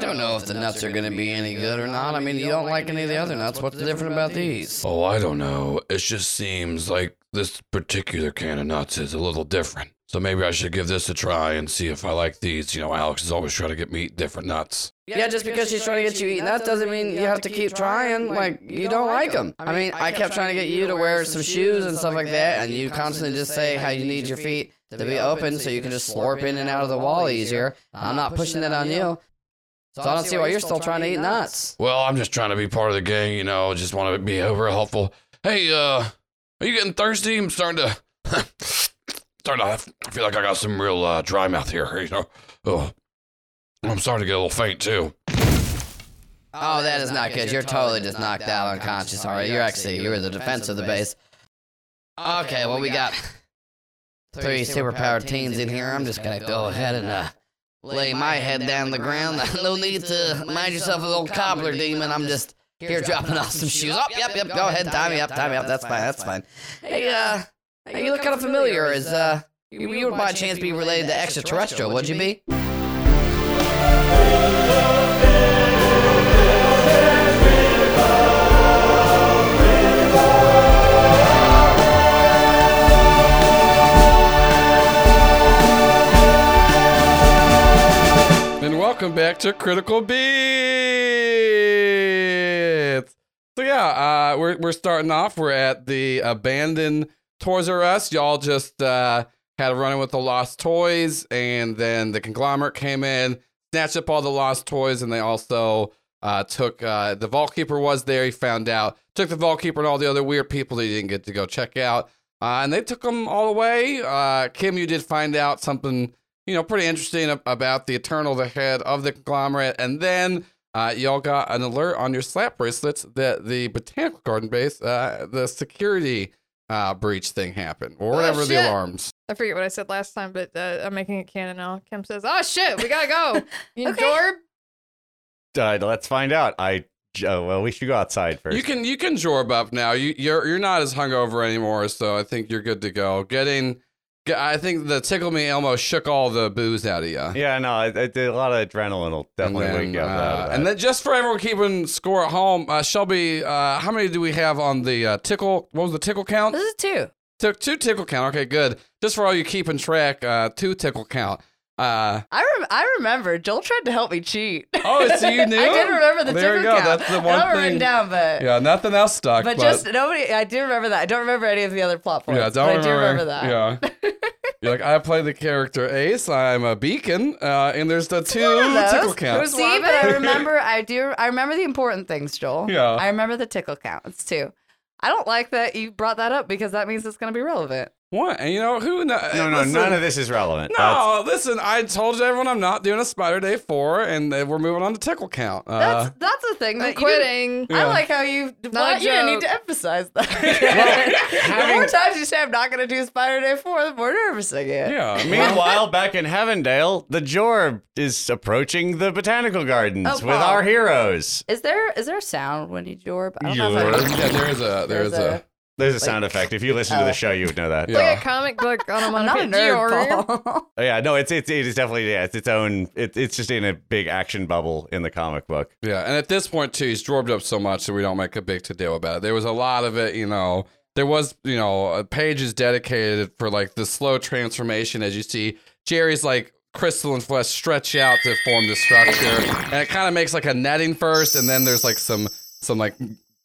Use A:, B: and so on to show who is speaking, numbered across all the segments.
A: don't know if the nuts are going to be any good or not. I mean, you don't like any of the other nuts. What's different about these?
B: Oh, I don't know. It just seems like this particular can of nuts is a little different. So maybe I should give this a try and see if I like these. You know, Alex is always trying to get me eat different nuts.
A: Yeah, just because she's trying to get you eating nuts doesn't mean you have to keep trying. Like, you don't like them. I mean, I kept trying to get you to wear some shoes and stuff like that, and you constantly just say how you need your feet to be open so you can just slurp in and out of the wall easier. I'm not pushing that on you. So I don't see why you're still trying to eat nuts.
B: Well, I'm just trying to be part of the gang, you know, just want to be over helpful. Hey, uh, are you getting thirsty? I'm starting to, starting to, I feel like I got some real uh, dry mouth here, you know. Oh, I'm starting to get a little faint too.
A: Oh, that is not good. You're totally just knocked out unconscious. All right, you're actually you were the defense of the base. Okay, well we got three superpowered teens in here. I'm just gonna go ahead and uh, lay my head down the ground. no need to mind yourself, a little cobbler demon. I'm just here dropping off some shoes. Oh, yep, yep. Go ahead, tie me up, tie me up. That's fine, that's fine. Hey, uh, hey, you look kind of familiar. Is uh, you, you would by chance be related to extraterrestrial? Would you be?
C: And welcome back to Critical Beats. So yeah, uh, we're we're starting off. We're at the abandoned Toys R Us. Y'all just uh, had a run with the lost toys, and then the conglomerate came in, snatched up all the lost toys, and they also uh, took uh, the vault keeper was there. He found out, took the vault keeper and all the other weird people that he didn't get to go check out, uh, and they took them all away. Uh, Kim, you did find out something you know, pretty interesting ab- about the Eternal, the head of the conglomerate. And then uh, y'all got an alert on your slap bracelets that the Botanical Garden base, uh, the security uh, breach thing happened, or whatever the
D: shit.
C: alarms.
D: I forget what I said last time, but uh, I'm making it canon now. Kim says, "Oh shit, we gotta go." You
E: Okay.
D: dorb.
F: Uh, let's find out. I uh, well, we should go outside first.
C: You can you can jorb up now. You you're you're not as hungover anymore, so I think you're good to go. Getting, ge- I think the tickle me Elmo shook all the booze out of you.
F: Yeah, no, I, I did a lot of adrenaline will definitely wake you up. out of
C: uh, and
F: that.
C: then just for everyone keeping score at home, uh, Shelby, uh, how many do we have on the uh, tickle? What was the tickle count?
E: This is two.
C: Took two tickle count. Okay, good. Just for all you keeping track, uh, two tickle count. Uh,
E: I rem- I remember Joel tried to help me cheat.
C: oh, so you knew?
E: I did remember the
C: There
E: ticket
C: you go.
E: count.
C: That's the one
E: I don't have it
C: thing-
E: written down, but
C: Yeah, nothing else stuck.
E: but, just nobody. I do remember that. I don't remember any of the other plot points.
C: yeah, don't
E: but
C: remember.
E: I do remember that.
C: Yeah. You're like, I play the character Ace. I'm a beacon, uh, and there's the two
E: Remember
C: tickle
E: those?
C: count.
D: There's
E: See,
D: one.
E: but I remember. I do. I remember the important things, Joel.
C: Yeah.
E: I remember the tickle counts too. I don't like that you brought that up because that means it's going to be relevant.
C: what? And you know who? No,
F: no, no, none of this is relevant. That's-
C: No, listen. I told everyone I'm not doing a Spider Day four, and that we're moving on to tickle count. Uh,
E: That's that's a thing
D: I'm
E: that you didn't-
D: quitting.
C: Yeah.
E: I like how you.
D: Not a
E: What? You didn't need
D: joke.
E: to emphasize that. the
F: having-
E: more times you say I'm not going to do Spider Day Four, the more nervous I get.
C: yeah.
F: Meanwhile, back in Heavendale, the Jorb is approaching the botanical gardens
E: Oh,
F: with
E: wow.
F: our heroes.
E: Is there is there a sound when you jorb? I don't know if I-
C: yeah, there is a there is a,
F: There's a sound effect. If you listen to the show, you would know that.
C: yeah.
D: Like a comic book on a
E: I'm not a nerd, Paul.
F: Oh, yeah, no, it's it's it is definitely yeah, it's its own. It, it's just in a big action bubble in the comic book.
C: Yeah, and at this point too, he's drorbed up so much that we don't make a big to deal about it. There was a lot of it, you know. There was, you know, uh, pages dedicated for like the slow transformation as you see Jerry's like crystalline flesh stretch out to form the structure, and it kind of makes like a netting first, and then there's like some some like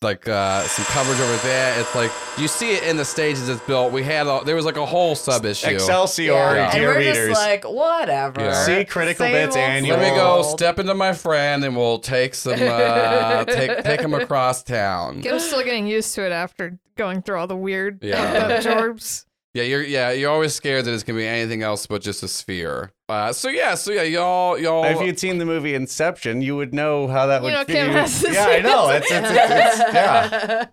C: like uh some coverage over there. It's like you see it in the stages it's built. We had a, there was like a whole sub issue.
F: Excelsior,
C: Yeah.
E: And
F: dear
E: we're
F: readers.
E: just like, whatever.
C: Yeah.
F: See Critical
E: Same
F: Bits
E: old
F: annual.
C: Let me go
E: Old.
C: step into my friend, and we'll take some uh, take take him across town.
D: I'm still getting used to it after going through all the weird
C: Yeah.
D: fucked up jorbs.
C: Yeah, you're yeah, you're always scared that it's gonna be anything else but just a sphere. Uh, so yeah, so yeah, y'all y'all
F: If you'd seen the movie Inception, you would know how that
D: You
F: would
D: know,
F: be.
D: Kim has the
F: yeah, I know. It's, it's, it's, it's, yeah.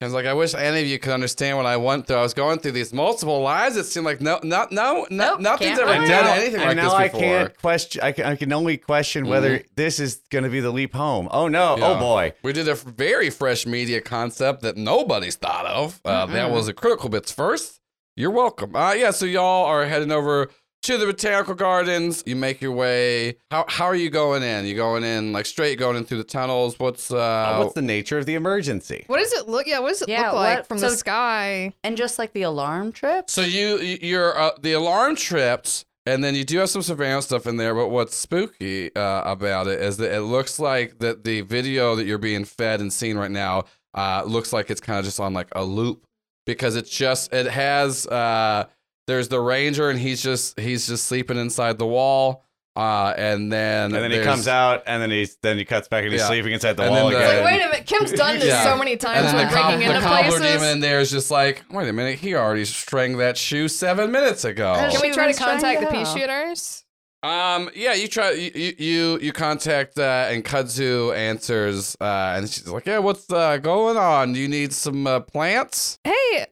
C: I was like, I wish any of you could understand what I went through. I was going through these multiple lives. It seemed like no no no, no
E: Nope,
C: nothing's
E: can't
C: ever
F: And
C: done
F: now-
C: anything
F: and
C: like
F: now
C: this
F: I
C: before.
F: can't question. I can, I can only question whether this is going to be the leap home. Oh no!
C: Yeah.
F: Oh boy!
C: We did a f- very fresh media concept that nobody's thought of. Uh, That was a critical bits first. You're welcome. Uh, yeah, so y'all are heading over to the botanical gardens. You make your way. How how are you going in? You going in like straight? Going in through the tunnels? What's uh?
F: Uh, what's the nature of the emergency?
A: What does it look? Yeah, what does it
E: Yeah,
A: look like
E: what-
A: from
E: so-
A: the sky?
E: And just like the alarm trips.
C: so you you're uh, the alarm tripped, and then you do have some surveillance stuff in there. But what's spooky uh, about it is that it looks like that the video that you're being fed and seen right now uh, looks like it's kind of just on like a loop because it's just it has uh, there's the ranger and he's just he's just sleeping inside the wall. Uh, and
F: And
C: then
F: then he
C: there's-
F: comes out, and then he's then he cuts back, and he's
C: Yeah.
F: sleeping inside the
C: And
F: wall
C: then the-
A: It's
F: again.
A: like, wait a minute, Kim's done this
C: Yeah.
A: so many
C: And
A: times
C: then
A: with
C: the, com-
A: breaking
C: the
A: into
C: cobbler
A: places.
C: demon in there is just like, wait a minute, he already strung that shoe seven minutes ago.
E: That
A: Can we
E: She
A: try to
E: was trying
A: contact the
E: to
A: pea
E: help.
A: shooters?
C: Um, yeah, you try, you you- you you contact uh, and Kudzu answers, uh, and she's like, yeah, what's uh, going on? You need some uh, plants?
A: Hey,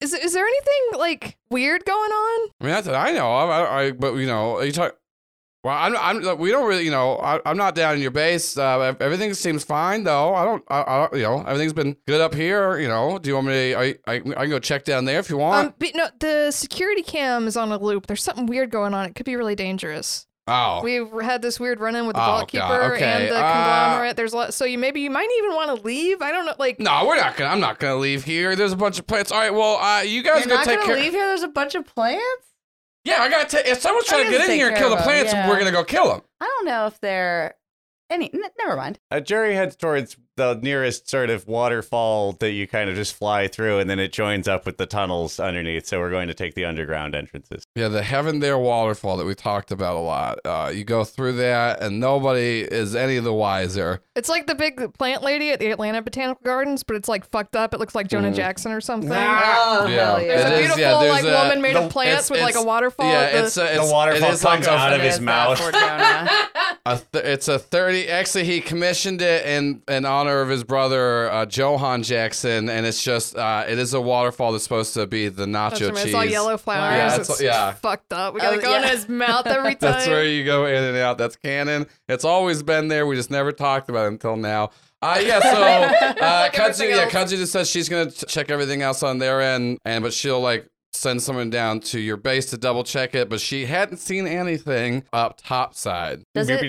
A: is is there anything like weird going on?
C: I mean, that's what I know of. I, I but you know, are you talk. Well, I'm, I'm. look, We don't really, you know. I, I'm not down in your base. Uh, everything seems fine, though. I don't. I, I, don't- you know, everything's been good up here. You know. Do you want me to? I, I, I can go check down there if you want.
A: Um, but no, the security cam is on a loop. There's something weird going on. It could be really dangerous.
C: oh,
A: We've had this weird run-in with the
C: Oh,
A: vault
C: God,
A: keeper
C: okay,
A: and the
C: uh,
A: conglomerate. There's a lot, so you maybe you might even want to leave. I don't know, like
C: No, we're not gonna. I'm not gonna leave here. There's a bunch of plants. All right, well, uh, you guys
E: You're
C: go
E: not
C: take
E: gonna
C: care.
E: leave here. There's a bunch of plants.
C: Yeah, I gotta. take if someone's
E: I
C: trying to
E: gotta
C: get in
E: take
C: here and
E: care
C: kill the
E: of 'em,
C: plants,
E: yeah.
C: we're gonna go kill them.
E: I don't know if they're any. N- never mind.
F: A jury heads towards the nearest sort of waterfall that you kind of just fly through, and then it joins up with the tunnels underneath. So we're going to take the underground entrances.
C: Yeah, the Heaven There waterfall that we talked about a lot. Uh, you go through that, and nobody is any the wiser.
A: it's like the big plant lady at the Atlanta Botanical Gardens, but it's like fucked up. It looks like
C: Mm.
A: Jonah Jackson or something.
E: Oh,
C: Yeah.
E: hell
A: There's
C: It
A: a
C: is,
A: beautiful
C: yeah, there's
A: like
C: a-
A: woman made
F: the-
A: of plants
C: it's-
A: with like a
C: it's-
A: waterfall.
C: yeah,
A: the-
C: it's a, it's
F: the waterfall
C: it is like
F: comes
C: a,
F: out of
E: It
F: his
E: is that
F: mouth.
E: for Jonah.
C: a th- it's a 30 actually he commissioned it in in honor of his brother uh, Johan Jackson and it's just uh, it is a waterfall that's supposed to be the nacho
A: That's what I mean.
C: cheese
A: It's all yellow flowers.
C: Yeah,
A: it's
C: it's- yeah.
A: fucked up. We
E: Oh,
A: gotta go in
E: yeah.
A: his mouth every time.
C: That's where you go in and out. That's canon. It's always been there. We just never talked about it until now. Uh, yeah, so uh,
A: Like
C: Katsu,
A: everything
C: yeah,
A: else.
C: Katsu just says she's gonna t- check everything else on their end, and but she'll like send someone down to your base to double check it. But she hadn't seen anything up top side.
E: Does it,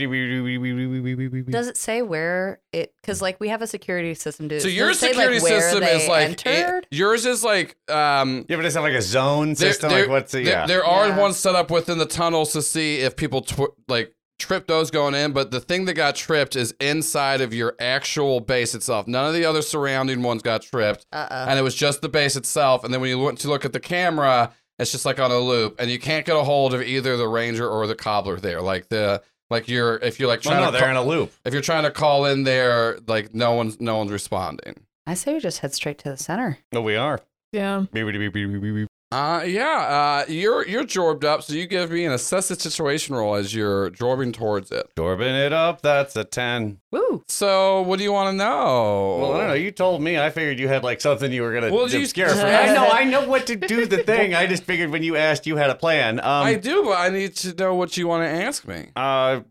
E: does it say where it? Because like we have a security system. Does,
C: So your
E: does it say,
C: security
E: like, where
C: system
E: they
C: is like it-
E: entered.
C: yours is like um.
F: Yeah, but it's not like a zone
C: There,
F: system.
C: there-
F: like what's it?
C: there-
F: Yeah.
C: there are
E: Yeah.
C: ones set up within the tunnels to see if people tw- like trip those going in, but the thing that got tripped is inside of your actual base itself. None of the other surrounding ones got tripped,
F: Uh-huh.
E: Uh
C: and it was just the base itself. And then when you went to look at the camera, it's just like on a loop, and you can't get a hold of either the ranger or the cobbler there. Like the like you're if you're like
F: Well,
C: trying
F: no,
C: to
F: they're
C: ca-
F: in a loop.
C: if you're trying to call in there, like no one's no one's responding.
E: I say we just head straight to the center.
F: No, we are.
A: yeah.
C: Uh, yeah, uh, you're you're jorbed up, so you give me an assess the situation roll as you're jorbing towards it.
F: Dorbing it up. That's a ten.
E: Woo.
C: So, what do you want to know?
F: Well, I don't know. You told me. I figured you had like something you were gonna
C: Well, you-
F: obscure. for me. I know. I know what to do. The thing. I just figured when you asked, you had a plan. Um,
C: I do, but I need to know what you want to ask me.
F: uh,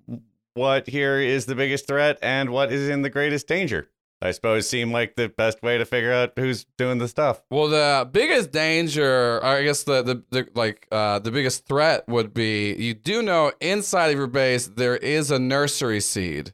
F: what here is the biggest threat and what is in the greatest danger? I suppose seem like the best way to figure out who's doing the stuff.
C: Well, the biggest danger, or I guess the, the, the like uh, the biggest threat would be you do know inside of your base there is a nursery seed,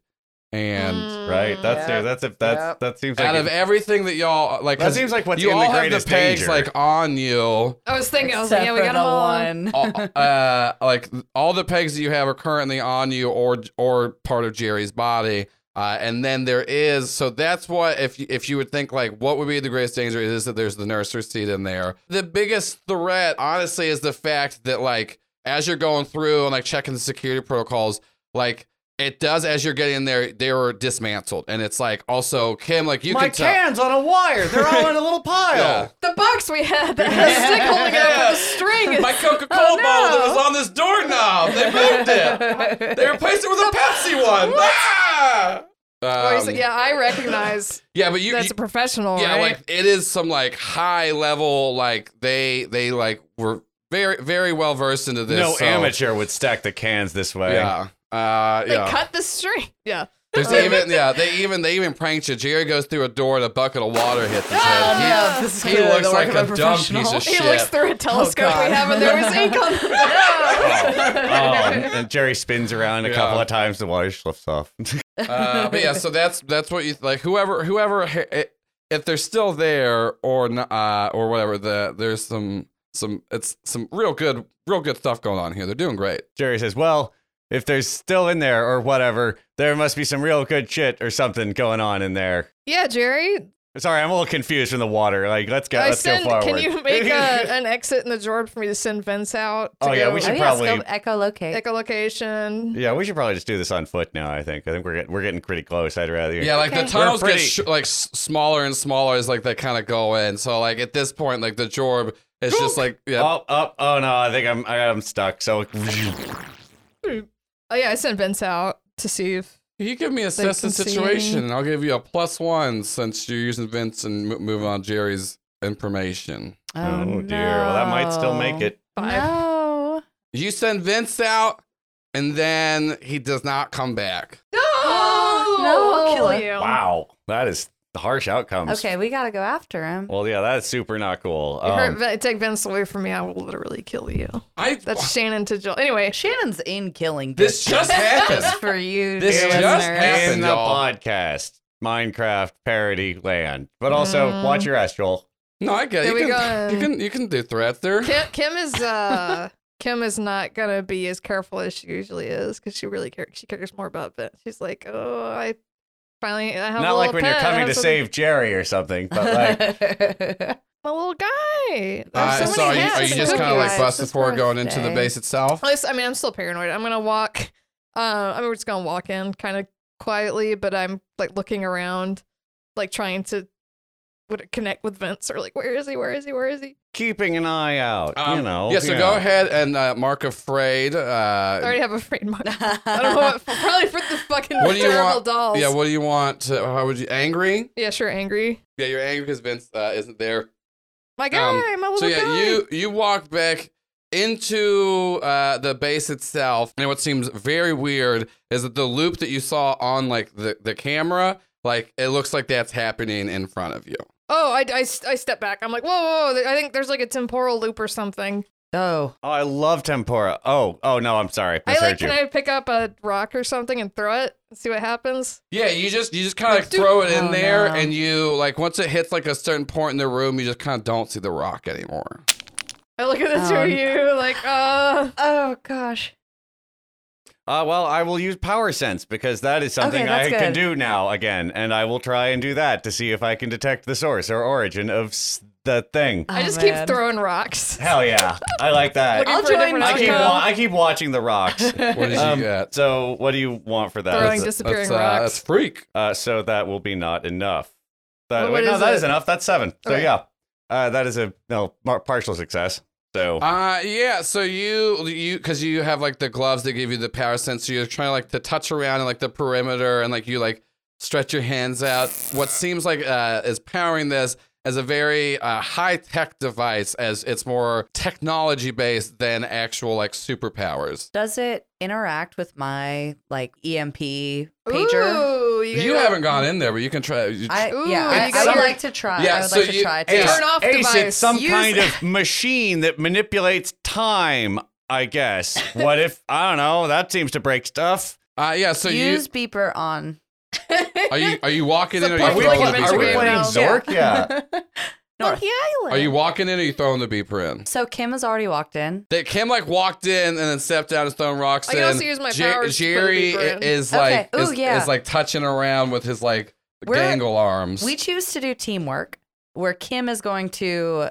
C: and
A: Mm.
F: Right. That's
E: Mm, Yep.
F: that's if that's
E: Yep.
F: that seems
C: out
F: like
C: of
F: it-
C: everything that y'all like,
F: that
C: 'cause
F: seems like what's
C: you
F: in
C: all
F: the
C: have the
F: greatest
C: pegs
F: danger.
C: like on you.
A: I was thinking. I was like, yeah, we got them all.
E: one.
C: all, uh, like all the pegs that you have are currently on you or or part of Jerry's body. Uh, and then there is so that's what if you, if you would think like what would be the greatest danger is that there's the nursery seed in there. The biggest threat, honestly, is the fact that like as you're going through and like checking the security protocols, like it does as you're getting in there, they were dismantled, and it's like also Kim, like you
F: My
C: can tell.
F: cans on a wire. They're all in a little
C: Yeah.
F: pile.
A: The box we had that had a stick holding it up with a string. is-
C: My
E: Oh,
C: Coca Cola bottle that was on this doorknob. They moved it. they replaced it with a Pepsi one. Ah!
A: Oh, he's
C: Um,
A: like, yeah, I recognize
C: yeah, but you,
A: that's
C: you-
A: a professional,
C: yeah,
A: right?
C: like it is some like high level, like they they like were very very well versed into this.
F: No
C: so-
F: amateur would stack the cans this way.
C: Yeah, uh,
A: they
C: yeah.
A: cut the string. Yeah.
C: There's even yeah, they even they even pranked you. Jerry goes through a door and a bucket of water hits his
A: Um,
C: head.
E: Oh, no, this is
C: He, he
E: clearly
C: looks
E: the work
C: like
E: of
C: a, dumb
E: professional.
C: piece of
A: He
C: shit. Oh,
A: looks through a telescope
E: God.
A: we have, and there was ink on
F: Oh, and Jerry spins around a
C: Yeah.
F: couple of times. The water slips off.
C: uh, but yeah, so that's that's what you like. Whoever whoever ha- if they're still there or not, uh, or whatever, the there's some some it's some real good real good stuff going on here. They're doing great.
F: Jerry says, "Well, if there's still in there or whatever, there must be some real good shit or something going on in there."
A: Yeah, Jerry.
F: Sorry, I'm a little confused from the water. Like, let's go.
A: I
F: let's
A: send,
F: go forward.
A: can you make a, an exit in the drawer for me to send Vince out? To
F: Oh, yeah,
A: go
F: we
E: I
F: should
E: think that's
F: probably.
E: go echolocate.
A: echolocation.
F: yeah, we should probably just do this on foot now. I think. I think we're get, we're getting pretty close. I'd rather.
C: Yeah, like
E: Okay.
C: the tunnels
F: We're
C: get
F: pretty-
C: sh- like s- smaller and smaller as like they kind of go in. So like at this point, like the jorb is just like yeah.
F: Oh, oh, oh no! I think I'm I'm stuck. So
A: Oh yeah, I sent Vince out to see if.
C: You give me assistant
A: can see
C: situation, and I'll give you a plus one since you're using Vince and m- moving on Jerry's information.
E: Oh,
F: Oh, dear. Well, that might still make
E: no.
F: it.
A: um, Five.
E: No.
C: You send Vince out, and then he does not come back.
E: No, I'll kill
A: you.
F: wow, that is harsh outcomes.
E: Okay, we gotta go after him.
F: Well, yeah, that's super not cool.
A: You hurt
F: Um,
A: Vin- take Vince away from me, I will literally kill you.
C: I
A: That's Shannon to Jill. Anyway,
E: Shannon's in killing.
C: This just happened.
E: Just for you,
C: This
E: dear
C: just
E: listeners.
C: happened.
F: in the
C: y'all.
F: podcast, Minecraft parody land, but also
A: Mm.
F: watch your astral.
C: no, I get it.
A: There
C: You
A: we
C: can,
A: go.
C: you can you can do threats there.
A: Kim, Kim is uh Kim is not gonna be as careful as she usually is because she really cares. She cares more about Vince. She's like, oh, I finally I have a
F: Not like
A: little
F: when
A: pet.
F: you're
A: I
F: coming
A: have
F: to
A: some-
F: save Jerry or something, but like,
A: my little guy. There's
C: Uh,
A: so
C: so,
A: many
C: are you,
A: hats
C: are you
A: and
C: just kind of
A: cookies.
C: like
E: Guys,
C: busting
E: it's
C: forward
E: my
C: going into the
E: birthday.
C: base itself?
A: At least- I mean, I'm still paranoid. I'm gonna walk. Uh, I mean, we're just gonna walk in kind of quietly, but I'm like looking around, like trying to would connect with Vince or like, where is he? Where is he? Where is he?
F: keeping an eye out. you
C: Um,
F: know.
C: Yeah, so
F: you
C: go
F: know.
C: ahead and uh, mark afraid.
A: I
C: Uh,
A: already have a framed mark. I don't know what, probably for the fucking
C: What do you
A: terrible
C: want-
A: dolls.
C: yeah, what do you want? To, how would you angry?
A: Yeah, sure, angry.
C: Yeah, you're angry because Vince uh, isn't there.
A: My guy,
C: Um,
A: my little
C: So yeah,
A: guy.
C: you you walk back into uh, the base itself, and what seems very weird is that the loop that you saw on like the, the camera, like it looks like that's happening in front of you.
A: Oh, I, I, I step back. I'm like, whoa, whoa, whoa, I think there's like a temporal loop or something.
E: Oh,
F: Oh, I love tempura. Oh, oh no, I'm sorry,
A: I like,
F: misheard you.
A: can I pick up a rock or something and throw it and see what happens?
C: Yeah, you just you just kind of
A: Like,
C: like,
A: dude-
C: throw it in
E: Oh,
C: there,
E: no.
C: and you like once it hits like a certain point in the room, you just kind of don't see the rock anymore.
A: I look at the two
E: Oh,
A: of
E: no.
A: you, like, uh,
E: oh gosh.
F: Uh, well, I will use power sense because that is something
E: Okay,
F: I
E: that's
F: can
E: good.
F: do now again, and I will try and do that to see if I can detect the source or origin of s- the thing.
A: I
E: Oh,
A: just
E: man.
A: keep throwing rocks.
F: Hell yeah, I like that.
A: Looking
E: I'll
A: for a
E: join you.
A: different
F: I keep,
A: outcome.
F: wa- I keep watching the rocks.
C: What did you
F: Um,
C: get?
F: So, what do you want for that?
A: Throwing
F: That's-
A: disappearing
C: that's, uh, that's
A: rocks.
C: freak.
F: Uh, so that will be not enough. That,
A: Well,
F: wait,
A: what
F: no,
A: is
F: that
A: it?
F: is enough. That's seven. So
A: Okay.
F: yeah, uh, that is a no mar- partial success. So
C: Uh yeah, so you you cuz you have like the gloves that give you the power sense. So you're trying like to touch around in like the perimeter and like you like stretch your hands out. What seems like uh is powering this as a very uh, high-tech device as it's more technology based than actual like superpowers.
E: Does it interact with my like EMP pager?
A: Ooh, you,
C: You haven't gone in there, but you can try you-
E: I
A: Ooh,
E: yeah, I,
A: you
E: I
A: got
E: would
A: your-
E: like to try.
C: Yeah,
E: I would
C: so
E: like to
C: you-
E: try to
C: yeah.
A: Turn off
F: Ace,
A: device.
F: it's some
E: Use-
F: kind of machine that manipulates time. I guess. What if I don't know? That seems to break stuff.
C: Uh yeah, so
E: use beeper on.
C: you are you are you walking in or
A: Support
C: you
F: Are
A: like
F: we,
C: throwing
F: playing,
C: the
F: are
A: adventure
F: we
C: beeper
A: game
F: playing
C: in?
A: now.
F: Zork? Yeah.
E: North.
C: Are you walking in or you throwing the beeper in?
E: So Kim has already walked in.
C: That Kim like walked in and then stepped down and thrown rocks
A: I
C: in.
A: can also use my powers to put a
C: Jerry
A: beeper in.
C: is
E: Okay.
C: like
E: Ooh,
C: is,
E: yeah.
C: is like touching around with his like
E: We're-
C: dangle arms.
E: We choose to do teamwork, where Kim is going to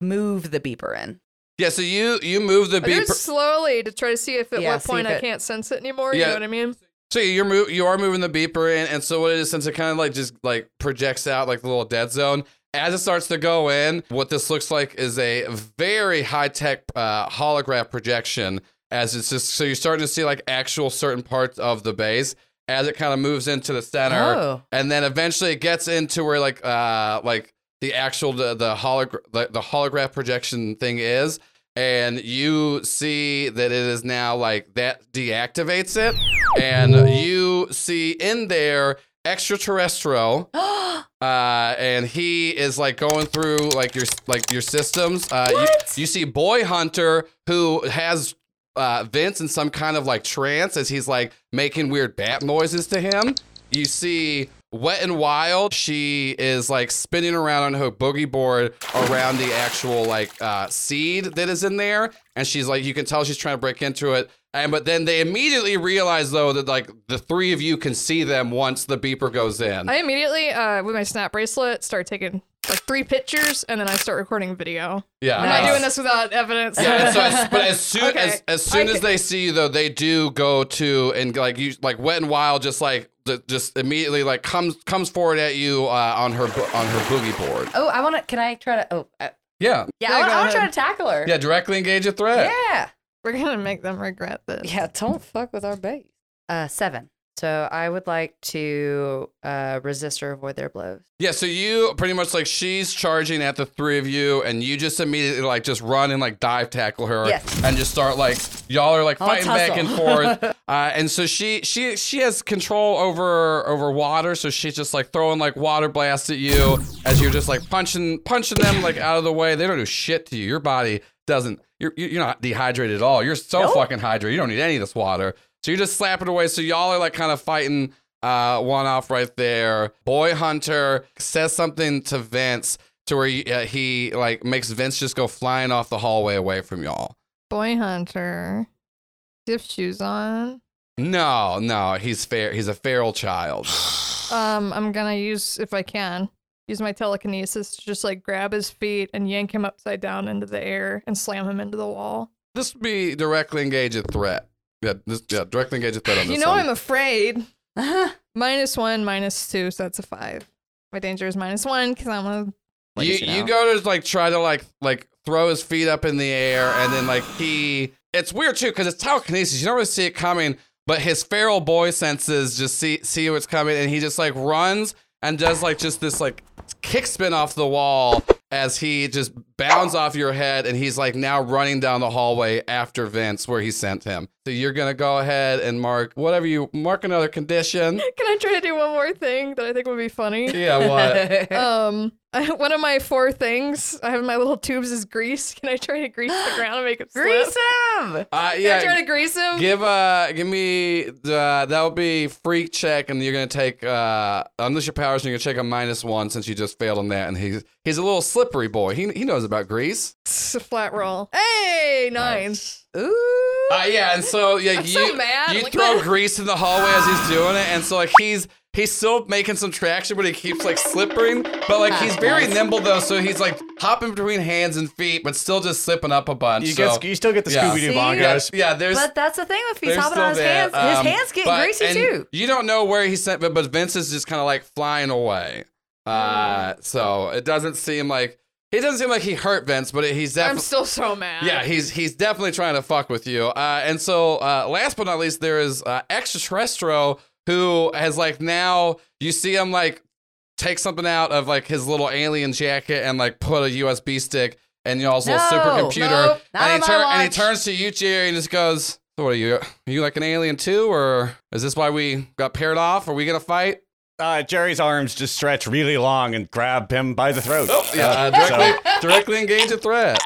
E: move the beeper in.
C: yeah, so you you move the
A: I do it
C: beeper.
A: slowly to try to see if at
E: Yeah,
A: what
E: see
A: point
E: if
A: I
E: it-
A: can't sense it anymore. You
C: Yeah.
A: know what I mean?
C: So you're move you are moving the beeper in, and so what it is since it kind of like just like projects out like the little dead zone. As it starts to go in, what this looks like is a very high tech uh, holograph projection. As it's just so you're starting to see like actual certain parts of the base as it kind of moves into the center.
E: Oh,
C: and then eventually it gets into where like uh like the actual the the, holog- the, the holograph projection thing is and you see that it is now like that deactivates it, and you see in there extraterrestrial,
E: Oh.
C: uh, and he is like going through like your like your systems. Uh, You, you see Boy Hunter who has. Uh, Vince in some kind of like trance as he's like making weird bat noises to him. You see Wet and Wild. She is like spinning around on her boogie board around the actual like uh, seed that is in there, and she's like, you can tell she's trying to break into it. And but then they immediately realize though that like the three of you can see them once the beeper goes in.
A: I immediately, uh, with my snap bracelet, start taking like three pictures, and then I start recording video.
C: yeah,
A: I'm
C: uh,
A: not doing this without evidence.
C: Yeah, and so as, but as soon
A: Okay.
C: as as soon
A: I
C: as they see you though, they do go to and like you like wet and wild, just like ju- just immediately like comes comes forward at you uh, on her bo- on her boogie board.
E: Oh, I want to. Can I try to? Oh, uh,
C: Yeah,
E: yeah.
A: Yeah,
E: I want,
A: go
E: I want to try
A: ahead.
E: to tackle her.
C: yeah, directly engage a threat.
E: Yeah.
A: We're gonna make them regret this.
E: Yeah. Don't fuck with our base. Uh, seven. So I would like to uh, resist or avoid their blows.
C: Yeah, so you pretty much like she's charging at the three of you, and you just immediately like just run and like dive tackle her,
E: Yes.
C: and just start like y'all are like
E: Oh, let's
C: fighting back and
E: hustle.
C: forth. Uh, and so she she she has control over over water, so she's just like throwing like water blasts at you as you're just like punching punching them like out of the way. They don't do shit to you. Your body doesn't. You're you're not dehydrated at all. You're so fucking hydrated. You don't need any of this water. So you just slap it away. So y'all are like kind of fighting uh, one off right there. Boy Hunter says something to Vince to where he, uh, he like makes Vince just go flying off the hallway away from y'all.
A: Boy hunter, do you have shoes on?
C: No, no, he's fair. He's a feral child.
A: Um, I'm gonna use if I can use my telekinesis to just like grab his feet and yank him upside down into the air and slam him into the wall.
C: This would be directly engage a threat. Yeah, this, yeah, directly engage a threat on this.
A: You know
C: one.
A: I'm afraid.
C: Uh,
E: Uh-huh.
A: Minus one, minus two, so that's a five. My danger is minus one because I'm a
C: you,
G: Lazy
C: you
G: now.
C: go to like try to like like throw his feet up in the air and then like he it's weird too because it's telekinesis you don't really see it coming but his feral boy senses just see see what's coming and he just like runs and does like just this like kick spin off the wall as he just bounds off your head and he's like now running down the hallway after Vince where he sent him so you're gonna go ahead and mark whatever you mark another condition
A: Can I try to do one more thing that I think would be funny?
C: yeah what
A: Um, one of my four things I have in my little tubes is grease. Can I try to grease the ground and make it slip?
E: Grease him.
C: uh,
A: Can I
C: yeah
A: try to grease him?
C: Give uh, give me uh, that'll be freak check, and you're gonna take uh, unleash your powers, and you're gonna take a minus one since you just failed on that, and he's he's a little slippery boy. He he knows about grease.
A: It's a flat roll. Hey, nine.
E: Ooh.
C: Uh, yeah, and so yeah,
A: I'm
C: you
A: so mad,
C: you
A: like-
C: throw grease in the hallway as he's doing it, and so like he's he's still making some traction, but he keeps like slipping. But like
F: Ah,
C: he's very nimble though, so he's like hopping between hands and feet, but still just slipping up a bunch.
F: You,
C: so,
F: get, you still get the
C: yeah.
F: Scooby Doo
E: See?
C: yeah,
F: bongos.
C: yeah, there's
E: But that's the thing with he's
C: They're
E: hopping
C: still
E: on his
C: there.
E: hands.
C: Um,
E: his hands getting
C: but-
E: greasy
C: and
E: too.
C: You don't know where he sent, but, but Vince is just kind of like flying away. Uh,
E: Mm.
C: so it doesn't seem like he doesn't seem like he hurt Vince, but he's
A: I'm
C: definitely
A: still so mad.
C: yeah he's he's definitely trying to fuck with you. Uh, and so uh, last but not least, there is uh, extraterrestrial who has like now you see him like take something out of like his little alien jacket and like put a USB stick in y'all's little
E: No,
C: supercomputer,
E: nope, not on
C: and he
E: my
C: turn, and he
E: watch.
C: turns to you, Jerry, and just goes, "So "What are you? Are you like an alien too, or is this why we got paired off? Are we gonna fight?"
F: Uh, Jerry's arms just stretch really long and grab him by the throat.
C: Yeah, uh,
F: so-
C: directly, directly engage a threat.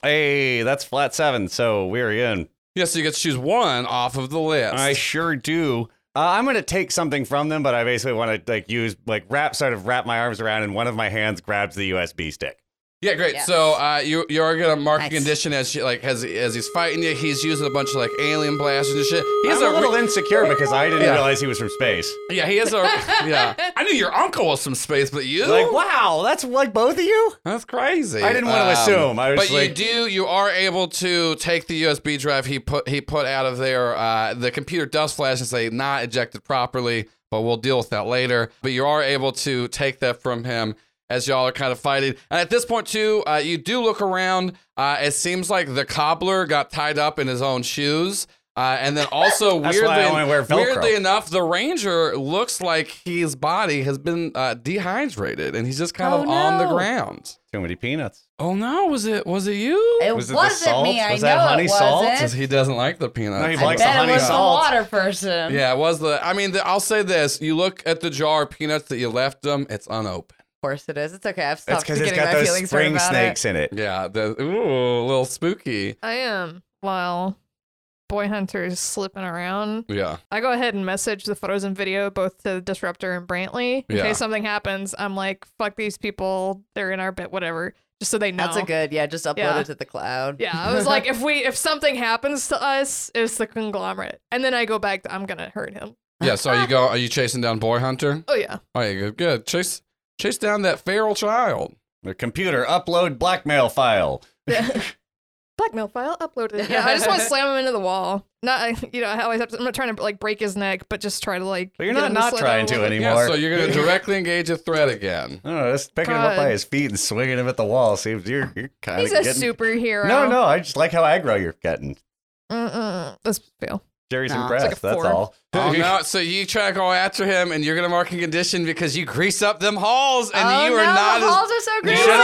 F: hey, that's flat seven, so we're in.
C: Yeah, so you get to choose one off of the list.
F: I sure do. Uh, I'm gonna take something from them, but I basically want to like use like wrap, sort of wrap my arms around, and one of my hands grabs the USB stick.
C: Yeah, great.
E: Yes.
C: So uh, you you are gonna mark
E: Nice.
C: a condition as she, like as as he's fighting you. He's using a bunch of like alien blasters and shit. He has
F: I'm a little
C: re-
F: insecure because I didn't
C: Yeah.
F: realize he was from space.
C: yeah. He has a yeah. I knew your uncle was from space, but you
F: Like, wow, that's like both of you.
C: That's crazy. Um,
F: I didn't wanna assume. I was
C: but you
F: like-
C: do. You are able to take the USB drive he put he put out of there. Uh, the computer does flash and say not ejected properly, but we'll deal with that later. But you are able to take that from him as y'all are kind of fighting. And at this point too, uh, you do look around. Uh, it seems like the cobbler got tied up in his own shoes. Uh, Uh, and then also
F: That's
C: weirdly,
F: why I only wear Velcro.
C: weirdly enough, the ranger looks like his body has been uh, dehydrated and he's just kind of
E: Oh,
C: on the
E: no.
C: ground.
F: Too many peanuts.
C: Oh no, was it was it you?
E: It
F: Was it
E: was
F: the
E: not
F: salt?
E: me. I
F: Was
E: know
F: that honey
E: it
F: salt?
E: wasn't.
C: Because he doesn't like the peanuts.
F: No, he
E: I
F: likes the
E: bet
F: honey
E: it was the
F: salt.
E: water person.
C: Yeah, it was the. I mean, the, I'll say this: you look at the jar of peanuts that you left them; it's unopened.
E: Of course it is. It's okay. I've stopped
F: That's because
E: getting
F: it's got
E: my
F: those
E: feelings
F: spring
E: hurt about
F: snakes in it.
C: Yeah, the, ooh, a little spooky.
A: I am. While Boy Hunter is slipping around,
C: Yeah,
A: I go ahead and message the photos and video both to Disruptor and Brantley. In
C: Yeah.
A: case something happens, I'm like, fuck these people. They're in our bit, whatever. Just so they
E: it.
A: know.
E: That's a good. Yeah, just upload
A: Yeah.
E: it to the cloud.
A: Yeah, I was like, if we if something happens to us, it's the conglomerate. And then I go back. To, I'm gonna hurt him.
C: yeah. So you go. Are you chasing down boy hunter?
A: Oh yeah,
C: Oh, yeah, good. Good. Chase, chase down that feral child.
F: The computer upload blackmail file.
A: blackmail file uploaded. Yeah, I just want to slam him into the wall. Not I- you know I always have to, I'm not trying to like break his neck, but just try to like.
F: But you're
A: get
F: not
A: him to
F: not
A: slow down
F: trying
A: a
F: to
A: little bit.
F: anymore.
C: Yeah. So you're gonna directly engage a threat again.
F: No, just picking him up by
A: God.
F: his feet and swinging him at the wall. Seems you're you're kind of
A: He's a
F: getting...
A: superhero.
F: No, no, I just like how aggro you're getting.
A: Mm-mm. Let's fail.
F: Jerry's
E: Nah.
F: impressed.
A: It's like a
F: that's
A: four.
F: all.
C: Oh no! So you try to go after him, and you're gonna mark a condition because you grease up them halls, and
E: oh,
C: you are
E: no,
C: not
E: the
C: as
E: halls are so greasy.
F: should've-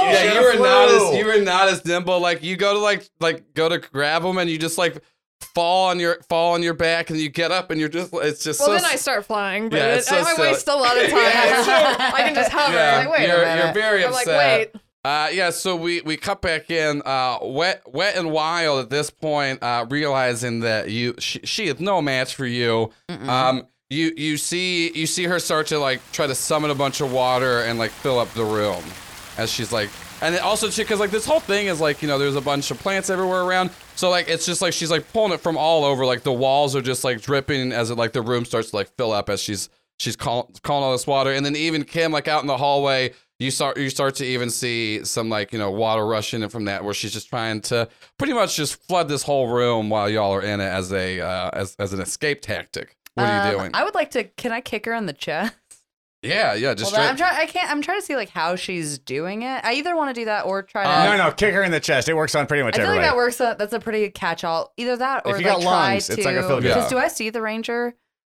C: yeah,
F: Should've
C: you were not
F: flew.
C: as you were not as nimble. Like you go to like like go to grab them and you just like fall on your fall on your back and you get up and you're just it's just
A: Well,
C: so
A: then I start flying, but
C: Yeah,
A: it,
C: it's so
A: I, I
C: silly.
A: waste a lot of time.
C: Yeah.
A: I can just hover.
C: yeah,
A: I'm like, wait.
C: you're,
E: a minute.
C: you're very
A: I'm like,
C: upset.
A: wait.
C: Uh, yeah, so we we cut back in, uh, wet wet and wild at this point, uh, realizing that you she, she is no match for you. Um, you you see you see her start to like try to summon a bunch of water and like fill up the room, as she's like, and then also she because like this whole thing is like you know there's a bunch of plants everywhere around, so like it's just like she's like pulling it from all over, like the walls are just like dripping as it like the room starts to like fill up as she's she's call, calling all this water and then even kim like out in the hallway you start you start to even see some like you know water rushing in from that where she's just trying to pretty much just flood this whole room while y'all are in it as a uh, as, as an escape tactic what are you
E: Um,
C: doing
E: I would like to. Can I kick her in the chest?
C: yeah yeah just
E: Hold on, I'm
C: straight-
E: trying. I can't. I'm trying to see like how she's doing it. I either want to do that or try to.
C: Uh,
F: no, no, kick her in the chest. It works on pretty
E: I
F: much
E: feel
F: everybody.
E: like that works. uh that's a pretty catch-all. Either that or
F: If you
E: like
F: got
E: try
F: lungs,
E: to.
F: it's like a feel-good.
E: Because
C: Yeah.
E: do I see the ranger?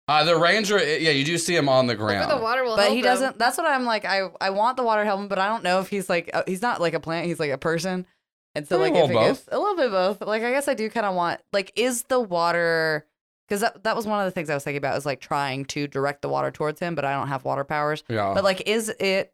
C: uh, the ranger yeah you do see him on the ground
A: The water will
E: But
A: help
E: he
A: him.
E: doesn't. That's what I'm like. I I want the water helmet, but I don't know if he's like uh, he's not like a plant. He's like a person. And so
C: Pretty
E: like
C: well
E: if it
C: both.
E: gets a little bit both. Like I guess I do kind of want like is the water because that that was one of the things I was thinking about is like trying to direct the water towards him, but I don't have water powers.
C: yeah
E: But like is it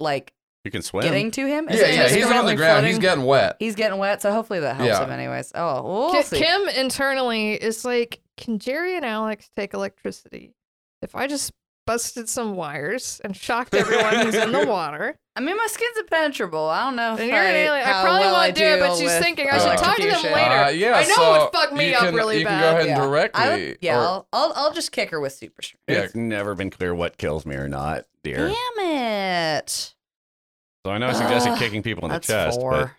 E: like
F: You can swim.
E: getting to him? Is
C: yeah
E: it
C: yeah
E: just
C: he's on
E: currently
C: the ground he's
E: floating?
C: getting wet
E: He's getting wet, so hopefully that helps
C: Yeah.
E: him anyways. Oh, we'll
A: Ki-
E: see.
A: Kim internally is like, can Jerry and Alex take electricity? If I just busted some wires and shocked everyone who's in the water,
E: I mean, my skin's impenetrable. I don't know. If
A: then
E: I,
A: you're gonna be like, I
E: how
A: probably
E: well
A: won't do it, but
E: deal
A: she's
E: with
A: thinking I should talk to them
E: electrocution.
A: later.
C: uh, yeah
A: I know
C: so
A: it would fuck me
C: you
A: up
C: can,
A: really
C: you
A: bad.
C: can go ahead and
E: Yeah.
C: directly
E: I would, yeah,
C: or-
E: I'll, I'll I'll just kick her with super strength.
C: Yeah.
F: It's never been clear what kills me or not, dear.
E: Damn it!
F: So I know I suggested
E: Ugh,
F: kicking people in the
E: That's
F: chest, but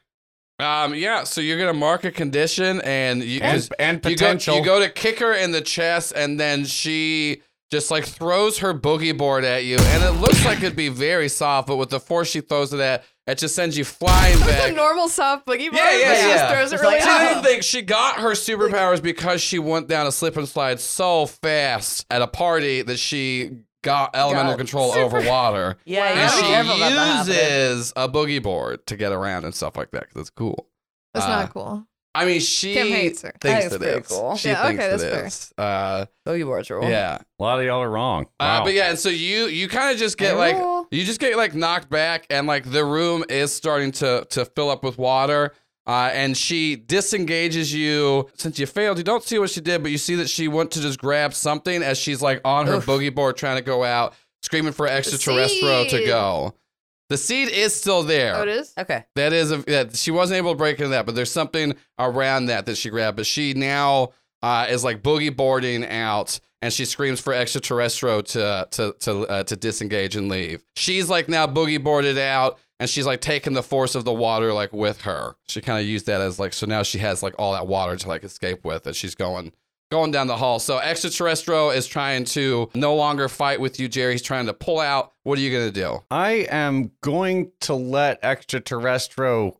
E: four.
C: um yeah so you're gonna mark a condition and you
F: and, and potential.
C: You go, you go to kick her in the chest, and then she just like throws her boogie board at you, and it looks like it'd be very soft, but with the force she throws it at, it just sends you flying
A: It's a
C: back.
A: normal soft boogie
C: Yeah,
A: board,
C: yeah,
A: but she just
C: yeah.
A: throws it
E: It's
A: really
E: like,
C: She didn't
A: high.
C: think she got her superpowers because she went down a slip and slide so fast at a party that she got elemental
E: Got
C: control over water.
E: Yeah,
A: Wow.
E: you
C: And
E: gotta be
A: Yeah.
E: careful about that
C: she
E: happening.
C: uses a boogie board to get around and stuff like that because it's cool.
A: That's
C: Uh,
A: not cool.
C: I mean, she
A: Kim hates her.
E: I
C: thinks
E: think
C: that
E: it's pretty
C: it's
E: cool.
C: She
A: Yeah,
C: thinks
A: okay,
C: that
A: that's
C: it's. Uh,
E: Boogie Oh, boards rule.
C: yeah.
F: a lot of y'all are wrong.
C: Uh, but yeah, and so you you kind of just get like you just get like knocked back, and like the room is starting to to fill up with water. Uh, and she disengages you since you failed. You don't see what she did, but you see that she went to just grab something as she's like on her
E: Oof.
C: boogie board trying to go out, screaming for extraterrestrial to
A: seed.
C: go. The seed is still there.
A: Oh, it is?
E: Okay.
C: That is a, that she wasn't able to break into that, but there's something around that that she grabbed. But she now uh, is like boogie boarding out, and she screams for extraterrestrial to to to uh, to disengage and leave. She's like now boogie boarded out, and she's like taking the force of the water like with her. She kind of used that as like so now she has like all that water to like escape with, and she's going. Going down the hall. So extraterrestrial is trying to no longer fight with you, Jerry. He's trying to pull out. What are you gonna do?
F: I am going to let extraterrestrial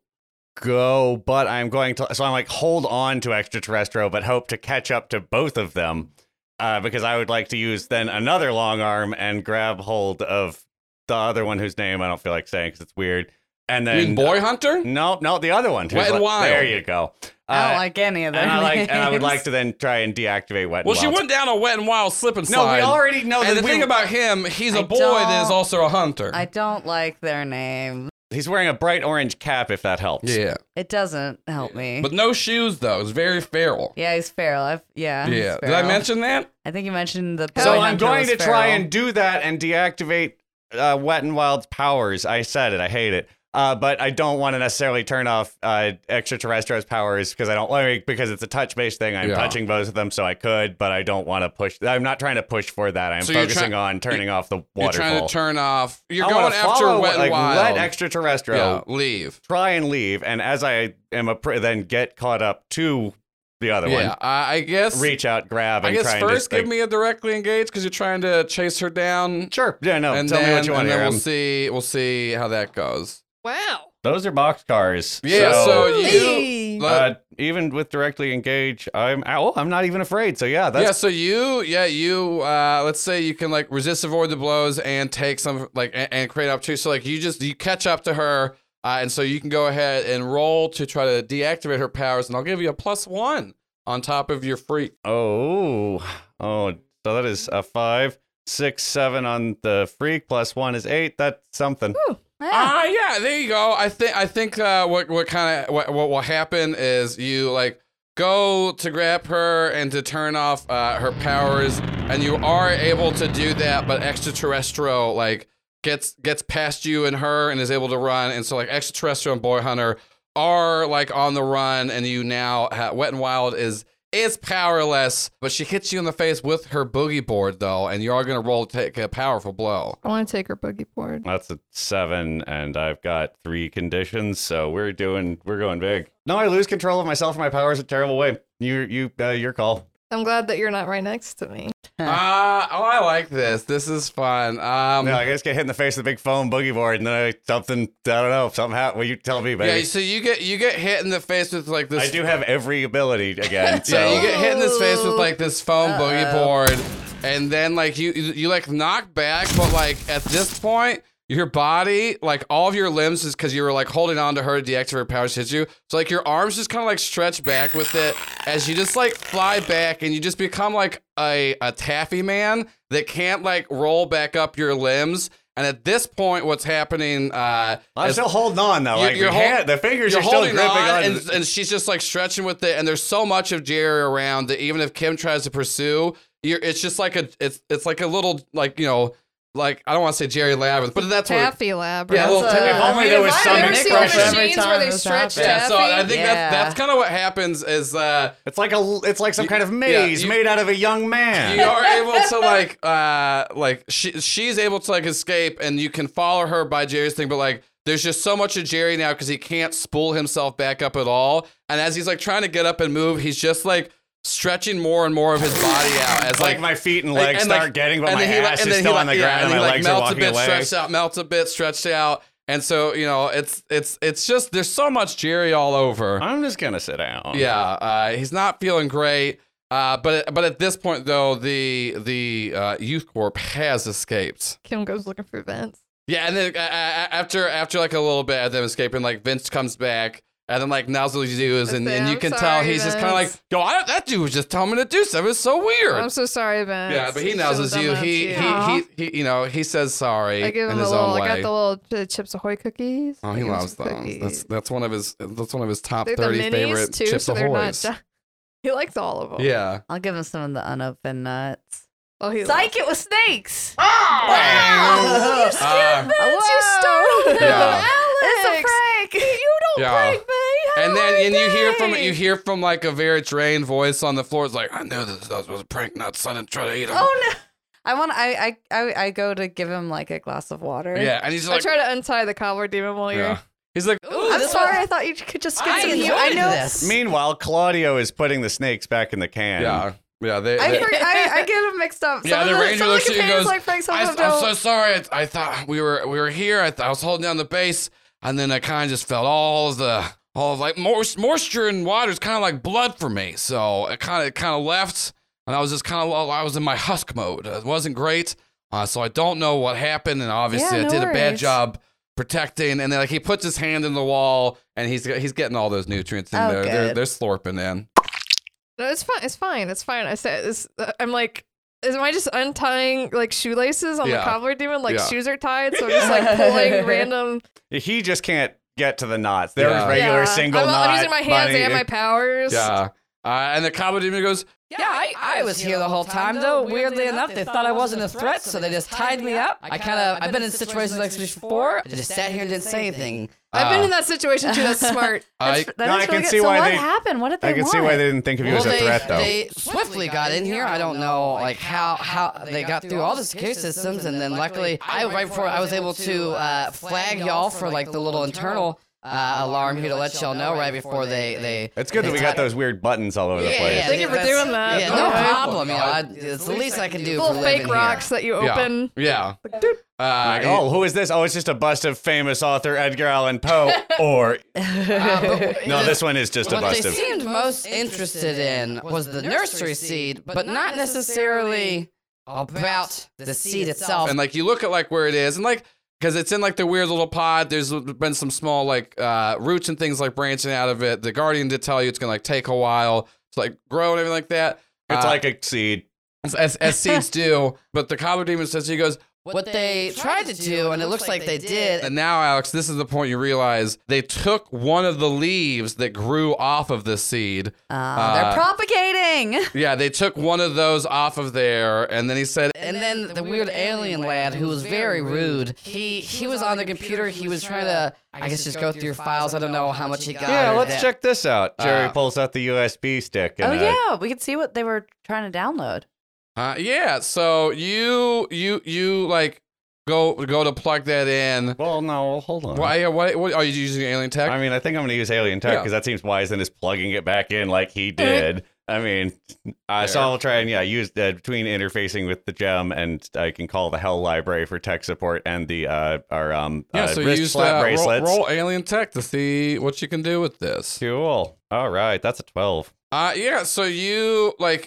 F: go, but I'm going to. So I'm like, hold on to extraterrestrial, but hope to catch up to both of them uh, because I would like to use then another long arm and grab hold of the other one whose name I don't feel like saying because it's weird. And
C: You
F: then
C: mean boy hunter?
F: No, no, the other one. who's
C: Wet and
F: like-
C: Wild.
F: There you go.
E: I
F: Uh,
E: don't like any of them.
F: and I like, and I would like to then try and deactivate wet. and
C: Well, she
F: Wild.
C: went down a wet and wild slip and
F: No,
C: slide.
F: we already know
C: and
F: that
C: the
F: we,
C: thing about him, he's a
E: I
C: boy that is
E: don't-
C: also a hunter.
E: I don't like their name.
F: he's wearing a bright orange cap. If that helps.
C: yeah,
E: It doesn't help me.
C: but no shoes though. It's very feral.
E: yeah, he's feral. I've, yeah. he's
C: Yeah. Did I
E: feral.
C: mention that?
E: I think you mentioned the.
F: So
E: boy
F: I'm
E: hunter
F: going
E: was
F: to try
E: feral.
F: and do that and deactivate uh, Wet and Wild's powers. I said it. I hate it. Uh, but I don't want to necessarily turn off uh, extraterrestrial's powers because I don't like because it's a touch based thing. I'm
C: Yeah.
F: touching both of them, so I could, but I don't want to push. I'm not trying to push for that. I'm
C: So you're
F: focusing
C: try-
F: on turning off the
C: You're
F: waterfall.
C: trying to turn off. You're
F: I
C: going
F: wanna
C: after
F: follow,
C: wet
F: like,
C: and wild.
F: Let extraterrestrial
C: yeah, leave.
F: try and leave, and as I am a pr- then get caught up to the other
C: Yeah, I, I guess.
F: one, reach out, grab,
C: I
F: and
C: guess
F: try
C: first
F: and
C: give me a directly engaged because you're trying to chase her down.
F: sure. Yeah, no.
C: and
F: tell
C: then,
F: me what you want
C: and
F: to
C: then
F: hear. Um,
C: we'll
F: I'm-
C: see. We'll see how that goes.
A: Wow.
F: Those are box cars.
C: Yeah. So,
E: Hey.
C: you.
F: uh, even with directly engage, I'm oh, I'm not even afraid. So yeah, that's
C: yeah, so you, yeah, you, uh, let's say you can like resist, avoid the blows, and take some like and, and create up to. So like you just you catch up to her, uh, and so you can go ahead and roll to try to deactivate her powers, and I'll give you a plus one on top of your freak.
F: oh oh. So that is a five, six, seven on the freak plus one is eight. That's something.
E: Yeah.
C: Ah, yeah, there you go. I think I think uh, what what kind of what what will happen is you like go to grab her and to turn off uh, her powers, and you are able to do that, but extraterrestrial like gets gets past you and her and is able to run, and so like extraterrestrial and boy hunter are like on the run, and you now ha- wet and wild is. Is powerless, but she hits you in the face with her boogie board though, and you are gonna roll to take a powerful blow.
A: I want to take her boogie board.
F: That's a seven, and I've got three conditions, so we're doing we're going big. No, I lose control of myself and my powers a terrible way. You you uh, your call.
A: I'm glad that you're not right next to me.
C: Ah, oh, I like this. This is fun. Um,
F: no, I just get hit in the face with a big foam boogie board, and then I, something I don't know. Something happened. Well, you tell me, baby.
C: yeah, so you get you get hit in the face with like this.
F: I do have every ability again. So
C: Yeah, you get hit in the face with like this foam boogie
E: Uh-oh.
C: board, and then like you you you, like knock back, but like at this point. Your body, like all of your limbs, is because you were like holding on to her to deactivate her powers hit you. So like your arms just kind of like stretch back with it as you just like fly back and you just become like a a taffy man that can't like roll back up your limbs. And at this point, what's happening? uh
F: I'm
C: is-
F: still holding on though.
C: You're-
F: like
C: you're
F: the, hand,
C: hol-
F: the fingers
C: you're
F: are still
C: holding
F: gripping
C: on,
F: on.
C: and, and she's just like stretching with it. And there's so much of Jerry around that even if Kim tries to pursue, you're, it's just like a it's it's like a little like you know like I don't want to say Jerry Labyrinth, but that's what.
A: Taffy lab.
C: Yeah,
A: right?
C: well,
E: That's
C: if
E: a-
F: only there was
E: I've
F: some
E: never seen
F: expression.
E: the machines
A: Every time
E: where they
A: this
E: stretch
A: happens.
C: yeah, so I think
E: Yeah.
C: that's that's kind of what happens is uh,
F: it's like a it's like some kind of
C: yeah,
F: maze
C: you-
F: made out of a young
C: you
F: man.
C: are able to like uh like she she's able to like escape and you can follow her by Jerry's thing, but like there's just so much of Jerry now because he can't spool himself back up at all. And as he's like trying to get up and move, he's just like stretching more and more of his body out as
F: It's like
C: like
F: my feet and legs start
C: like-
F: getting, but
C: and
F: my
C: then he, like-
F: ass
C: and
F: is
C: then he,
F: still on the
C: like- yeah,
F: ground,
C: and
F: and
C: he,
F: my
C: like,
F: legs are
C: melts
F: walking
C: a bit,
F: away.
C: Stretched out, melts a bit, stretched out, and so you know it's it's it's just there's so much Jerry all over.
F: I'm just gonna sit down.
C: Yeah, uh, he's not feeling great. Uh, but but at this point though, the the uh, youth corp has escaped.
A: Kim goes looking for Vince.
C: Yeah, and then uh, uh, after after like a little bit of them escaping, like Vince comes back. And then like Nozzle is,
A: I
C: and,
A: say,
C: and you
A: "I'm
C: can tell
A: sorry,
C: he's just kind of like,
A: Vince."
C: yo, I, that dude was just telling me to do something. It's so weird.
A: I'm so sorry, Vince.
C: yeah, but he
A: You
C: nozzles
A: should've
C: you.
A: done that to
C: He, he
A: you.
C: he he you know he says sorry
A: I give
C: in
A: him a
C: his
A: little.
C: own
A: I
C: way.
A: got the little uh, Chips Ahoy cookies.
C: oh,
A: I
C: he
A: give him
C: loves
A: some
C: those.
A: cookies.
C: That's that's one of his that's one of his top
A: They're the
C: thirty
A: minis
C: favorite
A: too,
C: chips
A: so they're not.
C: Ahoy's.
A: di- He likes all of them.
C: Yeah.
E: I'll give him some of the unopened nuts.
A: Oh, he
E: Psych, it was snakes.
F: Ah!
C: Wow.
E: You
C: Uh,
E: Whoa.
A: You stole them,
C: Yeah.
E: It's a
A: Alex.
E: prank. You don't
C: Yeah. prank and
A: Oh
C: then and you hear from you hear from like a very drained voice on the floor. It's like I knew this was a prank, not son, and try to eat him.
E: Oh no. I want. I, I. I. I go to give him like a glass of water.
C: Yeah, and he's
A: I
C: like,
A: try to untie the cobbler demon while you're.
C: yeah. he's like, ooh,
E: I'm
C: this
E: sorry. I thought you could just
A: I
E: get some.
A: enjoyed
E: I know.
A: this.
F: Meanwhile, Claudio is putting the snakes back in the
C: one-
F: can.
C: yeah, yeah. They,
E: I,
C: they-
E: for- I, I get them mixed up. Some
C: Yeah,
E: of
C: the ranger
E: some of
C: looks at you and
E: containers
C: goes,
E: like Frank, some
C: I,
E: of
C: am
E: them don't.
C: so sorry. I, I thought we were we were here. I, th- I was holding down the base, and then I kind of just felt all of the all of like moist, moisture and water is kind of like blood for me. So it kind of kind of left, and I was just kind of I was in my husk mode. It wasn't great, uh, so I don't know what happened, and obviously
E: Yeah,
C: I
E: no
C: did a bad
E: worries.
C: job protecting. And then like he puts his hand in the wall, and he's he's getting all those nutrients in
E: Oh,
C: there. They're
E: good.
C: they're slurping in.
A: No, it's fine. It's fine. It's fine. I said this. I'm like, is, am I just untying like shoelaces on
C: Yeah.
A: the cobbler demon? Like
C: Yeah.
A: shoes are tied, so I'm just like pulling random.
F: He just can't get to the knots. They're
C: Yeah.
F: regular
A: Yeah.
F: single
A: I'm,
F: knot.
A: I'm using my hands
F: buddy.
A: and my powers.
C: Yeah. Uh, and the comedy demon goes,
G: Yeah, I, I was here the whole time, though. Weirdly enough, they thought I wasn't a threat, so they just tied me up. I kind of, I've been in situations like this before. I just sat here and didn't say anything.
A: I've been
C: Ah.
A: in that situation too. That's smart.
C: I,
E: That
F: No,
E: is
F: I can
E: really good.
F: see
E: so
F: why
E: what
F: they-
E: happened? What did they
F: I can
E: want?
F: see why they didn't think of you as a
G: they,
F: threat, though.
G: they swiftly got in here. I don't know, like how how they got through all the security systems, and then luckily, I right before I was able to uh, flag y'all for like the little internal uh, alarm here to let y'all know right before they they.
F: it's good that we got those weird buttons all over the
G: Yeah,
F: place.
G: yeah,
A: Thank you for
G: that's-
A: doing that.
G: Yeah, no
A: Okay.
G: problem. You know, I, it's the least I can do. for
A: Little
G: living
A: fake
G: here.
A: rocks that you open.
C: yeah. Uh,
F: Like, oh, who is this? Oh, it's just a bust of famous author Edgar Allan Poe. or
G: Uh, but-
F: no, this one is just a
G: What
F: bust
G: they
F: of.
G: seemed most interested in was the nursery seed, but not necessarily about the seed itself.
C: and like you look at like where it is and like because it's in like the weird little pod there's been some small like uh roots and things like branching out of it the guardian did tell you it's gonna like take a while to like grow and everything like that
F: It's
C: Uh,
F: like a seed.
C: as, as, as seeds do but the cobbler demon says he goes
G: What they tried to do, and it looks like they did.
C: and now alex this is the point you realize they took one of the leaves that grew off of this seed
E: Ah,
C: Uh,
E: they're propagating.
C: yeah they took one of those off of there and then he said
G: And then the weird alien lad, who was very rude, he he was on the computer. He was trying to, I guess, just go through your files. I don't know how much he got.
F: Yeah,
G: or
F: let's
G: that-
F: check this out. Jerry
C: Uh,
F: pulls out the USB stick. And,
E: Oh
F: uh,
E: yeah, we could see what they were trying to download.
C: Uh, yeah so you you you like go go to plug that in
F: Well, no, hold on.
C: why, why, what are you using alien tech
F: I mean, I think I'm going to use Alien Tech
C: Yeah. Uh-huh.
F: because that seems wise than just plugging it back in like he did. I mean, uh, so
C: Fair.
F: I'll try and yeah, use uh, between interfacing with the gem and I can call the Hell Library for tech support and the uh, our um
C: Yeah,
F: uh,
C: so
F: wrist
C: use
F: slap
C: that
F: bracelets.
C: Roll, roll alien tech to see what you can do with this.
F: Cool. All right, that's a twelve.
C: Uh yeah, so you like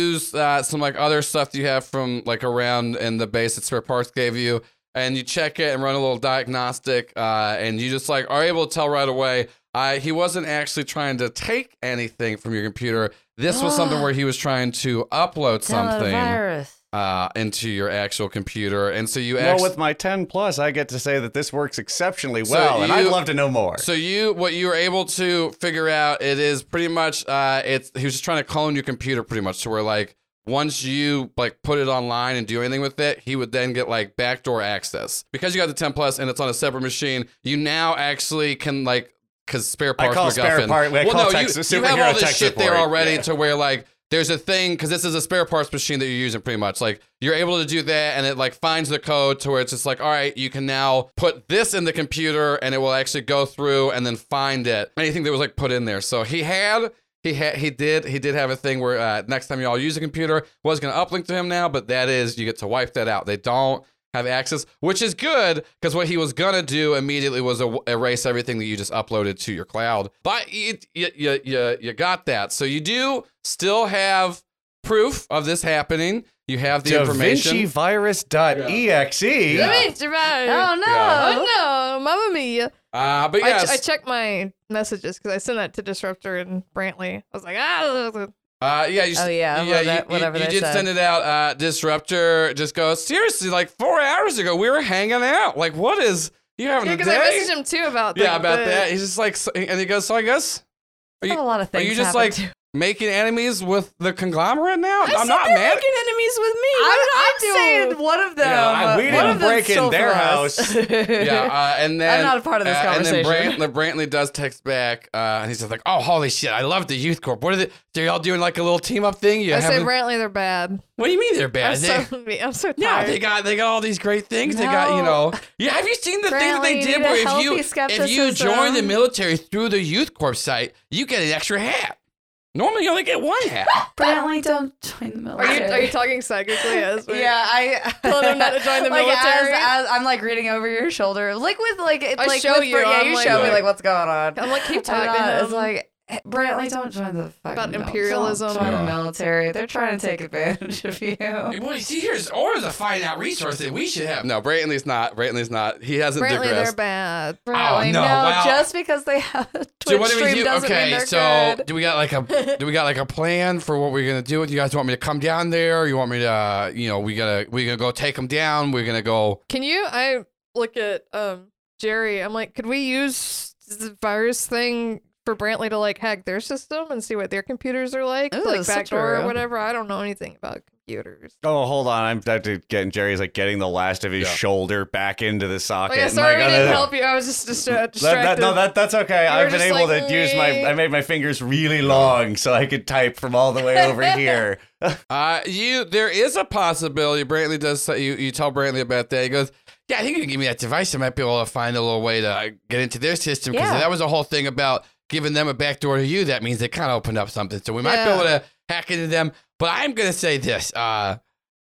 C: use uh, some like other stuff you have from like around in the base that spare parts gave you, and you check it and run a little diagnostic, uh, and you just like are able to tell right away. Uh, he wasn't actually trying to take anything from your computer. This was something where he was trying to upload something
E: Download
C: uh, into your actual computer, and so you
F: Well,
C: actually
F: with my ten plus, I get to say that this works exceptionally
C: So
F: well, and I'd
C: you-
F: love to know more.
C: So you, what you were able to figure out, it is pretty much, uh, it's he was just trying to clone your computer, pretty much, to where like once you like put it online and do anything with it, he would then get like backdoor access because you got the 10 plus and it's on a separate machine. You now actually can like because spare
F: I
C: parts.
F: call spare
C: MacGuffin-
F: part- I
C: Well,
F: call
C: no,
F: tech-
C: you, you have all
F: superhero
C: this
F: tech
C: shit there
F: support.
C: already
F: Yeah.
C: to where like. There's a thing because this is a spare parts machine that you're using pretty much. Like you're able to do that, and it like finds the code to where it's just like, all right, you can now put this in the computer, and it will actually go through and then find it. Anything that was like put in there. So he had, he had, he did, he did have a thing where uh, next time y'all use a computer, was going to uplink to him now, but that is you get to wipe that out. They don't have access, which is good because what he was gonna do immediately was a- erase everything that you just uploaded to your cloud. But you, you, you, you, you got that, so you do still have proof of this happening. You have the information.
F: DaVinciVirus.exe.
A: I mean, Jermaine.
E: Oh no!
A: Oh no, Mamma Mia!
C: Uh, but
A: I,
C: yes,
A: I checked my messages because I sent that to Disruptor and Brantley. I was like, ah,
C: Uh, yeah, you, s-
E: Oh, yeah, well, that-
C: you,
E: whatever
C: you,
E: they
C: did
E: said.
C: send it out. Uh, Disruptor just goes seriously, like four hours ago, we were hanging out. Like, what is you having a
A: because
C: day?
A: I messaged him too about
C: yeah,
A: the-
C: about
A: the-
C: that. He's just like, so- and he goes, so I guess Are you-
E: a lot of
C: are
E: things.
C: you just
E: happened.
C: like making enemies with the conglomerate now? I am not mad.
E: making enemies with me.
A: What
E: I'm,
A: did I do?
E: saying one of them.
F: Yeah, I- we
E: one
F: didn't
E: of them
F: break in
E: stole
F: their
E: from us.
F: house.
C: yeah, uh, and then
E: I'm not a part of this
C: uh, And
E: conversation.
C: then Brant, Brantley does text back, uh, and he's just like, "Oh, holy shit! I love the youth corp. What are they? Are y'all doing like a little team up thing? You
A: I say
C: having-
A: Brantley, they're bad.
C: what do you mean they're bad?
A: I'm,
C: They-
A: so, I'm so tired.
C: Yeah, they got they got all these great things. They got you
E: No.
C: know. Yeah, have you seen the thing that
E: Apparently
C: they
E: you
C: did
E: need
C: where
E: a
C: if
E: healthy
C: you if you join the
E: skepticism.
C: military through the youth corps site, you get an extra hat. Normally, you only get one hat.
E: Apparently, don't join the
A: Are you
E: military.
A: are you talking psychically as we
E: yeah, I
A: Told him not to join the
E: like,
A: military.
E: As, as I'm like reading over your shoulder, like with like it,
A: I
E: like
A: show
E: with,
A: you,
E: Yeah,
A: I'm
E: you
A: like-
E: show me like what's going on.
A: I'm like keep
E: And,
A: talking to
E: uh,
A: him.
E: It's like "Hey, Brantley, don't join the fucking
A: About
E: mil-
A: imperialism.
E: Don't join the
C: Yeah.
E: military. They're trying to take advantage of you.
C: Boy, see, here's Aura's a fine out resource that we should have. No, Brantley's not. Brantley's not. He hasn't
A: apparently they're
C: digressed.
A: bad.
E: Brantley,
C: Oh, no,
E: no,
C: wow.
E: just because they have a Twitch
C: So what do
E: stream
C: we do?
E: doesn't mean
C: Okay,
E: they're
C: so
E: good.
C: do we got like a do we got like a plan for what we're gonna do? Do you guys want me to come down there? You want me to, uh, you know, we gotta we gonna go take them down. We're gonna go.
A: Can you? I look at um Jerry. I'm like, could we use the virus thing for Brantley to like hack their system and see what their computers are like,
E: Ooh,
A: like
E: such a-
A: backdoor or whatever? I don't know anything about computers.
F: Oh, hold on. I'm about to get Jerry's like getting the last of his
C: Yeah.
F: shoulder back into the socket.
A: Like, I'm Oh,
F: My
A: sorry, I
F: God,
A: didn't
F: that-
A: help you. I was just distra-
F: That,
A: distracted.
F: that, no, that, that's okay.
A: were
F: I've been
A: just
F: able
A: like,
F: to use my.
A: "Wee."
F: I made my fingers really long so I could type from all the way over here.
C: Uh, you there is a possibility. Brantley does. Say, you you tell Brantley about that. He goes, yeah, I think you can give me that device. I might be able to find a little way to uh, get into their system because
E: Yeah.
C: that was a whole thing about giving them a backdoor to you. That means they kind of opened up something, so we might be
A: Yeah.
C: able to hack into them. But I'm gonna say this. Uh,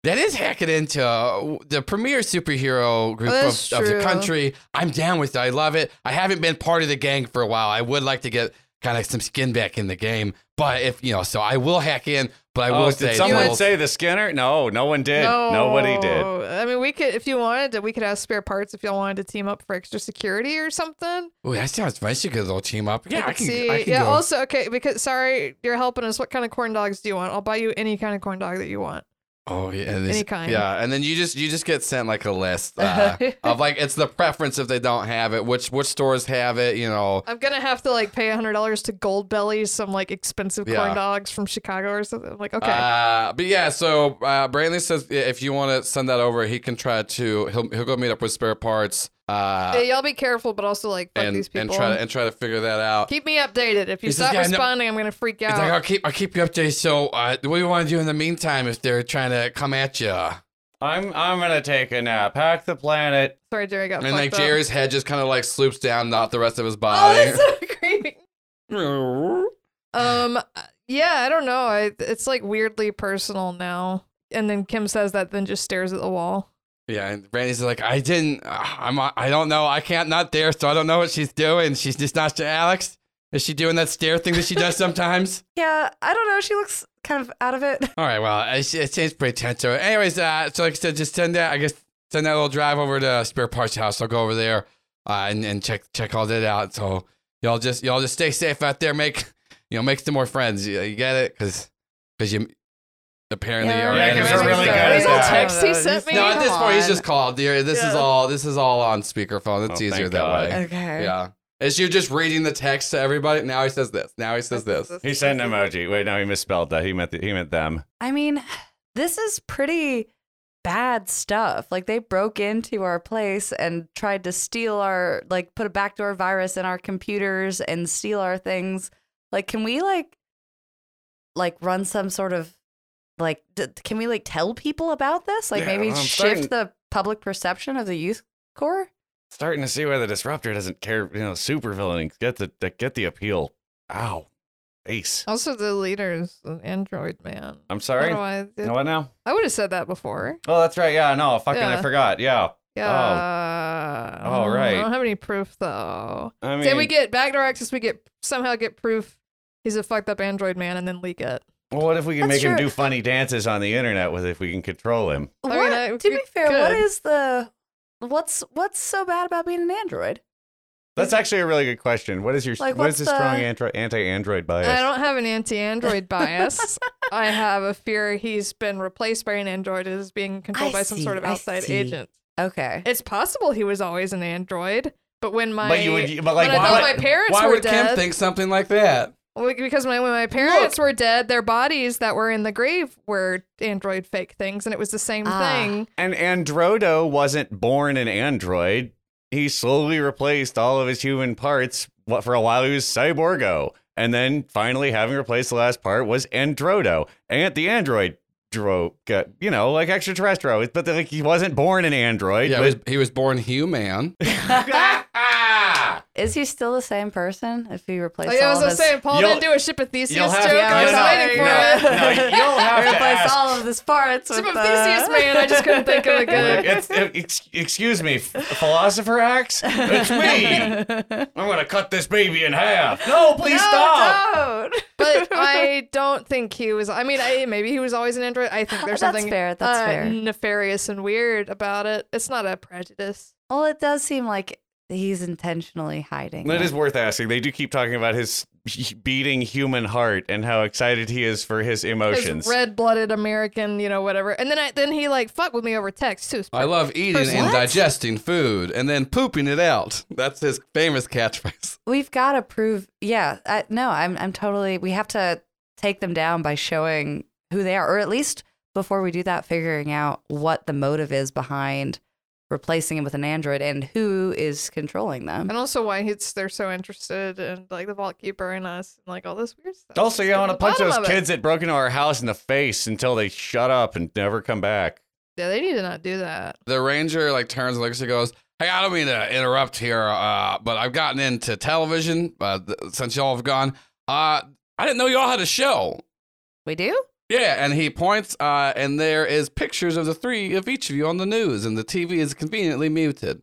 C: that is hacking into uh, the premier superhero group
A: That's
C: of, of the
A: true.
C: country. I'm down with it. I love it. I haven't been part of the gang for a while. I would like to get kind of some skin back in the game. But if you know, so I will hack in. But I will
F: oh,
C: say,
F: did someone
C: that-
F: say the Skinner? No, no one did. Nobody did.
A: No. I mean, we could, if you wanted to, we could ask spare parts if y'all wanted to team up for extra security or something.
C: Ooh, that sounds nice. You could all team up. Yeah, I
A: Let's
C: can.
A: see.
C: I can
A: yeah.
C: go.
A: Also, okay, because sorry, you're helping us. What kind of corn dogs do you want? I'll buy you any kind of corn dog that you want.
C: oh, yeah. and this-
A: Any kind.
C: Yeah, and then you just you just get sent like a list uh, of like it's the preference if they don't have it, which which stores have it. You know,
A: I'm gonna have to like pay hundred dollars to Gold Belly some like expensive
C: Yeah.
A: corn dogs from Chicago or something. I'm like, okay,
C: Uh, but yeah, so uh, Brantley says yeah, if you want to send that over, he can try to he'll he'll go meet up with spare parts
A: Yeah,
C: uh,
A: y'all be careful, but also like fuck
C: and
A: these people.
C: and try to and try to figure that out.
A: Keep me updated. If you
C: He's just
A: stop
C: gotta know-
A: responding, I'm gonna freak out.
C: It's like I'll keep I'll keep you updated. So uh, what do you want to do in the meantime if they're trying to come at you?
F: I'm I'm gonna take a nap. Hack the planet.
A: Sorry, Jerry got
C: And
A: fucked
C: like
A: up.
C: Jerry's head just kind of like sloops down, not the rest of his
A: Oh,
C: body.
A: that's so creepy. Um, yeah, I don't know. I, it's like weirdly personal now. And then Kim says that, then just stares at the wall.
C: yeah, and Brandy's like, I didn't, uh, I'm I don't know, I can't not there, so I don't know what she's doing. She's just not Alex. Is she doing that stare thing that she does sometimes?
E: yeah, I don't know. She looks kind of out of it.
C: All right. Well, it, it seems pretty tense. So, anyways, uh, so like I said, just send that. I guess send that little drive over to Spare Parts House. I'll go over there uh, and and check check all that out. So y'all just y'all just stay safe out there. Make you know make some more friends. You, you get it? Because you apparently
E: Yeah,
C: are
F: Yeah, 'cause
C: enemies.
F: we're really good at
A: These little
F: that.
A: texts he sent me.
C: No, at
E: Come
C: this point he's
E: on.
C: just called. Dear, this is
A: Yeah.
C: all this is all on speakerphone. It's
F: Oh,
C: easier
F: thank
C: that
F: God.
C: way.
E: Okay.
C: Yeah. Is you just reading the text to everybody? Now he says this. Now he says this.
F: He sent an emoji. Wait, no, he misspelled that. He meant the, he meant them.
E: I mean, this is pretty bad stuff. Like they broke into our place and tried to steal our like put a backdoor virus in our computers and steal our things. Like can we like like run some sort of like d- can we like tell people about this? Like
F: Yeah,
E: maybe
F: I'm starting-
E: shift the public perception of the youth corps?
F: Starting to see why the disruptor doesn't care. You know, supervillain get the get the appeal. Ow, ace.
A: Also, the leader's an android man.
F: I'm sorry.
A: How do I,
F: You know what now?
A: I would have said that before.
F: Oh, that's right. Yeah, no, fucking,
A: Yeah.
F: I forgot. Yeah,
A: Yeah.
F: All right.
A: Mm, I don't have any proof, though.
F: I mean,
A: Say we get backdoor access, we get somehow get proof he's a fucked up android man and then leak it.
F: well, what if we can
E: That's
F: make him
E: true.
F: do funny dances on the internet with if we can control him?
A: I mean,
E: What-
A: I-
E: to be
A: good-
E: fair, what
A: good.
E: is the what's what's so bad about being an android?
F: That's actually a really good question. What is your
E: Like,
F: what is
E: what's
F: the
E: the-
F: strong antro- anti-android bias?
A: I don't have an anti-android bias. I have a fear he's been replaced by an android and is being controlled
E: I
A: by some
E: see,
A: sort of
E: I
A: outside
E: see.
A: agent.
E: Okay.
A: It's possible he was always an android, but when my
F: but you would, but like,
A: when I
F: why-
A: thought my parents
C: Why
A: were
C: would Kim
A: dead,
C: think something like that?
A: Well, because my, when my parents were dead, their bodies that were in the grave were android fake things, and it was the same
E: Ah.
A: thing.
F: And Androdo wasn't born an android. He slowly replaced all of his human parts. What for a while he was Cyborgo, and then finally, having replaced the last part, was Androdo. And the android dro got you know like extraterrestrial, but like he wasn't born an android.
C: Yeah, he
F: but-
C: was, he was born human.
E: Is he still the same person if he replaced
A: Like, Oh, I
E: all
A: was
E: of
A: just
E: his...
A: saying, Paul
F: You'll-
A: didn't do a ship of Theseus
F: you'll
A: joke.
F: have to-
A: I was
E: no,
A: waiting for
E: no,
A: it.
F: no, you'll have to
E: replaced
F: ask.
E: all of his parts
A: Ship
E: with the...
A: of Theseus, man. I just couldn't think of a good.
F: It's, ex- excuse me, philosopher axe. It's me. I'm gonna cut this baby in half. No, please
E: No,
F: stop.
E: don't.
A: But I don't think he was. I mean, I, maybe he was always an android. I think
E: That's
A: there's something
E: fair, that's
A: uh,
E: fair.
A: nefarious and weird about it. It's not a prejudice.
E: Well, it does seem like he's intentionally hiding.
F: It
E: it.
F: is worth asking. They do keep talking about his h- beating human heart and how excited he is for his emotions.
A: His red-blooded American, you know, whatever. And then I, then he like fucked with me over text too.
C: I love eating and
E: What?
C: digesting food and then pooping it out. That's his famous catchphrase.
E: We've got to prove. Yeah, I, no, I'm. I'm totally. We have to take them down by showing who they are, or at least before we do that, figuring out what the motive is behind replacing him with an android and who is controlling them.
A: And also why it's they're so interested in like the vault keeper and us and like all this weird stuff.
F: Also, you
A: Get
F: want to
A: the
F: punch
A: bottom
F: those
A: of it.
F: kids that broke into our house in the face until they shut up and never come back.
A: Yeah, they need to not do that.
C: The ranger like turns and looks and goes, "Hey, I don't mean to interrupt here, uh, but I've gotten into television uh, th- since y'all have gone. Uh, I didn't know y'all had a show.
E: We do.
C: Yeah, and he points, uh, and there is pictures of the three of each of you on the news, and the TV is conveniently muted.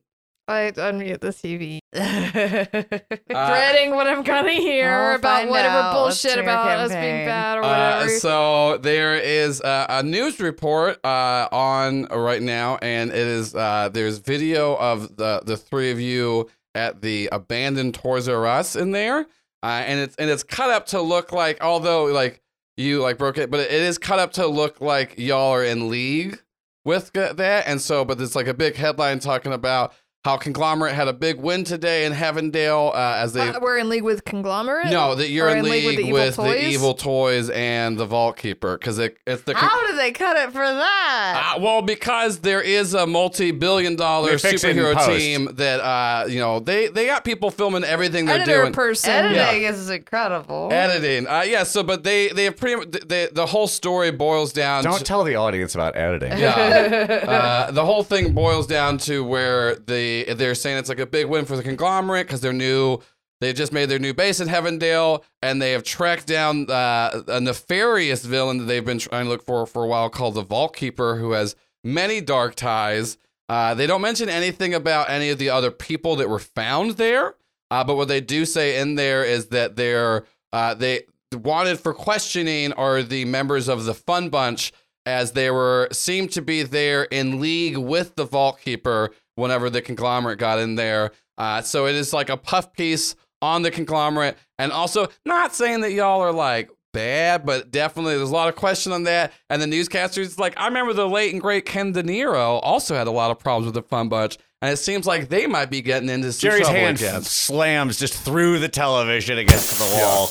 A: I unmute the TV,
C: Uh,
A: dreading what I'm gonna hear
E: I'll
A: about
E: find
A: whatever
E: out. Let's
A: bullshit
E: do your
A: about us being
E: campaign.
A: bad or
C: Uh,
A: whatever.
C: so there is uh, a news report uh, on right now, and it is uh, there's video of the the three of you at the abandoned Toys R Us in there, uh, and it's and it's cut up to look like although like you like broke it, but it is cut up to look like y'all are in league with g- that, and so but it's like a big headline talking about how conglomerate had a big win today in Heavendale uh, as they
A: Uh, we're in league with conglomerate.
C: no, that you're
A: Or
C: in, league, with, the, evil
A: toys?
C: toys and the Vault Keeper because it, it's the.
E: How did they cut it for that?
C: Uh, well, because there is a multi-billion-dollar
F: We fix it in
C: superhero
F: post.
C: team that uh, you know they they got people filming everything they're
A: editor
C: doing.
A: person.
E: Editing is incredible.
C: Editing, uh, yeah. So, but they they have pretty much they, the whole story boils down.
F: Don't
C: to,
F: tell the audience about editing.
C: yeah. Uh, the whole thing boils down to where the they're saying it's like a big win for the conglomerate because they're new. They just made their new base in Heavendale, and they have tracked down uh, a nefarious villain that they've been trying to look for for a while, called the Vault Keeper, who has many dark ties. Uh, they don't mention anything about any of the other people that were found there, uh, but what they do say in there is that they're uh, they wanted for questioning are the members of the Fun Bunch, as they were seemed to be there in league with the Vault Keeper whenever the conglomerate got in there. Uh, so it is like a puff piece on the conglomerate, and also not saying that y'all are like bad, but definitely there's a lot of question on that. And the newscasters like I remember the late and great Ken De Niro also had a lot of problems with the Fun Bunch, and it seems like they might be getting into some
F: Jerry's
C: trouble
F: hand
C: again.
F: slams just through the television against the wall.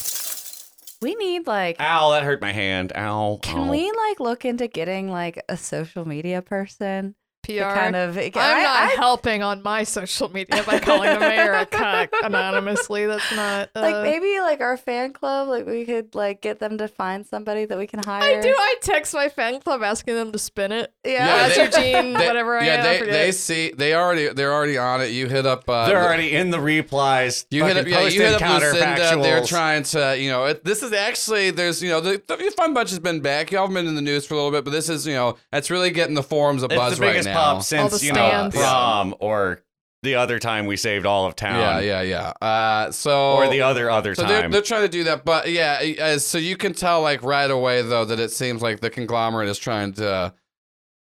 E: we need like
F: Ow, that hurt my hand. Ow.
E: Can
F: ow.
E: we like look into getting like a social media person?
A: PR.
E: to Kind of. I'm
A: I'm not helping on my social media by calling the mayor a cuck anonymously. That's not uh,
E: like maybe like our fan club. Like we could like get them to find somebody that we can hire.
A: I do. I text my fan club asking them to spin it.
E: Yeah.
A: That's
C: they-
A: Eugene,
C: They-
A: whatever. I
C: yeah,
A: am, I
C: they,
A: forget.
C: they see they already they're already on it. You hit up uh,
F: They're already in the replies.
C: You hit up,
F: Fucking
C: yeah, you hit up
F: posted
C: Lucinda. uh, They're
F: counterfactuals.
C: trying to, you know, it, this is actually there's, you know, the, the fun bunch has been back. Y'all have been in the news for a little bit, but this is, you know, that's really getting the forums a
F: It's
C: buzz
F: the biggest
C: right now.
F: pop since
A: the
F: you know
A: stands.
F: prom or the other time we saved all of town.
C: yeah, yeah, yeah. Uh, so
F: Or the other other
C: so they're,
F: time.
C: they're trying to do that, but yeah, uh, so you can tell like right away though that it seems like the conglomerate is trying to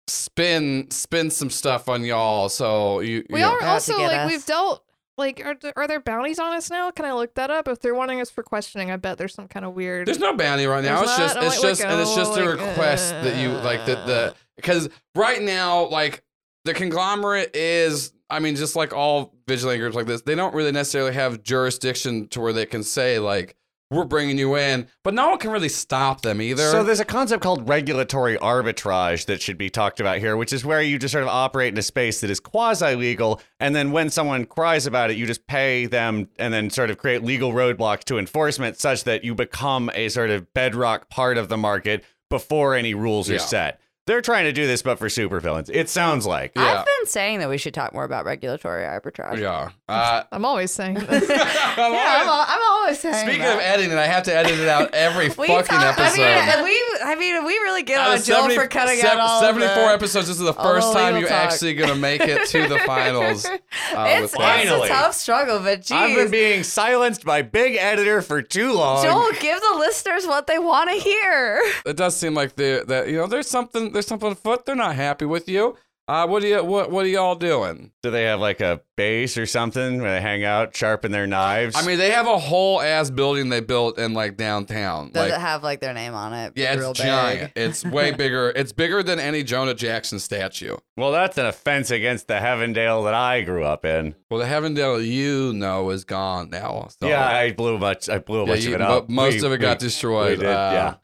C: spin spin some stuff on y'all. So you,
A: we
C: you know.
A: are
E: to
A: also
E: get
A: like
E: us.
A: we've dealt. Like, are, th- are there bounties on us now? Can I look that up? If they're wanting us for questioning, I bet there's some kind of weird.
C: There's no bounty right now.
A: There's
C: it's just
A: not? I'm
C: it's
A: like,
C: just
A: like,
C: and it's
A: oh,
C: just a
A: like,
C: request that you like that the because right now like the conglomerate is I mean just like all vigilante groups like this they don't really necessarily have jurisdiction to where they can say like we're bringing you in but no one can really stop them either.
F: So there's a concept called regulatory arbitrage that should be talked about here, which is where you just sort of operate in a space that is quasi legal, and then when someone cries about it, you just pay them and then sort of create legal roadblocks to enforcement such that you become a sort of bedrock part of the market before any rules
C: Yeah.
F: are set. They're trying to do this, but for supervillains, it sounds like.
C: yeah.
E: I've been been saying that we should talk more about regulatory arbitrage.
C: We are. Uh,
A: I'm always saying this.
C: I'm
E: Yeah, I'm,
C: always-
E: al- I'm always saying.
C: speaking
E: that.
C: of editing, I have to edit it out every fucking
E: talk-
C: episode.
E: I mean, we, I mean, we really get
C: Out
E: on
C: of
E: Joel
C: 70
E: for cutting
C: sev-
E: out all of
C: 74
E: the-
C: episodes. This is the
E: all the
C: first time
E: legal
C: you're
E: talk.
C: actually going to make it to the finals. uh, with
E: It's,
C: that.
E: it's a
F: Finally.
E: tough struggle, but
F: I've been
E: geez.
F: being silenced by Big Editor for too long.
E: Joel, give the listeners what they want to hear.
C: it does seem like they that you know there's something there's something afoot. They're not happy with you. Uh, what do you what what are y'all doing?
F: Do they have like a base or something where they hang out, sharpen their knives?
C: I mean, they have a whole ass building they built in like downtown.
E: Does
C: like,
E: it have like their name on it?
C: yeah,
E: Real
C: it's
E: big.
C: giant. It's way bigger. It's bigger than any Jonah Jackson statue.
F: well, that's an offense against the Heavendale that I grew up in.
C: Well, the Heavendale you know is gone now. So.
F: Yeah, I blew much. I blew a
C: Yeah,
F: bunch
C: you-
F: of it
C: mo-
F: up.
C: most
F: We-
C: of it got
F: we-
C: destroyed.
F: We did,
C: Uh,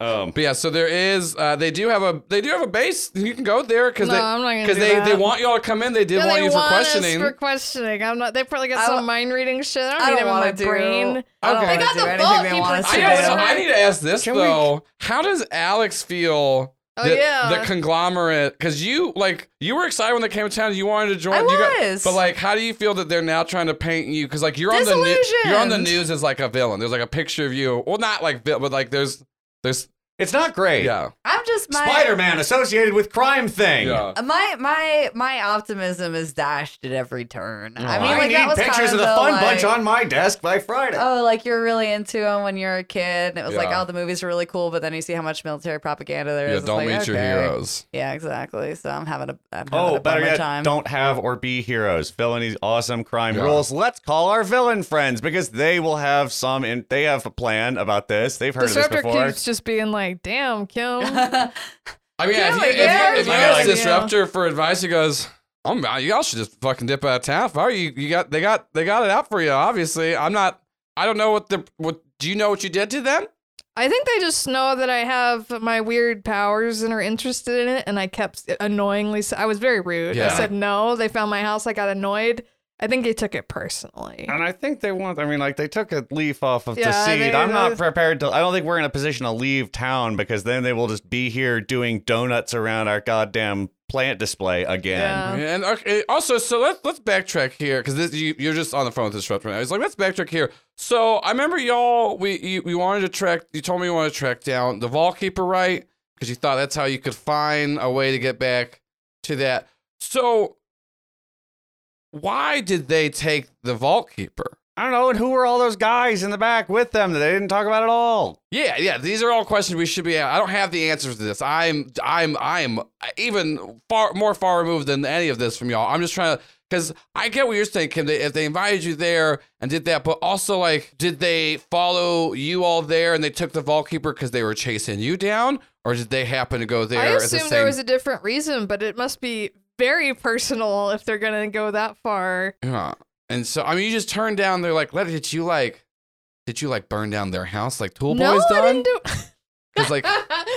F: yeah. Um,
C: But yeah, so there is. Uh, they do have a. They do have a base. You can go there because
A: no, I'm not gonna
C: they because
A: do
C: they,
A: that.
C: they want y'all to come in. They did
A: Yeah,
C: want
A: they
C: you for
A: want
C: questioning.
A: Us for questioning. I'm not. They probably got
E: I
A: some
E: don't-
A: mind reading shit. I don't,
E: I
A: need
E: don't
A: it in my
E: want to do.
A: brain.
E: I don't
C: Okay.
E: wanna
A: They got
E: do
A: the
E: anything
A: vote,
E: they
A: people
E: want us
C: I,
E: to
A: do.
C: gotta-
E: do.
C: I need to ask this
F: Can we-
C: though. How does Alex feel?
A: Oh,
C: that-
A: yeah.
C: the conglomerate. Because you like you were excited when they came to town. You wanted to join.
E: I
C: you got-
E: was.
C: but like, how do you feel that they're now trying to paint you? Because like you're on the news. You're on the
E: Disillusioned.
C: news as like a villain. There's like a picture of you. Well, not like vil- but like there's there's
F: it's not great.
C: yeah
E: I'm just my
F: Spider Man associated with crime thing.
C: yeah.
E: My my my optimism is dashed at every turn. I mean,
F: I
E: like
F: need
E: that was
F: pictures
E: kind
F: of
E: the,
F: the fun
E: like,
F: bunch on my desk by Friday.
E: Oh, like you're really into them when you're a kid. And it was like,
C: Yeah.
E: oh, the movies are really cool, but then you see how much military propaganda there is.
C: Yeah,
E: It's
C: don't
E: like,
C: meet your
E: okay.
C: heroes.
E: Yeah, exactly. So I'm having a I'm having
F: Oh,
E: a
F: better
E: bummer
F: yet,
E: time.
F: don't have or be heroes. Villainy, awesome crime
C: Yeah.
F: rules. Let's call our villain friends because they will have some. In, they have a plan about this. They've heard
A: Disruptor
F: of this before.
A: keeps just being like, "Damn, Kim."
C: I mean, if you,
E: Really
C: if, you,
E: good.
C: if you ask
F: Yeah.
C: Disruptor for advice, he goes, "I'm not- y'all should just fucking dip out of town. If I were you, you got they got they got it out for you. Obviously, I'm not. I don't know what the what. Do you know what you did to them?
A: I think they just know that I have my weird powers and are interested in it. And I kept annoyingly. s- I was very rude. I
C: Yeah.
A: said no. They found my house. I got annoyed. I think they took it personally.
F: And I think they want. I mean, like they took a leaf off of the
A: Yeah,
F: seed.
A: they-
F: I'm
A: they-
F: not prepared to. I don't think we're in a position to leave town because then they will just be here doing donuts around our goddamn plant display again.
A: Yeah.
C: And okay, also, so let's let's backtrack here because this you, you're just on the phone with Disruptor now. He's like, let's backtrack here. So I remember y'all we you, we wanted to track. You told me you wanted to track down the Vault Keeper, right? Because you thought that's how you could find a way to get back to that. So why did they take the Vault Keeper?
F: I don't know. And who were all those guys in the back with them that they didn't talk about at all?
C: Yeah, yeah. These are all questions we should be. I don't have the answers to this. I'm, I'm, I'm even far more far removed than any of this from y'all. I'm just trying to because I get what you're saying, Kim. They, if they invited you there and did that, but also like, did they follow you all there and they took the vault keeper because they were chasing you down, or did they happen to go there?
A: I
C: at the
A: assume
C: same...
A: there was a different reason, but it must be very personal if they're gonna go that far.
C: Yeah. And so I mean, you just turned down. They're like, let did you like, did you like burn down their house like Tool
A: no,
C: Boys
A: I
C: done?
A: didn't do.
C: Because like,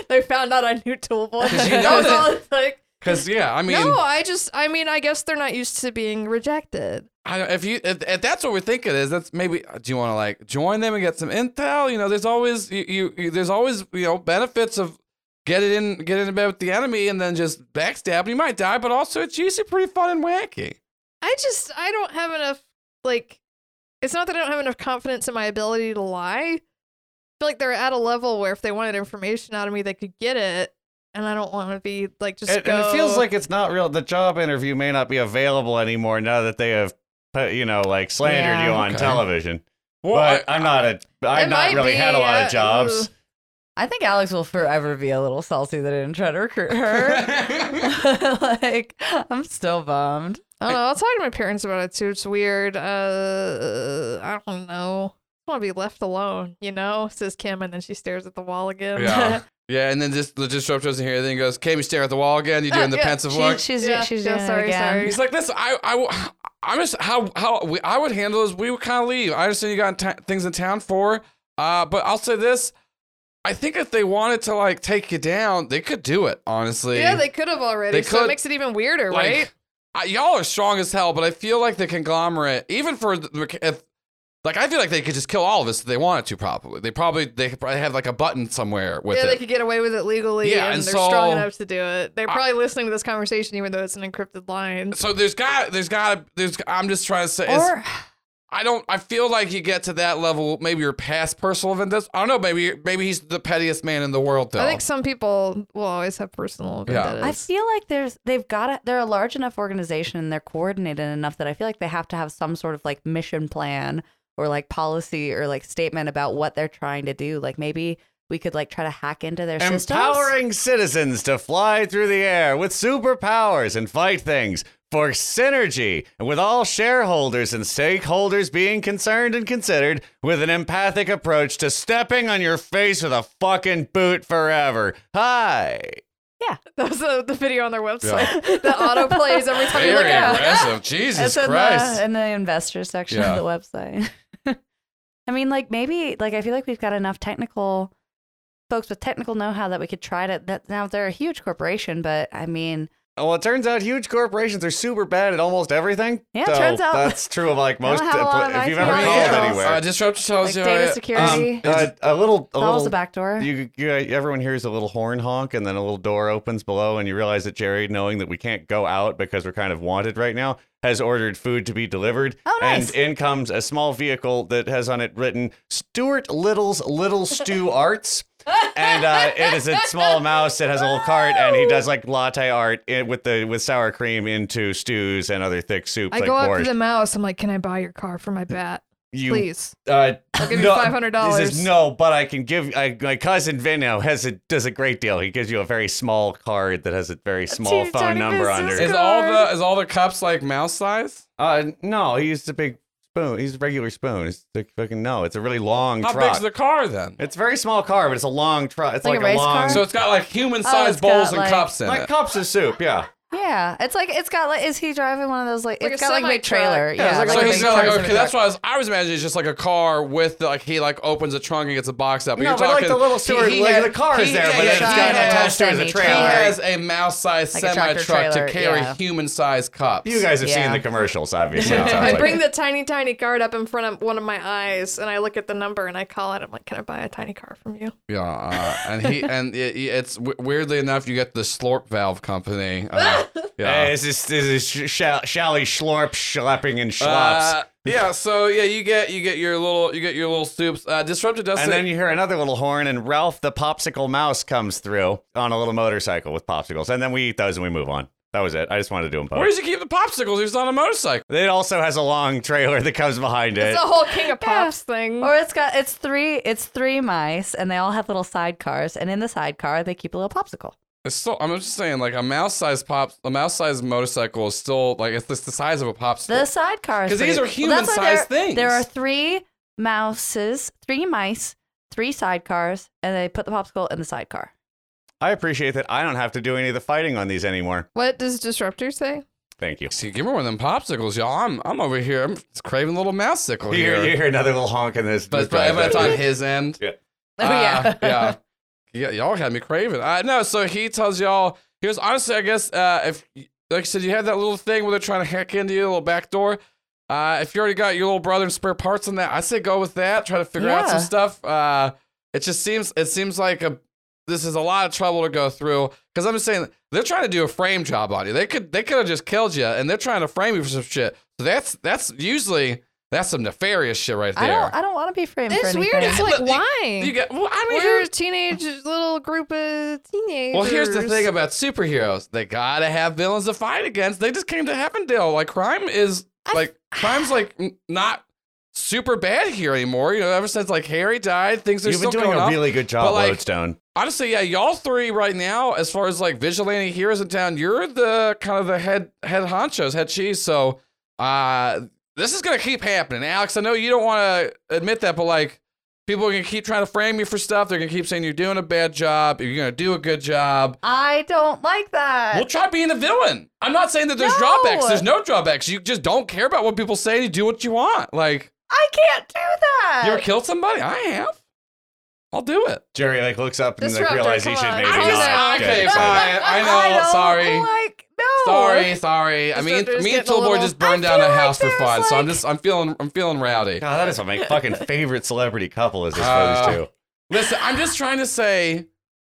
A: they found out I knew Tool Boy.
C: 'Cause you know
A: That's
C: that-
A: all it's like.
C: because yeah, I mean,
A: no, I just, I mean, I guess they're not used to being rejected.
C: I don't, if you if, if that's what we're thinking is that's maybe do you want to like join them and get some intel? You know, there's always you, you, you there's always you know benefits of get it in get in bed with the enemy and then just backstab. You might die, but also it's usually pretty fun and wacky.
A: I just, I don't have enough, like, it's not that I don't have enough confidence in my ability to lie. I feel like they're at a level where if they wanted information out of me, they could get it. And I don't want to be like just
F: And,
A: go.
F: and it feels like it's not real. The job interview may not be available anymore now that they have, put, you know, like slandered
A: Yeah.
F: you on
C: Okay.
F: television.
C: Well,
F: but I'm not a.
A: It
F: I've not
A: might
F: really
A: be,
F: had a lot
A: uh,
F: of jobs.
E: I think Alex will forever be a little salty that I didn't try to recruit her. like, I'm still bummed.
A: I don't know. I'll talk to my parents about it too. It's weird. Uh, I don't know. I want to be left alone, you know? Says Kim, and then she stares at the wall again.
C: yeah, yeah, and then just the disruptor doesn't hear anything. Goes, "Can you stare at the wall again? You
A: Uh,
C: doing the
A: yeah,
C: pensive
E: She-
C: look?"
E: she's
A: Yeah,
E: she's
A: yeah,
E: doing it
A: sorry,
E: again.
A: sorry.
C: He's like, "Listen, I, I, I'm just how how we, I would handle is we would kind of leave. I understand you got in ta- things in town for, uh, but I'll say this: I think if they wanted to like take you down, they could do it. Honestly,
A: Yeah, they could have already.
C: They
A: so it
C: could-
A: makes it even weirder,
C: Like,
A: right?
C: I, y'all are strong as hell, but I feel like the conglomerate, even for the, if Like I feel like they could just kill all of us if they wanted to. Probably they probably they could probably have like a button somewhere with
A: yeah,
C: it.
A: they could get away with it legally,
C: Yeah,
A: and,
C: and
A: they're
C: so-
A: strong enough to do it. They're probably listening to this conversation, even though it's an encrypted line.
C: so there's got there's got there's I'm just trying to say it's-
E: Or
C: I don't I feel like you get to that level maybe your past personal vendetta. I don't know maybe maybe he's the pettiest man in the world though.
A: I think some people will always have personal
C: Yeah.
A: vendettas.
E: I feel like there's they've got to, they're a large enough organization and they're coordinated enough that I feel like they have to have some sort of like mission plan or like policy or like statement about what they're trying to do. Like maybe we could like try to hack into their systems.
F: Empowering citizens to fly through the air with superpowers and fight things for synergy and with all shareholders and stakeholders being concerned and considered with an empathic approach to stepping on your face with a fucking boot forever. Hi.
A: That was the, the video on their website that auto plays every time you look
C: very
A: at it.
C: aggressive.
E: It's
C: Jesus
E: in
C: Christ.
E: the, in the investor section of
C: Yeah.
E: the website. I mean, like maybe like I feel like we've got enough technical folks with technical know-how that we could try to that now they're a huge corporation, but I mean
F: Well, it turns out huge corporations are super bad at almost everything.
E: Yeah,
F: so
E: turns out-
F: that's true of like
E: They don't
F: most.
E: have a lot of
F: if you've
E: IT
F: ever
E: Yeah.
F: called
E: skills.
F: anywhere,
C: Uh, disruptor tells
E: like
C: you
E: data
C: uh,
E: security.
F: Uh, a little, a
E: that was
F: little
E: the back door.
F: You, you, everyone hears a little horn honk, and then a little door opens below, and you realize that Jerry, knowing that we can't go out because we're kind of wanted right now, has ordered food to be delivered.
E: Oh, nice.
F: And in comes a small vehicle that has on it written Stuart Little's Little Stew Arts. and uh, it is a small mouse. It has a little cart, and he does like latte art in, with the with sour cream into stews and other thick soups.
A: I
F: like
A: go up
F: borscht.
A: to the mouse. I'm like, "Can I buy your car for my bat,
F: you
A: please?"
F: uh,
A: I'll give you $500.
F: He says, no, but I can give I, my cousin Vino has a does a great deal. He gives you a very small card that has a very small
E: teeny
F: phone
E: tiny
F: number
E: business
F: under
C: is
F: it.
C: all the is all the cups like mouse size?
F: Uh, no, he used a big spoon. He's a regular spoon. It's the fucking no. It's a really long
C: How
F: truck.
C: big's the car then?
F: it's a very small car, but it's a long truck. It's
E: Like
F: like,
E: a race
F: long.
E: car?
C: So it's got like human sized
E: Oh, it's got,
C: bowls and
E: like-
C: cups in
F: like
C: it.
F: cups of soup, yeah.
E: Yeah, it's like it's got like is he driving one of those like
A: Like
E: it's
A: a
E: got like a big
A: semi-truck.
E: trailer.
A: Yeah,
E: Yeah,
F: it's like
C: so
F: a
E: a
C: he's
E: big
C: not
E: truck.
C: like okay. That's why I was, I was imagining it's just like a car with like he like opens a trunk and gets a box out. But
F: No,
C: you're
F: but
C: talking
F: like the little Stuart,
C: he- he
F: like
C: had-
F: the car is
C: he-
F: there,
C: yeah,
F: but
C: yeah,
F: it's got
C: he
F: attached
E: has-
F: to it as a
E: semi-trailer.
C: He
F: trailer.
C: has a mouse-sized
E: Like a
C: semi
E: tractor
C: truck to
E: trailer,
C: carry
E: yeah.
C: human-sized cups.
F: You guys have
E: Yeah.
F: seen the commercials, obviously. it sounds
A: I
F: like.
A: bring the tiny, tiny card up in front of one of my eyes, and I look at the number and I call it. I'm like, "Can I buy a tiny car from you?"
C: Yeah, uh, and he and it, it's w- weirdly enough, you get the Slorp Valve Company. Uh, yeah.
F: Hey, this is this is sh- shall- Shally Schlorp schlapping and schlops.
C: Uh, yeah, so yeah, you get you get your little you get your little soups. Uh, Disruptor does
F: and
C: say-
F: then you hear another little horn, and Ralph the popsicle mouse comes through on a little motorcycle with popsicles. And then we eat those and we move on. That was it. I just wanted to do them
C: where
F: both.
C: does he keep the popsicles? He's on a motorcycle.
F: It also has a long trailer that comes behind it.
A: It's a whole King of Pops thing.
E: Or it's got it's three it's three mice and they all have little sidecars and in the sidecar they keep a little popsicle.
C: It's still, I'm just saying, like a mouse-sized pop, a mouse-sized motorcycle is still like it's, it's the size of a popsicle.
E: The sidecars
C: 'Cause these are
E: that's why
C: human-sized
E: there-
C: things.
E: There are three mouses, three mice, three sidecars, and they put the popsicle in the sidecar.
F: I appreciate that I don't have to do any of the fighting on these anymore.
A: what does Disruptor say?
F: Thank you.
C: See, give me one of them popsicles, y'all. I'm I'm over here. I'm craving a little mousesicle
F: You hear,
C: here.
F: you hear another little honk in this.
C: But,
F: this
C: but
F: drive
C: but it's on
F: there.
C: his end.
E: Oh
C: Uh,
E: yeah.
C: yeah. Yeah, y'all had me craving. Uh, no, so he tells y'all. Here's honestly, I guess, uh, if like I said, you had that little thing where they're trying to hack into you, little back door. Uh, if you already got your little brother and spare parts on that, I say go with that. Try to figure out some
E: Yeah.
C: stuff. Uh, it just seems it seems like a this is a lot of trouble to go through because I'm just saying they're trying to do a frame job on you. They could they could have just killed you, and they're trying to frame you for some shit. So that's that's usually that's some nefarious shit right there.
E: I don't I don't want to be framed for
A: It's
E: anything.
A: weird. It's like,
C: Look,
A: why?
C: you get well, I mean,
A: We're a teenage little group of teenagers.
C: Well, here's the thing about superheroes. They gotta have villains to fight against. They just came to Heavendale. Like crime is like crime's like n- not super bad here anymore. You know, ever since like Harry died, things are
F: You've been
C: still
F: doing
C: going
F: a
C: up.
F: really good job,
C: but, like,
F: Lodestone.
C: Honestly, yeah, y'all three right now, as far as like vigilante heroes in town, you're the kind of the head head honchos, head cheese. So uh this is gonna keep happening. Alex, I know you don't wanna admit that, but like people are gonna keep trying to frame you for stuff. They're gonna keep saying you're doing a bad job, you're gonna do a good job.
E: I don't like that.
C: Well, try being a villain. I'm not saying that there's
E: No.
C: drawbacks. There's no drawbacks. You just don't care about what people say and you do what you want. Like,
E: I can't do that.
C: you ever killed somebody? I have. I'll do it.
F: Jerry like looks up and like
A: Disruptor,
F: realized he
A: come
F: should
A: on.
F: maybe
A: I
F: not.
A: just-
F: get
C: okay,
F: excited.
C: fine. I know.
E: don't
C: sorry.
E: Like no.
C: Sorry. sorry, sorry. I
A: Just
C: mean,
A: started
C: me and
A: getting a
C: Toolboy
A: little-
C: just burned
A: I
C: down a
A: feel like
C: house for
A: there's,
C: fun, so I'm
A: like-
C: just I'm feeling I'm feeling rowdy.
F: God, that is what my fucking favorite celebrity couple is. Is those
C: Uh,
F: two.
C: Listen, I'm just trying to say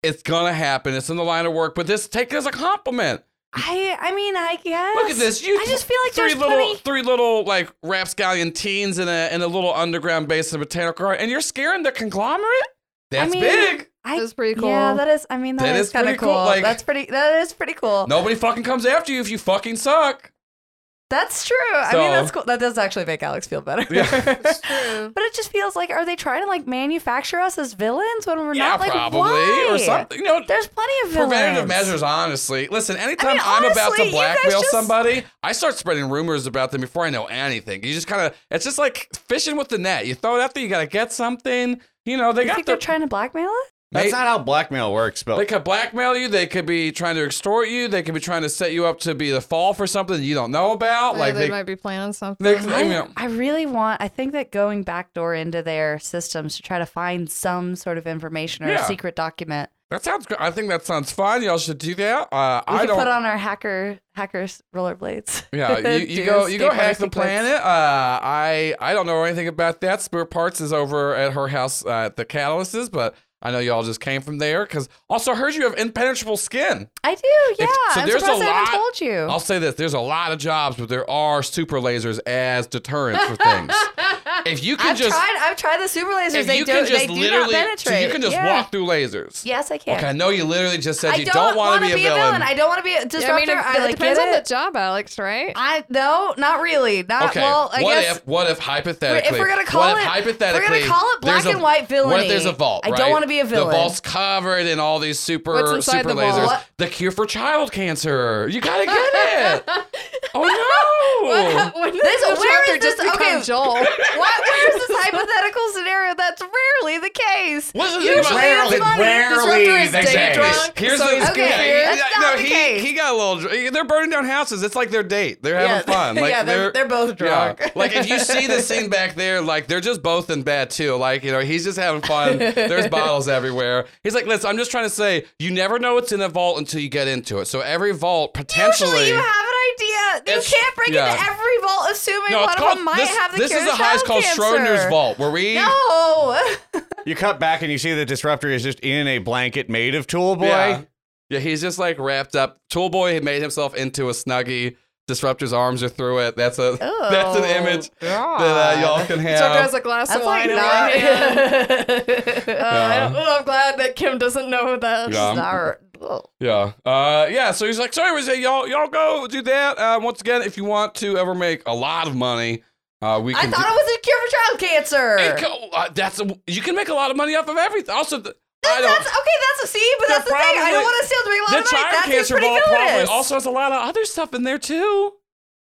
C: it's gonna happen. It's in the line of work, but this take it as a compliment.
E: I I mean I guess.
C: Look at this. You
E: I just feel like
C: three
E: there's
C: little
E: plenty.
C: three little like rapscallion teens in a in a little underground base in a botanical garden, and you're scaring the conglomerate? That's
E: mean-
C: big.
E: I,
A: That's pretty cool.
E: Yeah, that is. I mean,
C: That
E: that is,
C: is
E: kind of
C: pretty
E: cool.
C: cool, like-
E: That's pretty. That is pretty cool.
C: Nobody fucking comes after you if you fucking suck.
E: That's true. I mean,
C: So-
E: that's cool. That does actually make Alex feel better.
C: Yeah.
A: True.
E: But it just feels like, are they trying to like manufacture us as villains when we're
C: yeah,
E: not? Like,
C: probably
E: why?
C: or something. You know,
E: There's plenty of villains.
C: preventative measures. Honestly, listen. Anytime
E: mean,
C: I'm about
E: honestly,
C: to
E: you guys
C: blackmail
E: just-
C: somebody, I start spreading rumors about them before I know anything. You just kind of, it's just like fishing with the net. You throw it out there, you gotta get something. You know, they
E: You
C: got
E: think
C: their.
E: they're trying to blackmail us?
F: That's
C: They-
F: not how blackmail works, but
C: They could blackmail you. They could be trying to extort you. They could be trying to set you up to be the fall for something you don't know about.
A: Yeah,
C: like
A: they,
C: they,
A: might be planning something.
C: they, they- you
E: I,
C: know,
E: I really want. I think that going backdoor into their systems to try to find some sort of information or
C: Yeah.
E: a secret document.
C: that sounds. good. I think that sounds fun. Y'all should do that. Uh,
E: We
C: I
E: could
C: don't.
E: put on our hacker hackers rollerblades.
C: yeah, you,
E: do
C: you
E: a
C: go. You go
E: skateboarding
C: hack the
E: sequence.
C: planet. Uh, I I don't know anything about that. Spirit Parts is over at her house uh, at the Catalysts, but I know y'all just came from there. Because also I heard you have impenetrable skin.
E: I do. Yeah,
C: so
E: I'm
C: there's a
E: surprised I
C: lot-
E: haven't told you.
C: I'll say this: there's a lot of jobs, but there are super lasers as deterrents for things. if you can
E: I've
C: just
E: tried. I've tried the super lasers.
C: if
E: They
C: you
E: do.
C: can just
E: They do not
C: literally,
E: penetrate.
C: so you can just
E: Yeah.
C: walk through lasers.
E: Yes, I can.
C: Okay, I know you literally just said
E: I
C: you don't want to
E: wanna
C: be, a villain.
E: I don't want to be a
A: Yeah,
E: disruptor.
A: I mean, it,
E: I,
A: it
E: like,
A: depends
E: get
A: on the
E: it.
A: job, Alex. Right?
E: I no, not really. Not
C: okay,
E: well. I
C: what
E: guess
C: if what if hypothetically
E: if we're gonna call
C: what if
E: it-
C: hypothetically
E: we're gonna call it black
C: there's a-
E: and white
C: What if there's a
E: villainy?
C: vault?
E: I don't
C: right?
E: wanna be a
C: The
E: villain.
C: vault's covered in all these super
A: What's inside
C: super
A: the
C: lasers.
A: vault?
E: What?
C: The cure for child cancer. You gotta get it. oh no.
A: when
E: This-
A: the
E: where
A: chapter
E: is
A: just
E: this-
A: become
E: okay.
A: Joel.
E: what? Where's this hypothetical scenario? That's rarely the case.
C: What's the
E: Usually
C: thing about
E: it's money.
F: rarely they say.
A: drunk,
C: Here's
A: so
C: the
A: he's
E: Okay,
C: yeah,
E: that's
C: yeah,
E: not
C: no,
E: the
C: he,
E: case.
C: he got a little. dr- They're burning down houses. It's like their date. They're having fun. Like
E: yeah, they're, they're both drunk.
C: Yeah. Like if you see the scene back there, like they're just both in bed too. Like, you know, he's just having fun. There's bottles everywhere. He's like, listen, I'm just trying to say you never know what's in a vault until you get into it. So every vault potentially
E: Usually you have an idea. You
C: It's-
E: can't break
C: yeah.
E: into every vault, assuming
C: No,
E: one
C: it's
E: of
C: called
E: them might
C: this,
E: have the
C: this
E: cure
C: is the
E: to
C: highest
E: child
C: called Schrodinger's
E: cancer.
C: vault where we
E: No.
F: you cut back and you see the disruptor is just in a blanket made of tool boy.
C: Yeah. yeah, he's just like wrapped up. Toolboy had made himself into a snuggie. Disruptor's arms are through it. That's a that's an image that uh, y'all can have.
A: So has a glass
E: That's
A: of
E: like
A: wine in
E: not.
A: one hand.
E: Uh,
A: Oh, I'm glad that Kim doesn't know that.
C: Yeah. Yeah. Uh, yeah. So he's like, so anyways, hey, y'all, y'all go do that. Uh, once again, if you want to ever make a lot of money, uh, we
E: I
C: can.
E: thought it was a cure for child cancer.
C: do- It co- uh, that's a, you can make a lot of money off of everything. Also, the, I
E: That's,
C: don't.
E: that's okay. That's a see, but
C: They're
E: that's the thing. I
C: probably-
E: don't want to steal to make a lot
C: the
E: of money.
C: child
E: That's
C: cancer
E: pretty
C: ball probably
E: villainous.
C: also has a lot of other stuff in there too.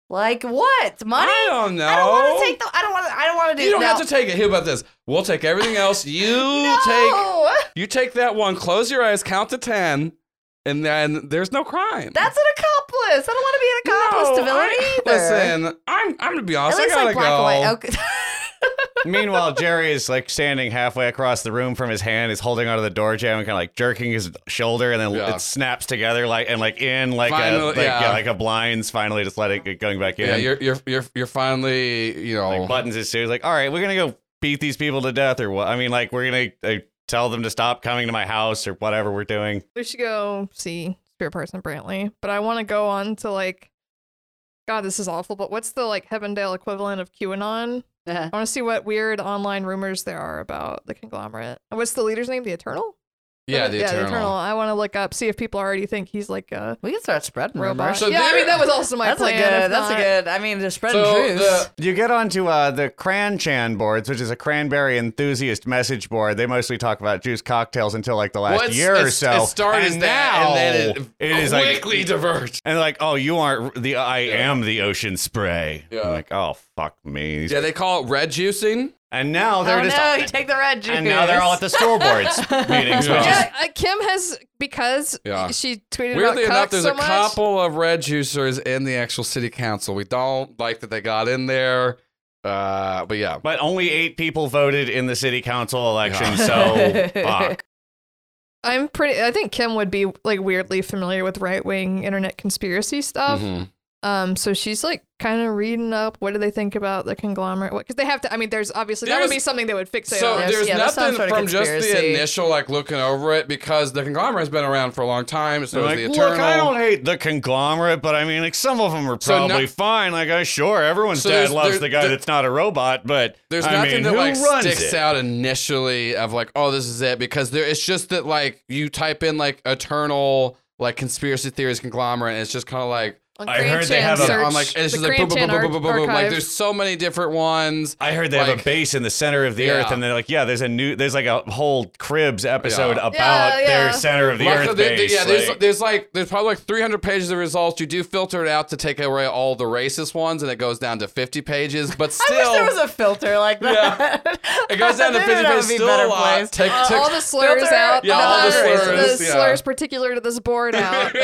E: like what money?
C: I don't know.
E: I don't want to take the. I don't want. I don't want to do.
C: You don't
E: no.
C: have to take it. Here about this. We'll take everything else. You take
E: no.
C: you take that one. Close your eyes. Count to ten, and then there's no crime.
E: That's an accomplice. I don't want to be an accomplice to
C: No,
E: villainy
C: I-
E: either.
C: Listen, I'm I'm gonna be
E: At
C: honest.
E: least
C: I gotta
E: like black
C: go.
E: and white. Okay.
F: Meanwhile, Jerry is like standing halfway across the room from his hand, is holding onto the door jam and kind of like jerking his shoulder, and then
C: Yeah.
F: it snaps together like and like in like a
C: Finally,
F: like,
C: yeah.
F: yeah, like a blinds finally just let it going back in.
C: Yeah, you're you're you're you're finally you know
F: like buttons his suit. Like, all right, we're gonna go beat these people to death, or what? I mean, like we're gonna uh, tell them to stop coming to my house or whatever we're doing.
A: We should go see Spirit Person Brantley, but I want to go on to like, God, this is awful. But what's the like Heavendale equivalent of QAnon?
E: Uh-huh.
A: I want to see what weird online rumors there are about the conglomerate. And what's the leader's name? The Eternal.
C: yeah the eternal.
A: I want to look up, see if people already think he's like a
E: we can start spreading
A: robot.
C: So
A: yeah, I
C: there-
A: mean that was also my
E: That's a
A: plan. if
E: good. That's a
A: not-
E: good. I mean, just spreading
C: So
E: truth.
C: the
F: You get onto uh, the Cranchan boards, which is a cranberry enthusiast message board. They mostly talk about juice cocktails until like the last
C: well, it's-
F: year or
C: it's-
F: so.
C: It started
F: and
C: as that,
F: now
C: and then it,
F: it is like
C: quickly diverged.
F: and like, oh, you aren't the I am the ocean spray.
C: Yeah.
F: I'm like, oh fuck me.
C: Yeah, they call it red juicing.
F: And now they're
E: oh
F: just
E: no, you take the red juice.
F: and now they're all at the school boards meetings, which is
C: Yeah.
A: Yeah, uh, Kim has because
C: Yeah.
A: she tweeted
C: Weirdly
A: about
C: enough,
A: cucks
C: there's
A: so
C: a
A: much.
C: couple of red juicers in the actual city council. We don't like that they got in there, uh, but yeah.
F: but only eight people voted in the city council election,
C: Yeah.
F: so fuck.
A: I'm pretty. I think Kim would be like weirdly familiar with right wing internet conspiracy stuff.
B: Mhm.
A: Um, so she's like kind of reading up. What do they think about the conglomerate? Because they have to. I mean, there's obviously that would
C: There's-
A: be something they would fixate
C: So
A: on.
C: there's
E: yeah, that's some
C: nothing
E: sort of
C: from just the
E: conspiracy.
C: initial like looking over it because the conglomerate's been around for a long time. So
F: They're
C: is the
F: like,
C: eternal.
F: look, I don't hate the conglomerate, but I mean, like some of them are
C: So no-
F: probably fine. Like, I sure everyone's
C: So
F: dad
C: there's-
F: loves
C: there-
F: the guy
C: there-
F: that's not a robot, but
C: There's
F: I
C: nothing
F: mean,
C: that
F: who
C: like
F: runs
C: sticks
F: it?
C: out initially of like, oh, this is it because there. It's just that like you type in like eternal like conspiracy theories conglomerate. And it's just kind of like
A: On
F: I heard they
A: Cran Chan
F: have a-
C: yeah,
A: search,
C: I'm like and it's
A: the
C: just like
A: Cran
C: boom, boom,
A: Chan
C: boom, boom,
A: ar-
C: boom, boom, boom. Like
A: archive.
C: there's so many different ones.
F: I heard they have a
C: Like-
F: base in the center of the
C: Yeah.
F: earth, and they're like, yeah, there's a new, there's like a whole Cribs episode
C: Yeah.
F: about
A: Yeah,
F: their
A: yeah.
F: center of the
C: Luckily,
F: earth
C: there- there-
F: base.
C: yeah, there's
F: like-
C: there's like there's probably like 300 pages of results. You do filter it out to take away all the racist ones, and it goes down to 50 pages. But still,
E: I wish there was a filter like that.
C: It goes down to
E: Maybe
C: 50
E: that would
C: pages.
E: be
C: Still
E: better
C: a lot.
E: place.
C: Take,
A: Uh,
C: take,
A: all the slurs
E: filter-
A: out.
C: Yeah, all the slurs,
A: The
C: yeah.
A: slurs particular to this board out.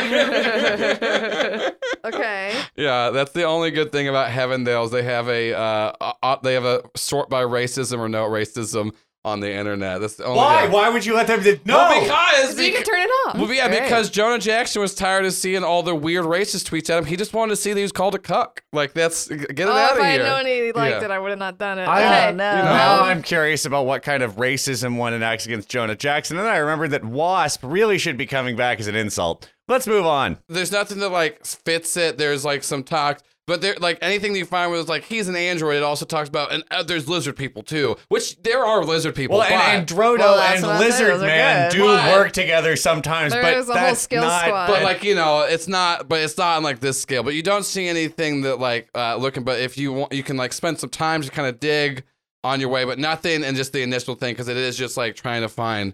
A: okay.
C: yeah, that's the only good thing about Heavendale is they have a uh, uh, uh, they have a sort by racism or no racism on the internet. That's the only
F: why?
C: good-
F: Why would you let them? do- No,
C: Well, because
A: So you can turn it off.
C: well, yeah, because Jonah Jackson was tired of seeing all the weird racist tweets at him. He just wanted to see that he was called a cuck. Like that's get it
A: Oh,
C: out
A: if
C: of
A: I
C: here.
A: had known he liked
C: Yeah.
A: it, I would have not done it.
F: I
E: Oh,
A: okay.
E: no.
C: you know.
F: Now
A: Um,
F: I'm curious about what kind of racism one enacts against Jonah Jackson. And then I remembered that WASP really should be coming back as an insult. Let's move on.
C: there's nothing that like fits it. There's like some talk, but there like anything that you find was like he's an android. It also talks about and uh, there's lizard people too, which there are lizard people.
F: Well, and,
C: but-
F: and Drodo
E: Well, that's
F: and
E: what I'm saying,
F: Lizard
E: those are
F: Man
E: good.
F: do
C: But-
F: work together sometimes,
A: There
F: but
A: is a whole
F: that's
A: skill
F: not.
A: squad.
C: but
A: I-
C: like you know, it's not. But it's not on like this scale. But you don't see anything that like uh, looking. But if you want, you can like spend some time to kind of dig on your way. But nothing and just the initial thing because it is just like trying to find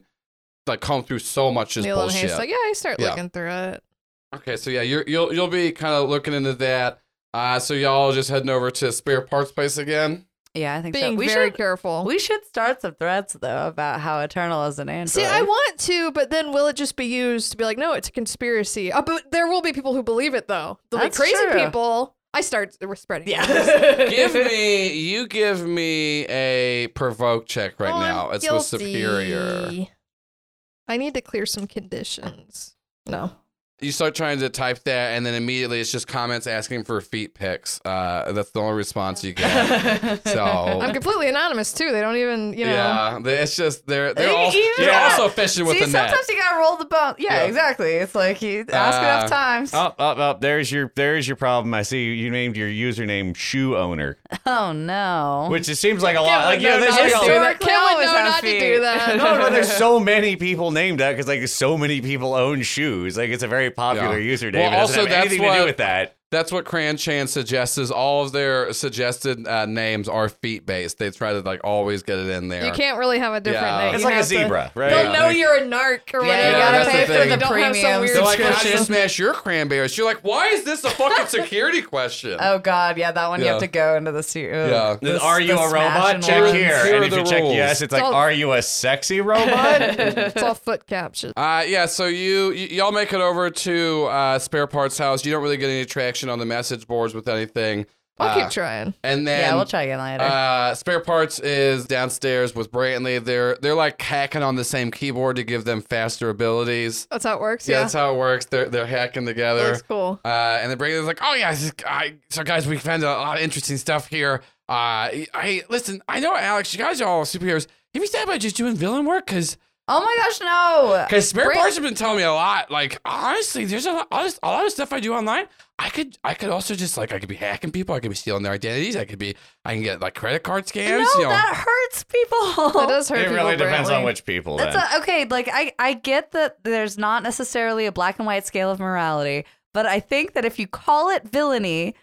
C: like comb through so much is
A: Neil and
C: bullshit.
A: Hayes like, yeah, I start
C: Yeah.
A: looking through it.
C: Okay, so yeah, you're, you'll you'll be kind of looking into that. Uh, so y'all just heading over to spare parts place again.
E: yeah, I think
A: Being
E: so. We
A: very
E: should
A: careful.
E: we should start some threads though about how Eternal is an android.
A: See, I want to, but then will it just be used to be like, no, it's a conspiracy? Oh, but there will be people who believe it though. There'll
E: That's
A: be crazy
E: true.
A: people. I start we're spreading.
E: yeah.
C: give me you give me a provoke check right
A: Oh, I'm
C: now. It's with superior.
A: guilty. I need to clear some conditions. No.
C: You start trying to type that, and then immediately it's just comments asking for feet pics. Uh, that's the only response you get.
A: I'm
C: so.
A: completely anonymous too. They don't even, you know.
C: Yeah, they- it's just they're they're all
E: Even-
C: they're
E: Yeah.
C: also fishing with
E: See,
C: the net.
E: sometimes you gotta roll the bone. Yeah,
C: Yeah.
E: exactly. It's like you ask
C: Uh,
E: enough times.
F: Up, up, up. There's your, there's your problem. I see you named your username Shoe Owner,
E: Oh no.
F: which it seems like a lot. Like, yeah,
E: no,
F: there's
E: no,
F: like
E: it's
F: a
E: true.
F: lot.
E: always
A: Kim would know
E: have
A: not to
E: feet.
A: do that.
F: No, but there's so many people named that because like so many people own shoes. Like it's a very popular
C: Yeah.
F: username.
C: Well,
F: it doesn't
C: also,
F: have
C: that's
F: anything to
C: what-
F: do with that.
C: That's what Cran Chan suggests. Is all of their suggested uh, names are feet based. They try to like always get it in there.
A: you can't really have a different
C: Yeah.
A: name.
F: It's
A: You
F: like a
A: have to-
F: zebra, right?
A: They'll
C: Yeah.
A: know you're a narc
E: Yeah,
A: or whatever.
E: you
C: that's
E: gotta
C: the
E: pay for
C: thing.
E: the
A: Don't have some
E: premium
A: weird
C: They're like, how do you
E: subscription.
C: smash your cranberries? You're like, why is this a fucking security question?
E: Oh god, yeah, that one you
C: Yeah.
E: have to go into the studio.
C: Yeah.
F: Then are you a robot? Check here.
C: Here
F: and
C: are
F: if
C: the
F: you check
C: rules.
F: yes, it's like,
A: all-
F: are you a sexy robot?
A: it's all foot captions.
C: Uh, yeah, so you, y- y'all make it over to uh, Spare Parts House. You don't really get any traction on the message boards with anything.
A: I'll
C: Uh,
A: keep trying.
C: And then
E: yeah, we'll try again later.
C: Uh, spare parts is downstairs with Brantley. They're they're like hacking on the same keyboard to give them faster abilities.
A: That's how it works.
C: Yeah,
A: Yeah,
C: that's how it works. They're they're hacking together.
A: that's cool.
C: Uh, and then Braden's like, oh, yeah, this is- I, so guys, we found a lot of interesting stuff here. Uh, hey, listen, I know, Alex, you guys are all superheroes. Have you thought about just doing villain work? Because
E: oh my gosh, no.
C: cause Spare
A: Bran-
C: Parts have been telling me a lot. Like, honestly, there's a lot, all this, a lot of stuff I do online. I could I could also just, like, I could be hacking people. I could be stealing their identities. I could be, I can get, like, credit card
E: no,
C: scams. you know.
E: that hurts people.
A: That does hurt.
F: it
A: people,
F: really depends on
A: Brantley.
F: which people. Then.
E: That's a, okay. Like I, I get that there's not necessarily a black and white scale of morality, but I think that if you call it villainy,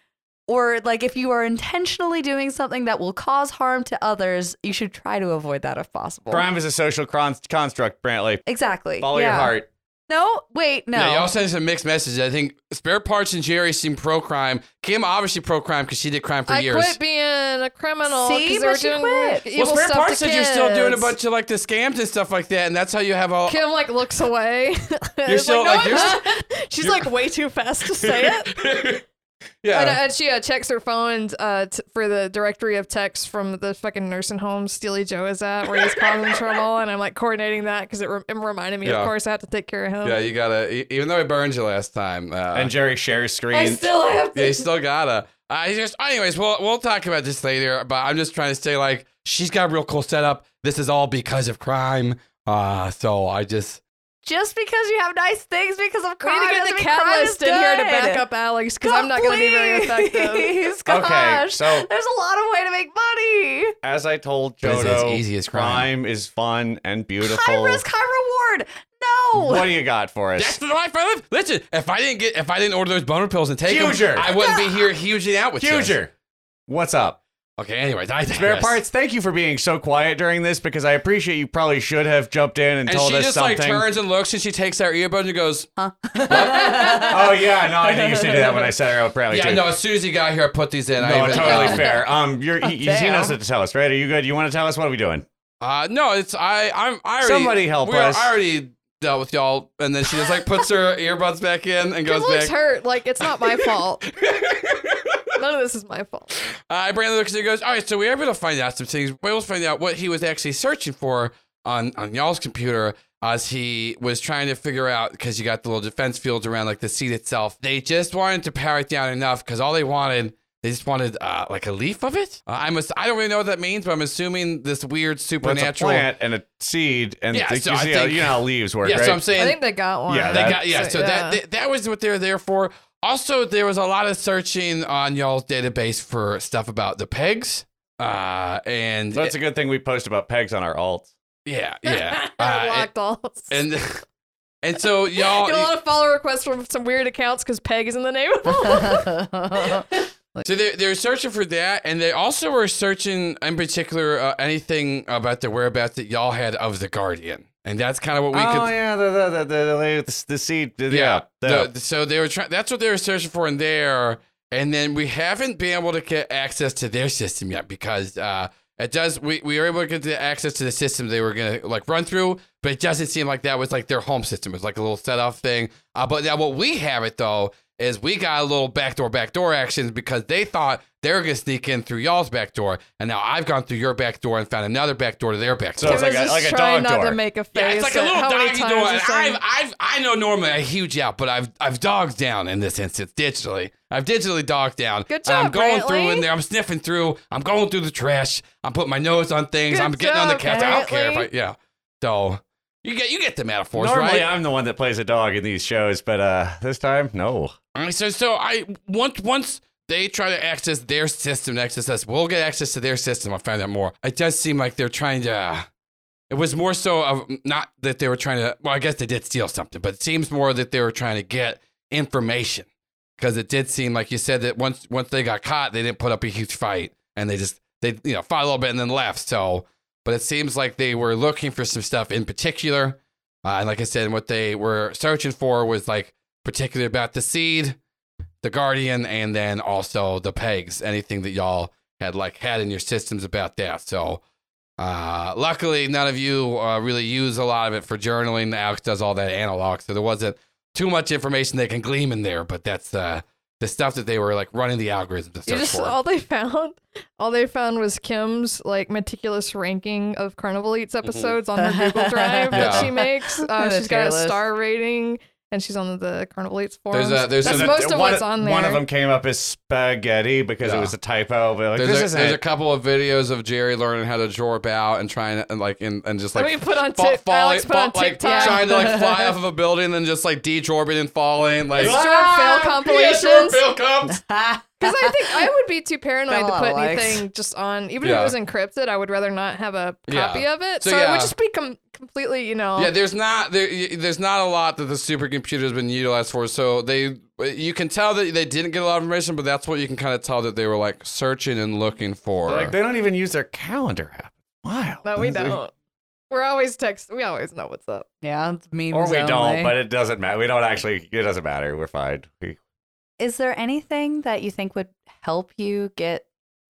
E: or like if you are intentionally doing something that will cause harm to others, you should try to avoid that if possible.
F: Crime is a social con- construct, Brantley.
E: Exactly.
F: Follow
E: Yeah.
F: your heart.
E: No, wait, no.
C: Yeah, y'all sent some mixed messages. I think Spare Parts and Jerry seem pro crime. Kim, obviously, pro crime because she did crime for
A: I
C: years.
A: quit being a criminal.
E: See,
A: 'cause they were
E: but she
A: doing
E: quit.
A: evil
C: well, Spare
A: stuff
C: Parts
A: to
C: said you're still doing a
A: kids.
C: bunch of like the scams and stuff like that, and that's how you have all.
A: Kim like looks away. It's
C: still- like,
A: no,
C: you're
A: I'm not." she's like way too fast to say it.
C: Yeah.
A: And, and she uh, checks her phone uh, t- for the directory of texts from the fucking nursing home Steely Joe is at, where he's causing trouble. And I'm like coordinating that because it, re- it reminded me,
C: Yeah.
A: of course, I have to take care of him.
C: yeah, you gotta. e- Even though I burned you last time, uh,
F: and Jerry shares screen.
A: I still have
C: yeah,
A: to.
C: you still gotta. Uh, he's just, anyways, we'll we'll talk about this later. But I'm just trying to say, like, she's got a real cool setup. This is all because of crime. Uh, so I just,
E: Just because you have nice things because of
A: We
E: crime
A: need to
E: doesn't
A: get
E: mean
A: the
E: crime
A: catalyst
E: is
A: in here to
E: good.
A: back up Alex because I'm not going to be very effective.
E: Please,
F: okay,
E: gosh.
F: so
E: There's a lot of way to make money.
F: as I told
B: This is
F: Jodo,
B: easy as crime.
F: crime is fun and
E: High
F: beautiful.
E: risk, high reward. No.
F: What do you got for
C: that's
F: us?
C: the life I live. Listen, if I didn't get, if I didn't order those boner pills and take 'em,
F: Huger.
C: I wouldn't be here huging out with you.
F: Huger, what's up?
C: Okay, anyways, I
F: Spare
C: digress.
F: parts. Thank you for being so quiet during this because I appreciate you. Probably should have jumped in and,
C: And
F: told
C: she
F: us
C: just
F: something.
C: like turns and looks, and she takes out her earbuds and goes,
F: oh yeah, no, I used to do that when I set her up. Probably
C: "Yeah,
F: too.
C: no. As soon as he got here, I put these in. I
F: No,
C: even-
F: totally
C: uh,
F: fair. Um, you're, he, you've seen
E: Oh, Damn.
F: us to tell us, right? Are you good? You want to tell us what are we doing?
C: Uh, no, it's I. I'm. I already,
F: Somebody help
C: we are-
F: us.
C: I already dealt with y'all, and then she just like puts her earbuds back in and
A: He
C: goes
A: looks
C: back.
A: hurt. Like, it's not my fault. None of this is my fault.
C: Uh, Brandon looks at her and goes, "All right, so we are able to find out some things. We will find out what he was actually searching for on on y'all's computer as he was trying to figure out because you got the little defense fields around like the seat itself. They just wanted to power it down enough because all they wanted." They just wanted uh, like a leaf of it. Uh, I'm ass- I don't really know what that means, but I'm assuming this
F: Well,
C: weird
F: it's
C: supernatural.
F: a plant and a seed, and
C: Yeah,
F: the-
C: so
F: you,
C: I
F: see how,
C: think-
F: you know how leaves work,
C: yeah,
F: right?
C: so I'm
A: I
C: saying
A: think they got one.
F: Yeah,
C: They
F: that-
C: got yeah. So that that, that was what they were there for. Also, there was a lot of searching on y'all's database for stuff about the pegs. Uh, and
F: so it's a good thing we post about pegs on our alt.
C: yeah, yeah.
A: I
C: Uh,
A: blocked all.
C: and and- and so y'all,
A: Get a lot of follow requests from some weird accounts because Peg is in the name.
F: uh,
C: so they they're searching for that, and they also were searching in particular uh, anything about the whereabouts that y'all had of the Guardian, and that's kind of what we
F: oh
C: could.
F: yeah, the the the, the, the, the seed. the- yeah,
C: The-
F: the-
C: so they were trying. That's what they were searching for in there, and then we haven't been able to get access to their system yet because uh, it does. We we were able to get the access to the system they were gonna like run through, but it doesn't seem like that was like their home system. It was like a little set off thing. Uh, but now what we have it though is we got a little backdoor backdoor actions because they thought they were gonna sneak in through y'all's back door, and now I've gone through your back door and found another back door to their back
F: So
C: door.
F: it's like a-
A: just
F: like a
A: trying
F: dog
A: not
F: door.
A: to make a face.
C: Yeah, it's like a
A: at
C: little
A: how many
C: doggy
A: times
C: door.
A: you're
C: and
A: saying-
C: I've, I've, I know normally I huge out, but I've, I've dogged down in this instance digitally. I've digitally dogged down.
A: Good
C: And I'm
A: job,
C: going through in
A: Brantley.
C: there. I'm sniffing through. I'm going through the trash. I'm putting my nose on things.
A: Good
C: I'm getting on the
A: job,
C: couch. I don't care if I,
A: Brantley.
C: yeah. So you get, you get the metaphors,
F: Normally,
C: right?
F: I'm the one that plays a dog in these shows, but uh, this time, no.
C: All right, so so I once once they try to access their system to access us, we'll get access to their system. I'll find out more. It does seem like they're trying to. uh, It was more so of not that they were trying to. Well, I guess they did steal something, but it seems more that they were trying to get information because it did seem like you said that once once they got caught, they didn't put up a huge fight and they just they you know fought a little bit and then left. So, but it seems like they were looking for some stuff in particular, uh, and like I said, what they were searching for was like particularly about the seed, the guardian, and then also the pegs. Anything that y'all had like had in your systems about that. So uh, luckily, none of you uh, really use a lot of it for journaling. Alex does all that analog, so there wasn't too much information they can glean in there. But that's uh, the stuff that they were like running the algorithm to
A: You
C: search
A: just
C: for.
A: all they found, all they found was Kim's like meticulous ranking of Carnival Eats episodes on her Google Drive
C: Mm-hmm. Yeah.
A: that she makes. Uh,
E: The
A: she's got
E: tier
A: a
E: list.
A: star rating, and she's on the Carnival Eats forums.
C: There's a- there's
A: That's
C: some-
A: most of
F: one,
A: what's on there.
F: One of them came up as spaghetti because
C: Yeah.
F: it was a typo, but like,
C: there's,
F: this
C: a,
F: isn't
C: there's
F: it.
C: a couple of videos of Jerry learning how to draw out and trying and like and, and just
A: Let
C: like
A: me put on
C: fall,
A: Tik- Alex put on
C: fall- like
A: TikTok.
C: trying to like fly off of a building and then just like dejorbing and falling like
A: Short
E: Ah,
A: fail compilations. Because I think I would be too
E: Got a
A: paranoid to
E: lot
A: put
E: of likes.
A: anything just on, even
C: Yeah.
A: if it was encrypted. I would rather not have a
C: Yeah.
A: copy of it,
C: So,
A: so, it
C: yeah.
A: would just be com- completely, you know.
C: Yeah, there's not there, y- there's not a lot that the supercomputer has been utilized for. So they you can tell that they didn't get a lot of information, but that's what you can kind of tell that they were like searching and looking for.
F: Like they don't even use their calendar app. Wow.
A: no, we don't. We're always text. We always know what's up.
E: yeah, it's memes
F: Or we
E: only.
F: don't, but it doesn't matter. We don't actually. It doesn't matter. We're fine. We,
E: is there anything that you think would help you get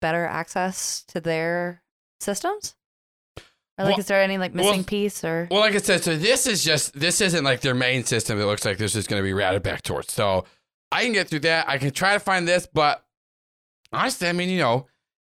E: better access to their systems? Or like,
C: Well-
E: is there any like
C: well,
E: missing piece or?
C: Well, like I said, so this is just this isn't like their main system. It looks like this is going to be routed back towards. So I can get through that. I can try to find this, but honestly, I mean, you know,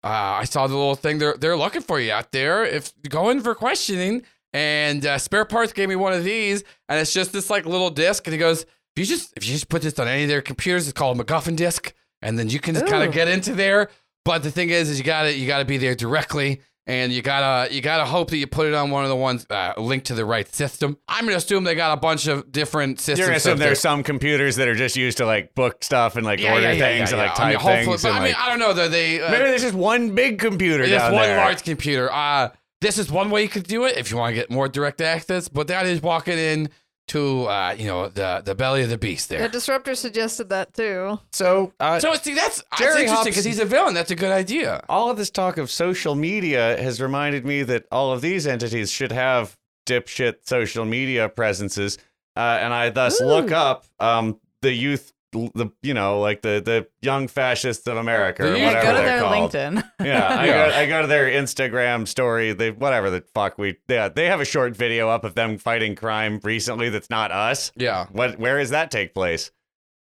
C: uh, I saw the little thing they're they're looking for you out there. If go in for questioning, and uh, spare parts gave me one of these, and it's just this like little disc, and he goes, if you just if you just put this on any of their computers, it's called a MacGuffin disc, and then you can kind
E: Ooh.
C: of get into there. But the thing is, is you gotta you gotta be there directly, and you gotta you gotta hope that you put it on one of the ones uh, linked to the right system. I'm gonna assume they got a bunch of different systems.
F: You're gonna
C: up
F: assume
C: there.
F: there's some computers that are just used to like book stuff and like order things and like
C: I mean,
F: type
C: hopefully-
F: things.
C: But,
F: and,
C: I mean,
F: like-
C: I don't know though. They uh,
F: maybe there's just one big computer
C: It's
F: down
C: one
F: there.
C: large computer. Uh, this is one way you could do it if you want to get more direct access, but that is walking in to uh, you know the the belly of the beast there.
A: The disruptor suggested that too.
F: so, uh,
C: so see, that's that's
F: Jerry
C: interesting because
F: Hobson-
C: he's a villain. That's a good idea.
F: all of this talk of social media has reminded me that all of these entities should have dipshit social media presences, uh, and I thus look up um, the youth, the you know, like the the young fascists of America or
C: Yeah,
E: Yeah,
F: whatever
E: go to
F: they're
E: their
F: called.
E: LinkedIn.
F: Yeah, I,
C: Yeah.
F: Go, I go to their Instagram story. They whatever the fuck we yeah they have a short video up of them fighting crime recently. That's not us.
C: Yeah.
F: What where does that take place?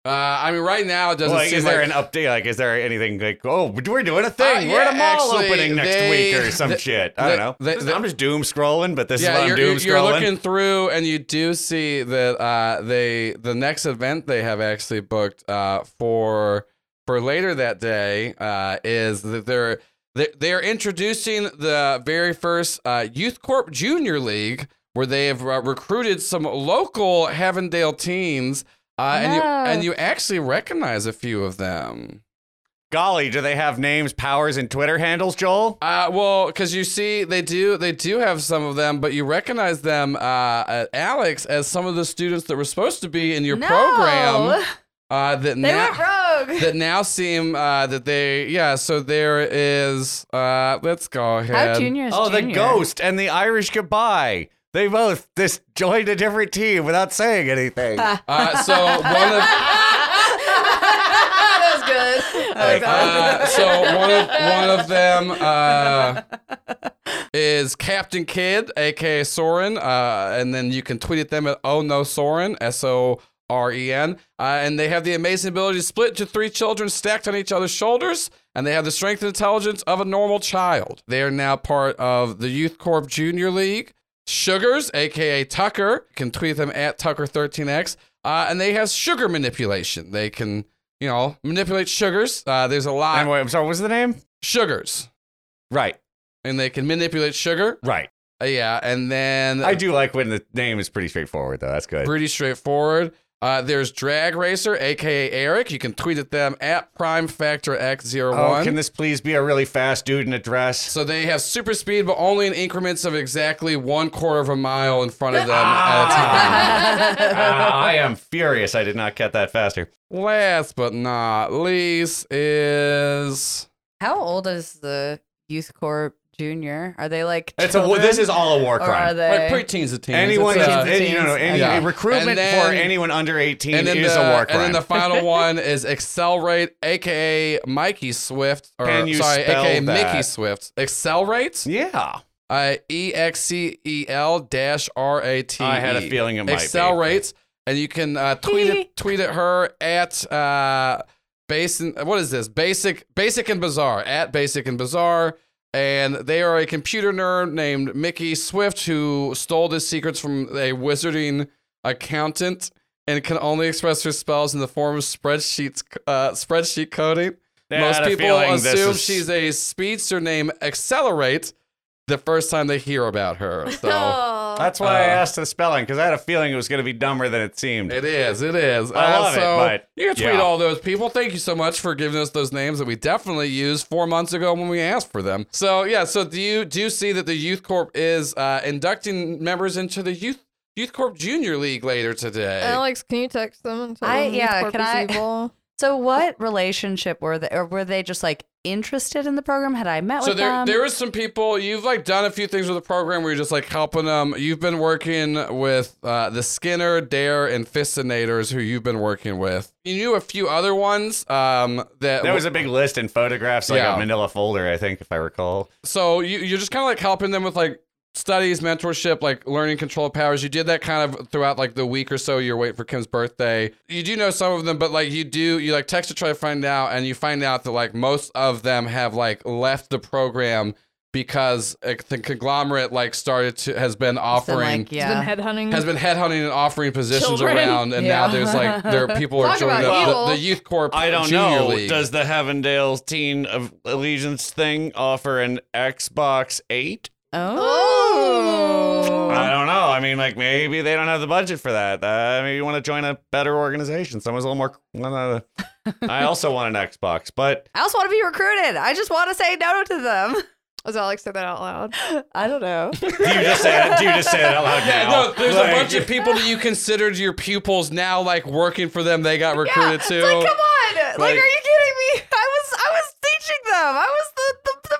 C: Uh, I mean, right now it doesn't
F: like,
C: seem
F: is there
C: like
F: an update? Like, is there anything like oh we're doing a thing?
C: Uh,
F: we're at a
C: yeah,
F: mall
C: actually,
F: opening next
C: they-
F: week or some
C: they-
F: shit. I don't
C: they-
F: know.
C: they-
F: This-
C: they-
F: I'm just doom scrolling, but this is
C: yeah,
F: what I'm
C: you're,
F: doom
C: you're- you're
F: scrolling.
C: looking through, and you do see that uh, they the next event they have actually booked uh, for for later that day uh, is that they're they- they're introducing the very first uh, Youth Corp Junior League, where they have uh, recruited some local Heavendale teens, uh, and you
E: Wow.
C: and you actually recognize a few of them.
F: Golly, do they have names, powers, and Twitter handles, Joel?
C: Uh, well, because you see, they do they do have some of them, but you recognize them, uh, uh, Alex, as some of the students that were supposed to be in your
E: no! Oh,
C: program uh, that
E: They
C: now
E: went rogue.
C: that now seem uh, that they yeah. So there is uh, let's go ahead.
E: How junior is
F: Oh, the
E: Junior?
F: ghost and the Irish goodbye. They both just joined a different team without saying anything.
C: Uh, so one of
E: that was good. I like that.
C: uh, so one of one of them uh, is Captain Kid, aka Soren, uh, and then you can tweet at them at Oh No Soren, S O R E N, uh, and they have the amazing ability to split into three children stacked on each other's shoulders, and they have the strength and intelligence of a normal child. They are now part of the Youth Corp Junior League. Sugars, aka Tucker, you can tweet them at Tucker13x, uh, and they have sugar manipulation. They can, you know, manipulate sugars. Uh, there's a lot
F: And wait, I'm sorry, what was the name?
C: sugars
F: Right,
C: and they can manipulate sugar.
F: right.
C: Uh, yeah, and then
F: I do like when the name is pretty straightforward, though. That's good.
C: pretty straightforward. Uh, there's Drag Racer, aka Eric. You can tweet at them at Prime Factor
F: Oh,
C: X01.
F: can this please be a really fast dude in a dress?
C: so they have super speed, but only in increments of exactly one quarter of a mile in front of them at a time.
F: Ah, I am furious. I did not get that faster.
C: Last but not least is
E: How old is the youth corps junior? Are they like
F: It's a,
E: children?
F: this is all a war
E: or are
F: crime.
E: they
C: like preteens of teens.
F: anyone,
C: It's,
E: Teens,
C: uh,
E: teens,
F: any- you know,
E: teens.
F: any,
C: Yeah.
F: recruitment
C: And then-
F: for anyone under eighteen
C: and then
F: is
C: the,
F: a war
C: And
F: crime.
C: then the final one is Accelerate, aka Mikey Swift, or
F: Can you
C: sorry,
F: spell
C: aka Mickey
F: that?
C: Swift. Accelerate,
F: yeah,
C: uh, E X C E L dash R A T. E.
F: I had a feeling it might be.
C: Accelerate, and you can uh, tweet at, tweet at her at uh, basic. What is this? Basic, basic and bizarre at basic and bizarre. And they are a computer nerd named Mickey Swift who stole his secrets from a wizarding accountant and can only express her spells in the form of spreadsheets, uh, spreadsheet coding.
F: Yeah, I
C: Most
F: had a
C: people
F: feeling this
C: assume
F: is-
C: she's a speedster named Accelerate the first time they hear about her. So
A: Oh.
F: that's why I
C: Uh,
F: asked the spelling because I had a feeling it was going to be dumber than it seemed.
C: it is, it is. Uh,
F: I love it,
C: so
F: but-
C: you can tweet
F: yeah.
C: all those people. Thank you so much for giving us those names that we definitely used four months ago when we asked for them. So yeah, so do you do you see that the Youth Corp is uh, inducting members into the Youth Youth Corp Junior League later today?
A: Alex, can you text them and tell
E: I-
A: them
E: yeah,
A: Corp
E: can
A: is
E: I-
A: evil?
E: So what relationship were they or were they just like interested in the program? Had I met
C: so
E: with um,
C: there,
E: them?
C: there is some people you've like done a few things with the program where you're just like helping them. You've been working with uh, the Skinner, Dare, and Fistinators, who you've been working with. You knew a few other ones um, that
F: There was a big list and photographs, like
C: Yeah.
F: a manila folder, I think, if I recall.
C: so you, you're just kind of like helping them with like studies, mentorship, like learning control powers. You did that kind of throughout like the week or so you're waiting for Kim's birthday. You do know some of them, but like you do, you like text to try to find out, and you find out that like most of them have like left the program because like, the conglomerate like started to has been
E: Then,
C: offering.
E: like, yeah. Mm-hmm.
A: Been headhunting.
C: Has been headhunting and offering positions
A: Children.
C: around, and now
E: Yeah.
C: there's like there are people are
A: Talk
C: joining
A: about
C: up
A: evil.
C: the, the youth corps.
F: I don't
C: junior
F: know.
C: League.
F: Does the Heavendale Teen of Allegiance thing offer an Xbox 8?
E: Oh.
F: I don't know. I mean, like maybe they don't have the budget for that. Uh, maybe you want to join a better organization. Someone's a little more. no, no, no. I also want an Xbox, but
E: I also want to be recruited. I just want to say no to them.
A: Was Alex said that out loud?
E: I don't know.
F: do you just say it? Do you just say it out loud
C: Yeah,
F: now?
C: no, there's
F: Like-
C: a bunch of people that you considered your pupils now like working for them. They got
E: Yeah,
C: recruited
E: it's
C: to.
E: like, come on! Like,
C: Like-
E: are you kidding me? I was, I was teaching them. I was the, the, the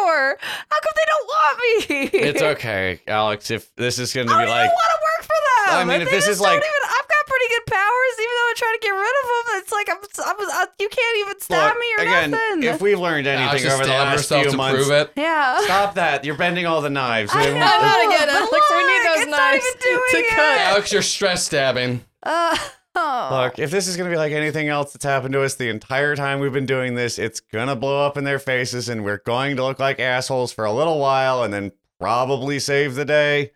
E: mentor. How come they don't want me?
F: It's okay, Alex. If this is going to
E: I
F: be
E: Oh, don't
F: like,
E: even want to work for them.
F: I mean, if
E: they
F: this
E: just
F: is like-
E: don't even, I've got pretty good powers, even though I try to get rid of them. It's like I'm, I'm, I, you can't even stab
F: look,
E: me or
F: again,
E: nothing.
F: if we've learned
C: Alex
F: anything
C: is
F: over the
C: stabbing
F: last
C: herself
F: few
C: to
F: months,
C: prove it.
E: yeah.
F: stop that. You're bending all the knives.
E: I
F: We-
E: know.
A: Come out again,
E: but
A: Alex. We need
E: look,
A: those
E: it's not
A: knives
E: even doing
A: to
E: it.
A: cut.
C: Alex, oh, you're stress stabbing.
E: Uh, oh.
F: Look, if this is going to be like anything else that's happened to us the entire time we've been doing this, it's going to blow up in their faces and we're going to look like assholes for a little while and then probably save the day.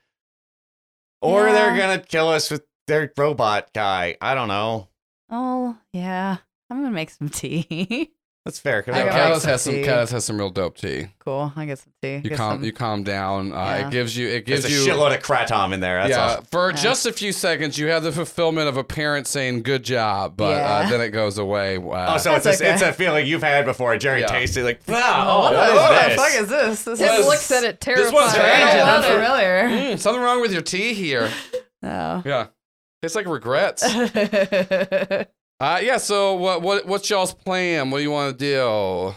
F: Or
E: Yeah.
F: they're going to kill us with their robot guy. I don't know.
E: Oh, yeah. I'm gonna make some tea.
F: That's fair. 'cause
E: I
F: I'm
E: got
F: kind
E: like
C: Callis
F: of-
E: some
C: has some
E: tea.
C: Callis has some real dope tea.
E: cool. I get some tea.
C: You
E: Get
C: calm
E: some-
C: you calm down. Uh,
E: Yeah.
C: It gives you it
F: There's a
C: gives you
F: shitload of kratom in there. That's
C: yeah,
F: awesome.
C: for
E: Yeah.
C: just a few seconds, you have the fulfillment of a parent saying "good job," but uh,
E: Yeah.
C: then it goes away. Uh,
F: Oh, so it's
E: That's
F: a,
E: okay.
F: it's a feeling you've had before. Jerry
C: Yeah.
F: tasted like,
E: Oh,
F: "Ah, oh,
E: what
F: what
E: the- what
F: is
E: the fuck
F: this?
E: is this? This
A: Tim
C: was-
E: is
A: looks at it terrified.
F: this one's
E: strange
F: I
E: and
F: love it.
E: unfamiliar.
C: Mm, something wrong with your tea here.
E: No.
C: Yeah, it's like regrets. uh, yeah. So what what what's y'all's plan? What do you want to do?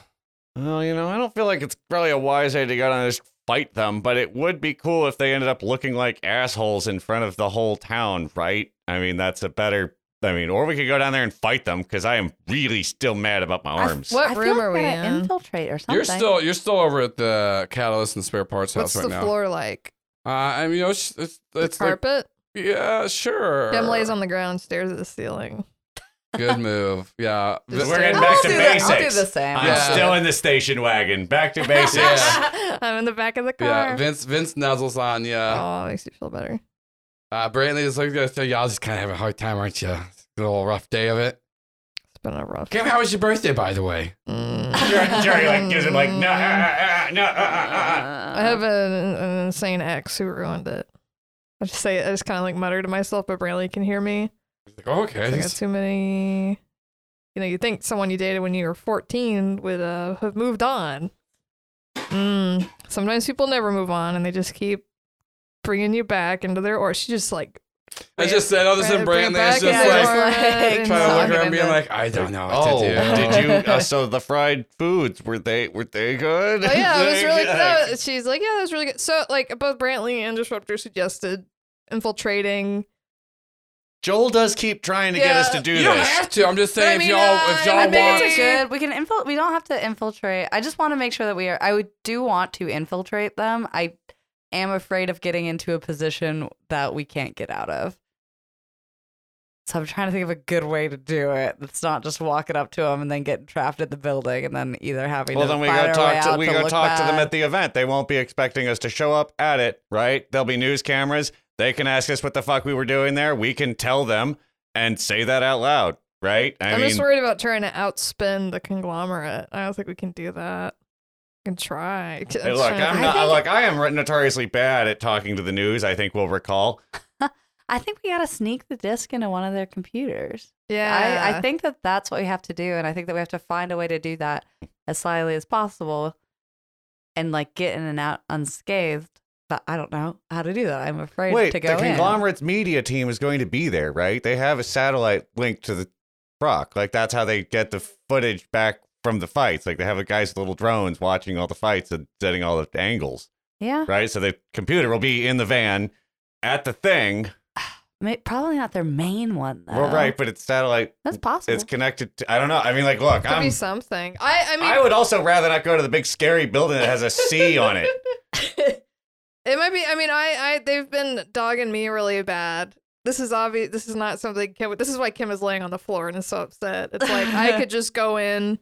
F: Well, you know, I don't feel like it's probably a wise idea to go down and just fight them, but it would be cool if they ended up looking like assholes in front of the whole town, right? I mean, that's a better. I mean, or we could go down there and fight them because I am really still mad about my arms.
A: What
E: I feel
A: room
E: like
A: are we
E: I
A: in?
E: Infiltrate or something.
C: You're still you're still over at the catalyst and spare parts
A: What's
C: house
A: the
C: right now.
A: floor like?
C: Uh, I mean, you know, it's it's, it's like uh,
A: Carpet?
C: yeah, sure.
A: Tim lays on the ground, stares at the ceiling.
C: Good move. Yeah.
A: Just
C: The-
F: We're getting
A: I'll
F: back to
E: do that.
F: basics.
E: I'll do the same.
F: I'm
C: Yeah.
F: still in the station wagon. Back to basics.
C: Yeah.
A: I'm in the back of the
C: Yeah,
A: car.
C: Vince Vince nuzzles on you.
A: oh, that makes you feel better. Oh.
C: Uh, Brantley is like, y'all just kind of having a hard time, aren't you? It's a little rough day of it.
A: It's been a rough.
C: Kim, how was your birthday, by the way?
A: Mm.
F: Jerry, Jerry like gives him like no, ah, ah, ah, no. ah, ah, ah."
A: I have an, an insane ex who ruined it. I just say I just kind of like mutter to myself, but Brantley can hear me.
C: He's like, oh, okay.
A: I got too many. You know, you think someone you dated when you were 14 would uh, have moved on. Mm. Sometimes people never move on, and they just keep bringing you back into their. Or she just like
C: I just said, oh, this is
A: bring it
C: Brantley.
A: back
C: It's just
A: into
E: yeah,
C: like
E: just
A: your head
E: like
A: and
C: trying to
A: suck
C: look
A: it
C: around, being
A: into-
C: like, I don't know what
F: Oh,
C: to do.
F: did you? Uh, so the fried foods were they were they good?
A: Oh yeah, it was really
F: Like-
A: no, she's like, yeah, that was really good. So like both Brantley and Disruptor suggested infiltrating.
F: Joel does keep trying to get
A: Yeah.
F: us to do
C: You don't
F: this.
C: have to. I'm just
A: But I
C: saying,
A: mean,
C: if y'all, if
A: uh,
C: y'all
A: I
E: I think
C: want,
E: it's a good. We can infil- We don't have to infiltrate. I just want to make sure that we are. I would do want to infiltrate them. I am afraid of getting into a position that we can't get out of. So I'm trying to think of a good way to do it. That's not just walking up to them and then getting trapped at the building and then either having
F: Well,
E: to
F: then we
E: fight
F: go
E: our way
F: talk to
E: out
F: we
E: to
F: go
E: look
F: talk to them
E: bad.
F: at the event. They won't be expecting us to show up at it, right? There'll be news cameras. They can ask us what the fuck we were doing there. We can tell them and say that out loud, right? I
A: I am
F: mean,
A: just worried about trying to outspend the conglomerate. I don't think we can do that. We can try. I'm
F: hey,
A: just
F: look,
A: trying to-
F: I'm not look. I am notoriously bad at talking to the news. I think we'll recall.
E: I think we got to sneak the disc into one of their computers.
A: yeah,
E: I, I think that that's what we have to do, and I think that we have to find a way to do that as slyly as possible, and like get in and out unscathed. But I don't know how to do that. I'm afraid
F: Wait,
E: to
F: the
E: go in.
F: conglomerate's media team is going to be there, right? They have a satellite link to the rock. Like that's how they get the footage back from the fights. Like they have the guys with little drones watching all the fights and setting all the angles.
E: Yeah,
F: right? So the computer will be in the van at the thing.
E: May- probably not their main one though.
F: Well, right, but it's satellite.
E: Oh. That's possible.
F: It's connected to. I don't know. I mean, like, look,
A: could
F: I'm.
A: be something. I I mean,
F: I would also rather not go to the big scary building that has a C on it.
A: It might be. I mean, I, I, they've been dogging me really bad. This is obvious. This is not something. Kim, this is why Kim is laying on the floor and is so upset. It's like I could just go in,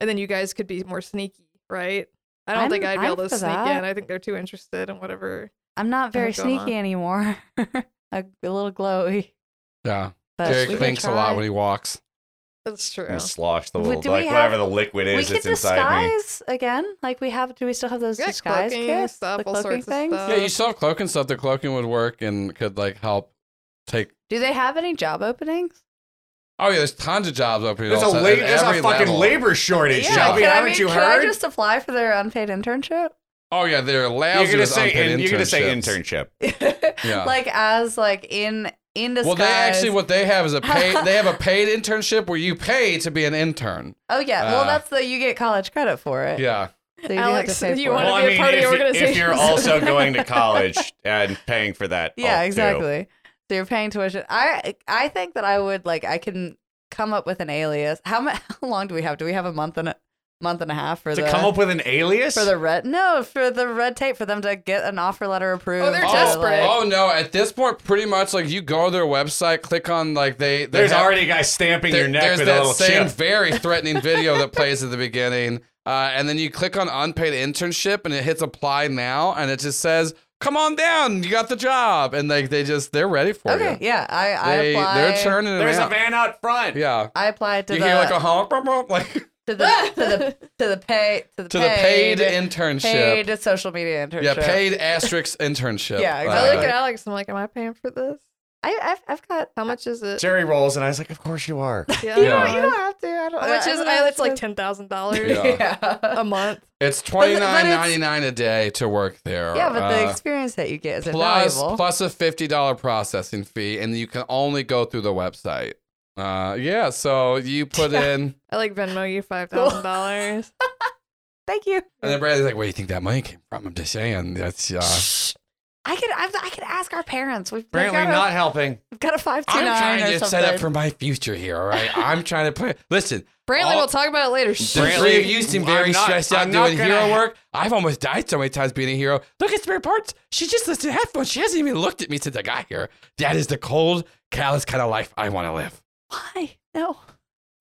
A: and then you guys could be more sneaky, right? I don't
E: I'm-
A: think I'd be
E: I'm
A: able to
E: for
A: sneak
E: that.
A: in. I think they're too interested in whatever.
E: I'm not very
A: Go on.
E: sneaky anymore. a, a little glowy.
C: Yeah.
E: But we
C: Jake
E: could
C: thinks a lot
E: try.
C: when he walks.
A: That's true.
F: I'm gonna slosh the
E: Would-
F: little
E: do
F: like
E: we
F: whatever
E: have-
F: the liquid
E: we
F: is
E: could
F: that's inside me.
E: disguise again. Like we have, do we still have those
A: Yeah,
E: disguise
A: cloaking
E: kits?
A: stuff,
E: the
A: all
E: cloaking
A: sorts of
E: things.
A: stuff.
C: Yeah, you still have cloak and stuff. The cloaking would work and could like help take.
E: Do they have any job openings?
C: Oh yeah, there's tons of jobs up here.
F: There's a
C: also,
F: la-
C: at
F: there's a
C: every
F: fucking
C: level.
F: labor shortage, Shelby.
E: can I,
F: Haven't
E: mean,
F: you
E: can I
F: heard?
E: just apply for their unpaid internship?
C: Oh yeah, they're allowed.
F: you're gonna say
C: unpaid
F: in, you're gonna say
C: internships.
F: internship.
C: Yeah.
E: Like as like in in disguise.
C: Well, they actually what they have is a paid. they have a paid internship where you pay to be an intern.
E: Oh yeah. well,
C: Uh,
E: that's the you get college credit for it.
C: Yeah.
E: So you do
A: Alex,
E: have to pay
A: you
E: for
A: wanna
E: it.
F: Well,
A: be
F: I
A: a
F: mean,
A: part of the
F: if, you- if you're
A: organization.
F: also going to college and paying for that, oh,
E: Yeah,
F: all too.
E: exactly. So you're paying tuition. I I think that I would like I can come up with an alias. How mu- how long do we have? Do we have a month and a month and a half for
F: To
E: the
F: come up with an alias
E: for the red? No, for the red tape for them to get an offer letter approved.
A: Oh, they're
E: or,
A: desperate.
E: like-
C: Oh no! At this point, pretty much like you go to their website, click on like they. they
F: There's
C: have-
F: already a guy stamping
C: there-
F: your neck
C: there's
F: with a
C: that
F: little
C: same
F: chip.
C: very threatening video that plays at the beginning, uh, and then you click on unpaid internship, and it hits apply now, and it just says, "Come on down, you got the job," and like they just they're ready for
E: Okay,
C: you.
E: yeah, I I
C: they
E: apply.
C: they're turning
F: There's
C: it
F: a
C: out.
F: van out front.
C: yeah,
E: I applied to
C: you
E: the
C: hear like a honk, brum, brum, like
E: to
C: to
E: the to the to the pay to the
C: the
E: paid,
C: paid internship.
E: paid social media internship.
C: yeah, paid asterisk internship.
E: Yeah,
A: I
E: exactly.
A: look at Alex. I'm like, am I paying for this?
E: I I've, I've got
A: How much is it?
F: Jerry rolls, and I was like, "Of course you are."
A: Yeah.
E: you,
C: Yeah.
E: don't, you don't have to. I don't,
A: How much
E: I
A: is
E: don't
A: I,
E: know.
A: It's like ten thousand dollars
C: Yeah.
E: yeah.
A: a month.
C: It's
E: it-
C: twenty
E: but
C: nine
E: it's-
C: ninety nine a day to work there.
E: Yeah, but the
C: Uh,
E: experience that you get is
C: plus
E: invaluable.
C: plus a fifty dollar processing fee, and you can only go through the website. Uh, yeah, so you put in,
A: I like Venmo you five thousand dollars.
E: Thank you.
C: and then Bradley's like, "Where do you think that money came from?" I'm just saying that's. Uh,
E: I could I've, I could ask our parents. We've we've
F: Apparently
E: got
F: not
E: A,
F: helping.
E: we've got a five two
C: I'm
E: nine
C: trying
E: or
C: to
E: something.
C: set up for my future here. All right, I'm trying to play. Listen,
A: Brantley,
C: All-
A: we'll talk about it later.
C: the
A: Shh.
F: Brantley-
C: three of you seem very
F: I'm not-
C: stressed out
F: I'm not
C: doing
F: gonna
C: hero
F: ha-
C: work. I've almost died so many times being a hero. Look at spare parts. She just listed headphones. She hasn't even looked at me since I got here. That is the cold, callous kind of life I want to live.
E: Why? No.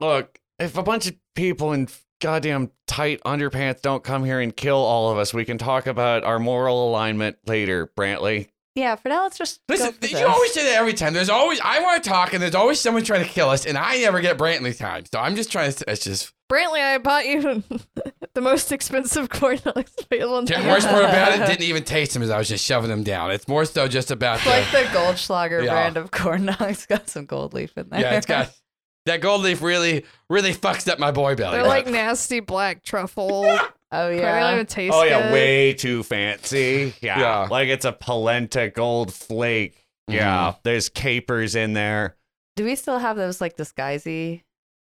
F: Look, if a bunch of people in goddamn tight underpants don't come here and kill all of us, we can talk about our moral alignment later, Brantley.
E: Yeah. For now, let's just go
C: Listen,
E: for
C: you
E: this.
C: always say that every time. There's always I want to talk, and there's always someone trying to kill us, and I never get Brantley time. So I'm just trying to. It's just
A: Brantley, I bought you the most expensive corn dogs available. in
C: the
A: town.
C: worst part about it didn't even taste them as I was just shoving them down. It's more so just about the,
E: like the Goldschlager
C: Yeah.
E: brand of corn dogs got some gold leaf in there.
C: yeah. It's got that gold leaf really really fucks up my boy belly.
A: They're like nasty black truffle. corn.
E: Oh
A: They don't
E: yeah.
A: even taste
F: oh yeah,
A: good.
F: way too fancy. Yeah.
C: Yeah.
F: like it's a polenta gold flake. Yeah, there's capers in there.
E: Do we still have those like disguisey?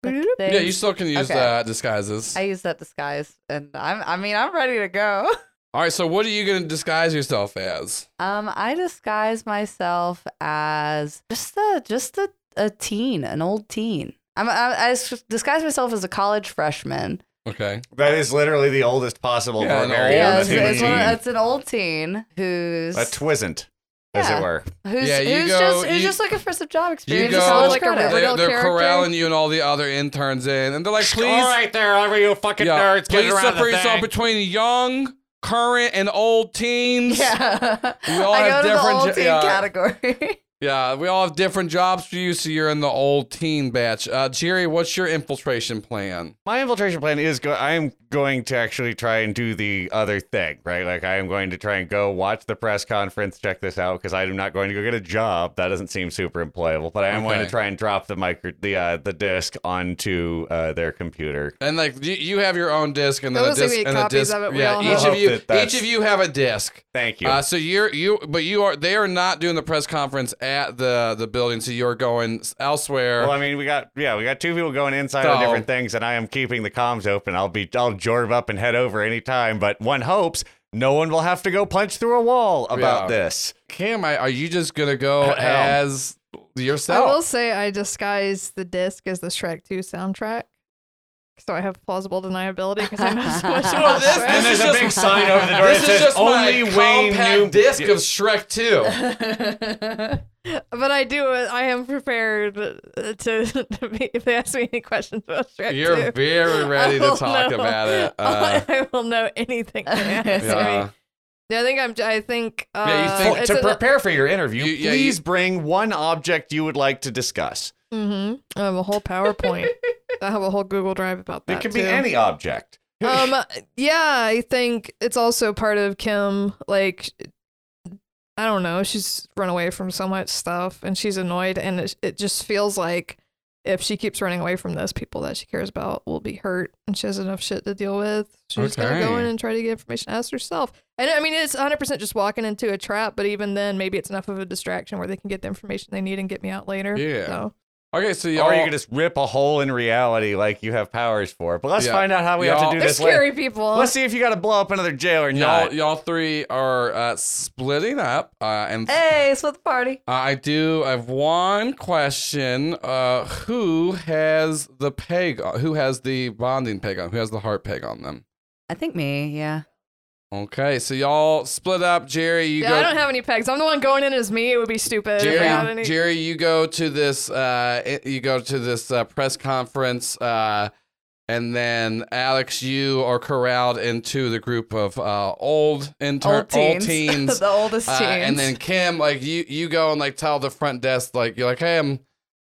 E: like,
C: yeah. You
E: things?
C: still can use
E: Okay.
C: uh, disguises.
E: I use that disguise, and I'm I mean I'm ready to go.
C: All right. So what are you gonna disguise yourself as?
E: Um, I disguise myself as just a just a, a teen, an old teen. I'm, I, I s- disguise myself as a college freshman.
C: Okay.
F: That is literally the oldest possible
C: Yeah, an
F: Barbarian
C: old
E: Yeah,
F: that's
E: it's,
F: in the
E: it's, one
F: team.
E: of- it's an old teen who's
F: a twisn't, as
E: Yeah.
F: it were.
E: who's,
C: Yeah, you
E: who's
C: go-
E: just who's
C: you-
E: just looking for some job
C: You
E: experience.
C: go
E: and college
A: like a
E: credit.
A: riddle.
C: They're,
A: Riddle
C: they're
A: character?
C: corralling you and all the other interns in, and they're like, please.
F: All right, there, all you fucking nerds, get
C: please
F: around the
C: separate yourself
F: thing.
C: between young, current, and old teens.
E: yeah,
C: We all
E: I go
C: have
E: to the
C: different
E: old
C: jo-
E: teen
C: yeah.
E: category.
C: Yeah, we all have different jobs for you, so you're in the old teen batch. Uh, Jerry, what's your infiltration plan?
F: my infiltration plan is go- I am going to actually try and do the other thing, right? Like I am going to try and go watch the press conference, check this out because I am not going to go get a job. That doesn't seem super employable, but I am going to
C: Okay.
F: try and drop the micro the uh, the disc onto uh, their computer.
C: And like you, you have your own disc, and then a
A: Those are
C: disc,
A: gonna be
C: and a
A: copies
C: disc.
A: of it we
C: yeah,
A: all
C: each
F: have.
C: of you,
F: Hope that that's-
C: each of you have a disc.
F: Thank you.
C: Uh, so you're you, but you are they are not doing the press conference at the the building, so you're going s- elsewhere.
F: well, I mean, we got yeah, we got two people going inside
C: So-
F: on different things, and I am keeping the comms open. I'll be I'll jorb up and head over anytime, but one hopes no one will have to go punch through a wall about
C: Yeah.
F: this.
C: Cam, I, are you just gonna go
F: Ahem.
C: as
A: I will
C: yourself?
A: say I disguise the disc as the Shrek 2 soundtrack. so I have plausible deniability because I know so much
E: Oh,
A: about
C: this-
A: Shrek.
F: And there's
C: is
F: a
C: just-
F: big sign over the door
C: This
F: that
C: is
F: says
C: just
F: only
C: my
F: Wayne
C: compact
F: knew.
C: disc of Shrek 2.
A: But I do. uh, I am prepared uh, to, to be, if they ask me any questions about Shrek.
C: You're
A: too.
C: very ready
A: I
C: to
A: will
C: talk
A: know.
C: about it. Uh,
A: I will know anything. They ask
C: yeah.
A: me. Yeah, I think I'm. I think. Uh,
C: Yeah, you think-
F: For-
A: it's
F: to
A: an-
F: prepare for your interview,
C: You- yeah,
F: please
C: you-
F: bring one object you would like to discuss.
A: Mhm. I have a whole PowerPoint. I have a whole Google Drive about that.
F: It could be
A: too.
F: any object.
A: um. Yeah, I think it's also part of Kim. Like, I don't know. She's run away from so much stuff, and she's annoyed, and it, it just feels like if she keeps running away from those people that she cares about will be hurt and she has enough shit to deal with she's just gonna go
C: Okay.
A: in and try to get information asked herself and i mean it's 100% just walking into a trap but even then maybe it's enough of a distraction where they can get the information they need and get me out later
C: Yeah.
A: so
C: Okay, so
F: Or you
C: y'all,
F: could just rip a hole in reality like you have powers for. But let's
C: Yeah.
F: find out how we have
C: Y'all-
F: to do
A: they're
F: this
A: scary
F: later.
A: people
F: Let's see if you got to blow up another jail or
C: y'all,
F: not.
C: y'all three are uh, splitting up, uh, and
E: hey, split the party.
C: I do. I have one question. Uh, who has the peg? Who has the bonding peg on? Who has the heart peg on them?
E: I think me, yeah.
C: Okay, so y'all split up. Jerry, you
A: yeah,
C: go.
A: I don't have any pegs. I'm the one going in as me. It would be stupid. if I
C: Jerry,
A: had any-
C: Jerry, you go to this. Uh, i- you go to this uh, press conference, uh, and then Alex, you are corralled into the group of uh, old intern,
E: old teens.
C: teens.
E: the oldest
C: Uh,
E: teens.
C: and then Kim, like you, you go and like tell the front desk, like you're like, hey, I'm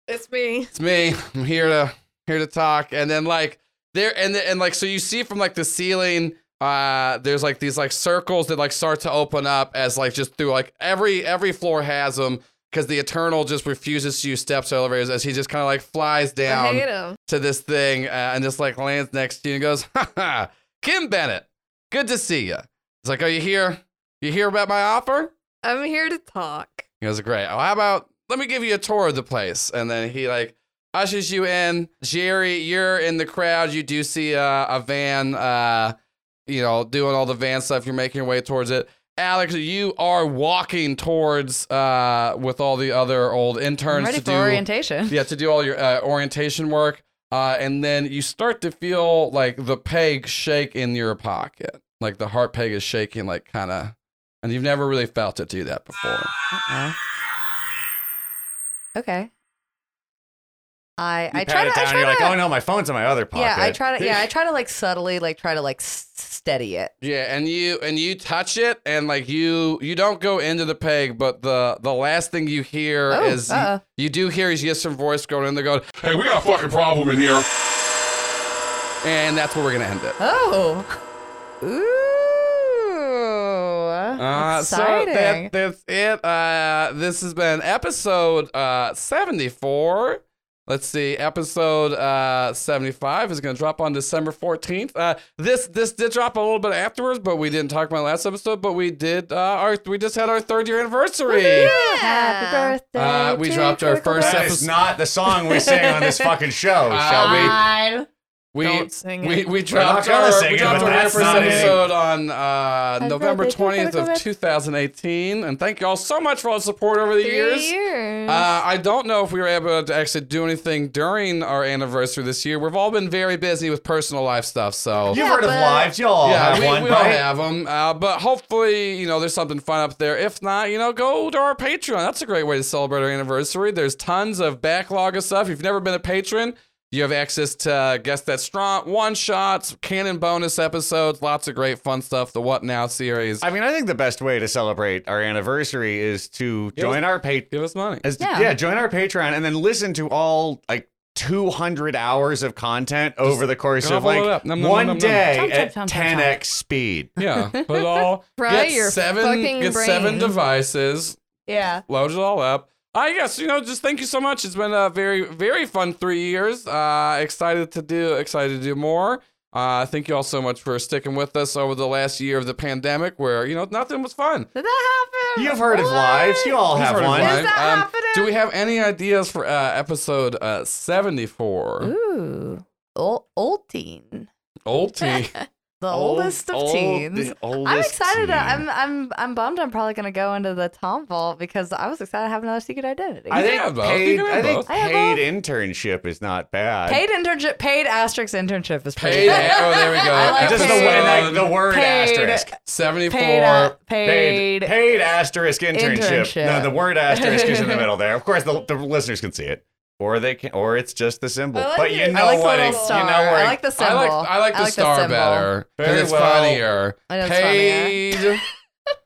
A: It's me.
C: it's me. I'm here to here to talk. And then like there and the, and like so you see from like the ceiling, uh, there's like these like circles that like start to open up as like just through like every every floor has them because the Eternal just refuses to use steps or elevators as he just kind of like flies
A: I hate
C: down
A: him.
C: to this thing uh, and just like lands next to you and goes, ha ha, Kim Bennett, good to see you. It's like, are you here? You hear about my offer?
A: I'm here to talk.
C: He goes, great. Oh, how about let me give you a tour of the place? And then he like ushers you in. Jerry, you're in the crowd. You do see uh, a van, uh, you know, doing all the van stuff. You're making your way towards it. Alex, you are walking towards uh, with all the other old
E: I'm
C: interns
E: ready
C: to do
E: for orientation.
C: yeah to do all your uh, orientation work. Uh, and then you start to feel like the peg shake in your pocket, like the heart peg is shaking, like kind of. And you've never really felt it do that before.
E: Uh-oh. Okay. I
F: You
E: I
F: pat
E: try to
F: it
E: I
F: down.
E: try
F: you're
E: to
F: like, oh no, my phone's in my other pocket.
E: yeah I try to yeah I try to like subtly like try to like s- steady it.
C: Yeah, and you and you touch it, and like you you don't go into the peg, but the the last thing you hear
E: Oh,
C: is
E: uh-oh.
C: you, do hear is yes, some voice going in there going,
B: Hey, we got a fucking problem in here.
C: and that's where we're gonna end it.
E: Oh.
C: Oh,
E: Ooh.
C: Uh, so
E: Exciting.
C: that, that's it. Uh, this has been episode uh, 74. Let's see, episode uh, 75 is going to drop on December 14th. Uh, this this did drop a little bit afterwards, but we didn't talk about last episode, but we did uh, our we just had our third year anniversary.
E: Happy birthday.
C: Uh, we
E: to
C: dropped our
E: Critical
C: first
E: Role.
F: That
C: episode.
F: is not the song we sing on this fucking show,
C: Uh,
F: shall we?
C: We
A: Don't sing
C: we,
A: it.
C: we dropped
F: not gonna
C: our
F: sing
C: we
F: it,
C: dropped
F: but
C: our very
F: that's
C: first
F: not it.
C: episode on uh, November
E: birthday,
C: twentieth of
E: Christopher.
C: two thousand eighteen, and thank y'all so much for all the support over the
A: Three
C: years.
A: years.
C: Uh, I don't know if we were able to actually do anything during our anniversary this year. We've all been very busy with personal life stuff, so
F: You've heard of
E: but-
F: lives. Y'all all
C: yeah,
F: have
C: we,
F: one,
C: we all
F: right?
C: have them. Uh, but hopefully, you know, there's something fun up there. If not, you know, go to our Patreon. That's a great way to celebrate our anniversary. There's tons of backlog of stuff. If you've never been a patron, you have access to uh, Guess That Strong, one shots, canon bonus episodes, lots of great fun stuff, the What Now series.
F: I mean, I think the best way to celebrate our anniversary is to
C: Give
F: join our pa-
C: Give us money.
F: as, yeah.
E: Yeah.
F: join our Patreon and then listen to all like 200 hours of content over the course of
C: gobble it
F: like
C: up. Nom, nom,
F: one
C: nom, nom, nom.
F: day
E: Chomp, chomp,
F: at
E: chomp, chomp,
F: 10x speed.
C: Yeah, put it all.
A: Fry
C: get
A: your
C: seven,
A: fucking
C: get
A: brain.
C: seven devices.
E: Yeah.
C: load it all up. I guess you know. Just thank you so much. It's been a very, very fun three years. Uh, excited to do, excited to do more. Uh, thank you all so much for sticking with us over the last year of the pandemic, where you know nothing was fun.
E: Did that happen?
F: You've heard of
E: What?
F: lives. You all have
C: Sort of
F: one.
C: live.
E: Is that happening?
C: Um, Do we have any ideas for uh, episode uh, seventy-four?
E: Ooh. Old, old teen.
C: Old tea.
E: the
C: Old-
E: oldest of
C: old-
E: teens.
C: the
E: I'm
C: oldest
E: excited.
C: teen.
E: I'm I'm I'm bummed. I'm probably gonna go into the Tom Vault because I was excited to have another secret identity.
C: I
F: I
C: think
F: think
C: I have both.
F: paid,
C: You can have
F: I think
C: both.
E: I have
F: paid internship is not bad.
E: paid internship, paid asterisk internship is pretty
C: Paid.
E: good.
C: oh, there we go.
E: I like
F: Just the, way,
E: paid-
F: like, the word
E: paid-
F: asterisk.
C: Seventy-four.
E: Paid, uh, paid,
F: Paid, paid asterisk internship.
E: Internship.
F: No, the word asterisk is in the middle there. Of course, the, the listeners can see it, or they can, or it's just the symbol.
A: I like
F: but
A: it.
F: you
A: I
F: know
E: I like
F: what?
E: the
F: It,
E: little star.
F: You know where
E: I
F: it-
E: like the
C: I
E: symbol.
C: like I like the star
E: symbol.
C: better because
F: Very
C: it's
F: well.
C: funnier.
E: I know it's
C: Paid.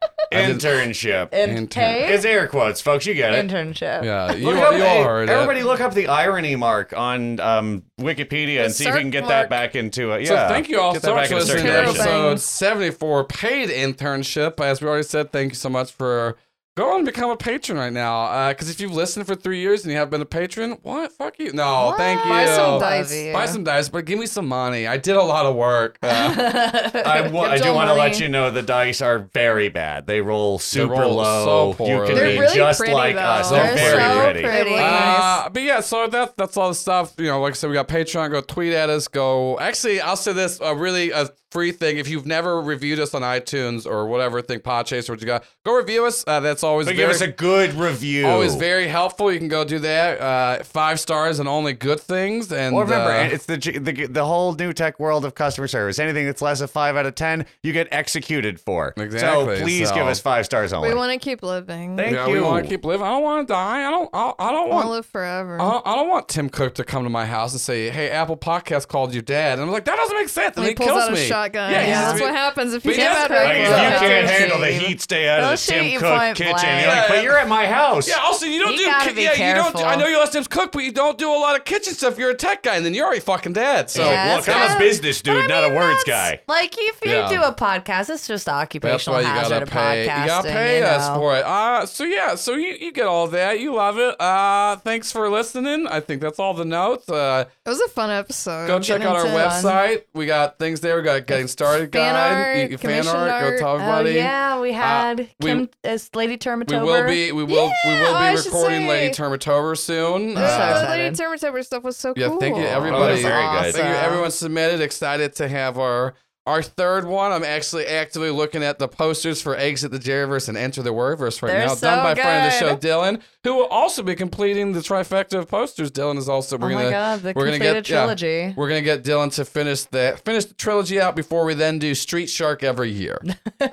F: internship.
E: And
C: Intern.
E: paid
F: It's air quotes, folks. You get it.
E: internship.
C: Yeah, you,
F: Look
C: all-
F: up-
C: you
F: hey,
C: all heard
F: everybody,
C: it.
F: look up the irony mark on um, Wikipedia and see if you can get that
A: circ mark.
F: back into it. Yeah.
C: So thank you all
F: Get
C: so
F: that back
C: much for
F: into
C: listening to
E: circulation.
C: episode 74, paid internship. As we already said, thank you so much for go on and become a patron right now. Because if you've listened for three years and you haven't been a patron, what? Fuck you. No, thank you.
A: Buy some dice.
C: Buy some dice, but give me some money. I did a lot of work. Uh,
F: I, wa- I
A: Get
F: do
A: your
F: want to let
A: money.
F: you know the dice are very bad. They roll super
C: roll
F: low.
C: so
F: you can
C: poorly.
F: be
A: They're really
F: just
A: pretty,
F: like
A: though.
F: us.
C: They're
F: very
C: so
F: pretty.
E: pretty.
C: Uh, but yeah, so that that's all the stuff. You know, like I said, we got Patreon. Go tweet at us. Go. Actually, I'll say this: a really a free thing. If you've never reviewed us on iTunes or whatever thing, Podchaser, what you got, go review us. Uh, that's always
F: But
C: very,
F: give us a good review.
C: always very helpful. You can go do that. Uh, five stars and only good things. And
F: Well, remember,
C: uh,
F: it's the, g- the the whole new tech world of customer service. Anything that's less of five out of ten, you get executed for.
C: Exactly,
F: So please
C: so-
F: give us five stars only.
A: We want to keep living.
F: Thank
C: yeah,
F: you.
C: we want to keep living. I don't want to die. I don't. I, I
A: I want
C: don't
A: to
C: want.
A: live forever.
C: I don't, I don't want Tim Cook to come to my house and say, "Hey, Apple Podcast called you dad," and I'm like, "That doesn't make sense." And
A: and he, pulls
C: kills
A: out a
C: me.
A: shotgun.
C: Yeah,
A: Yeah,
C: he
A: that's
C: just-
A: what happens if you
C: But
A: get
C: that's
A: out
F: Like, if
E: Well,
F: you
E: that's
F: can't
E: what
F: handle the
E: she-
F: heat, stay out
E: They'll
F: of the
E: shoot
F: Tim
E: you
F: Cook
E: point
F: kitchen.
E: blank.
F: You're like, but you're at my house.
C: Yeah, also you don't
E: You
C: do
E: gotta
C: ki-
E: be
C: yeah, you don't
E: careful.
C: I know you listen to cook, but you don't do a lot of kitchen stuff. You're a tech guy and then you're already fucking dead. So
E: Yeah.
F: Look,
E: that's
F: I'm a
E: kinda-
F: business dude, not a words guy.
E: Like if you
C: Yeah.
E: do a podcast, it's just the
C: that's
E: occupational
C: why you
E: hazard
C: gotta
E: of
C: pay. You
E: podcasting.
C: gotta pay
E: you
C: us
E: know.
C: for it. Uh so yeah, so you, you get all that. You love it. Uh thanks for listening. I think that's all the notes. Uh
A: It was a fun episode.
C: go check out our
E: into it.
C: website. We got things there. We got getting started
A: Fan
C: guide.
A: art,
C: You- you- fan
A: commissioned
C: art, go
A: art.
C: tell
E: Oh
C: everybody.
E: yeah, we had
C: Uh, we-
E: Kim as Lady
C: We
E: Termitober.
C: will be we will we will
A: Yeah,
C: be
A: I should
C: recording
A: say.
C: Lady Termitober soon.
A: The,
E: I'm so
C: Uh,
A: the
E: excited.
A: Lady Terminator stuff was so
C: Yeah,
A: cool.
C: thank you
F: Oh,
C: everybody.
F: that's very good.
E: Awesome.
C: Thank you. Everyone submitted. Excited to have our our third one. I'm actually actively looking at the posters for Exit the Jerryverse and Enter the Wordverse right
E: They're
C: now. done
E: so
C: by friend of the show
E: good.
C: Dylan, who will also be completing the trifecta of posters. Dylan is also. We're
E: Oh
C: gonna,
E: my god, the
C: we're gonna
E: completed
C: get, yeah.
E: trilogy.
C: We're gonna get Dylan to finish the finish the trilogy out before we then do Street Shark every year.
A: Uh, no, no,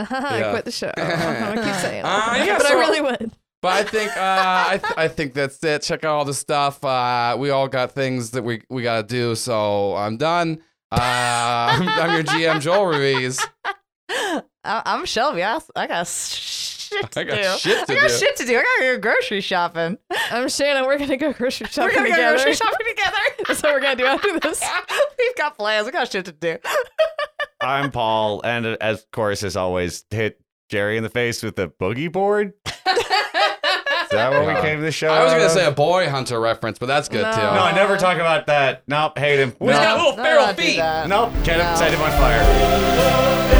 A: no. Haha,
C: Yeah.
A: I quit the show. I'm gonna keep saying it.
C: Uh, yeah,
A: but
C: so-
A: I really would.
C: But I think uh, I, th- I think that's it. Check out all the stuff. Uh, we all got things that we we gotta do. So I'm done. Uh, I'm, I'm your GM Joel Ruiz.
E: I- I'm Shelby. I, I got shit to
C: I got
E: do.
C: shit to
E: I got
C: do.
E: shit to do. I gotta go grocery shopping.
A: I'm Shannon. We're gonna go grocery
E: We're
A: shopping
E: gonna go
A: together.
E: grocery shopping together.
A: That's what we're gonna do after this.
E: We've got plans. We got shit to do.
F: I'm Paul, and uh, as of course as always, hit Jerry in the face with the boogie board. Is that what we
C: Yeah.
F: came to the show?
C: I was
F: out
C: gonna say
F: of?
C: a boy hunter reference, but that's good
A: No.
C: too.
F: No, I never talk about that. Nope, hate him.
C: He's got
F: Nope,
C: little
E: No,
C: feral
E: don't do
C: feet.
E: that.
F: nope, get him
E: No.
F: set him on fire.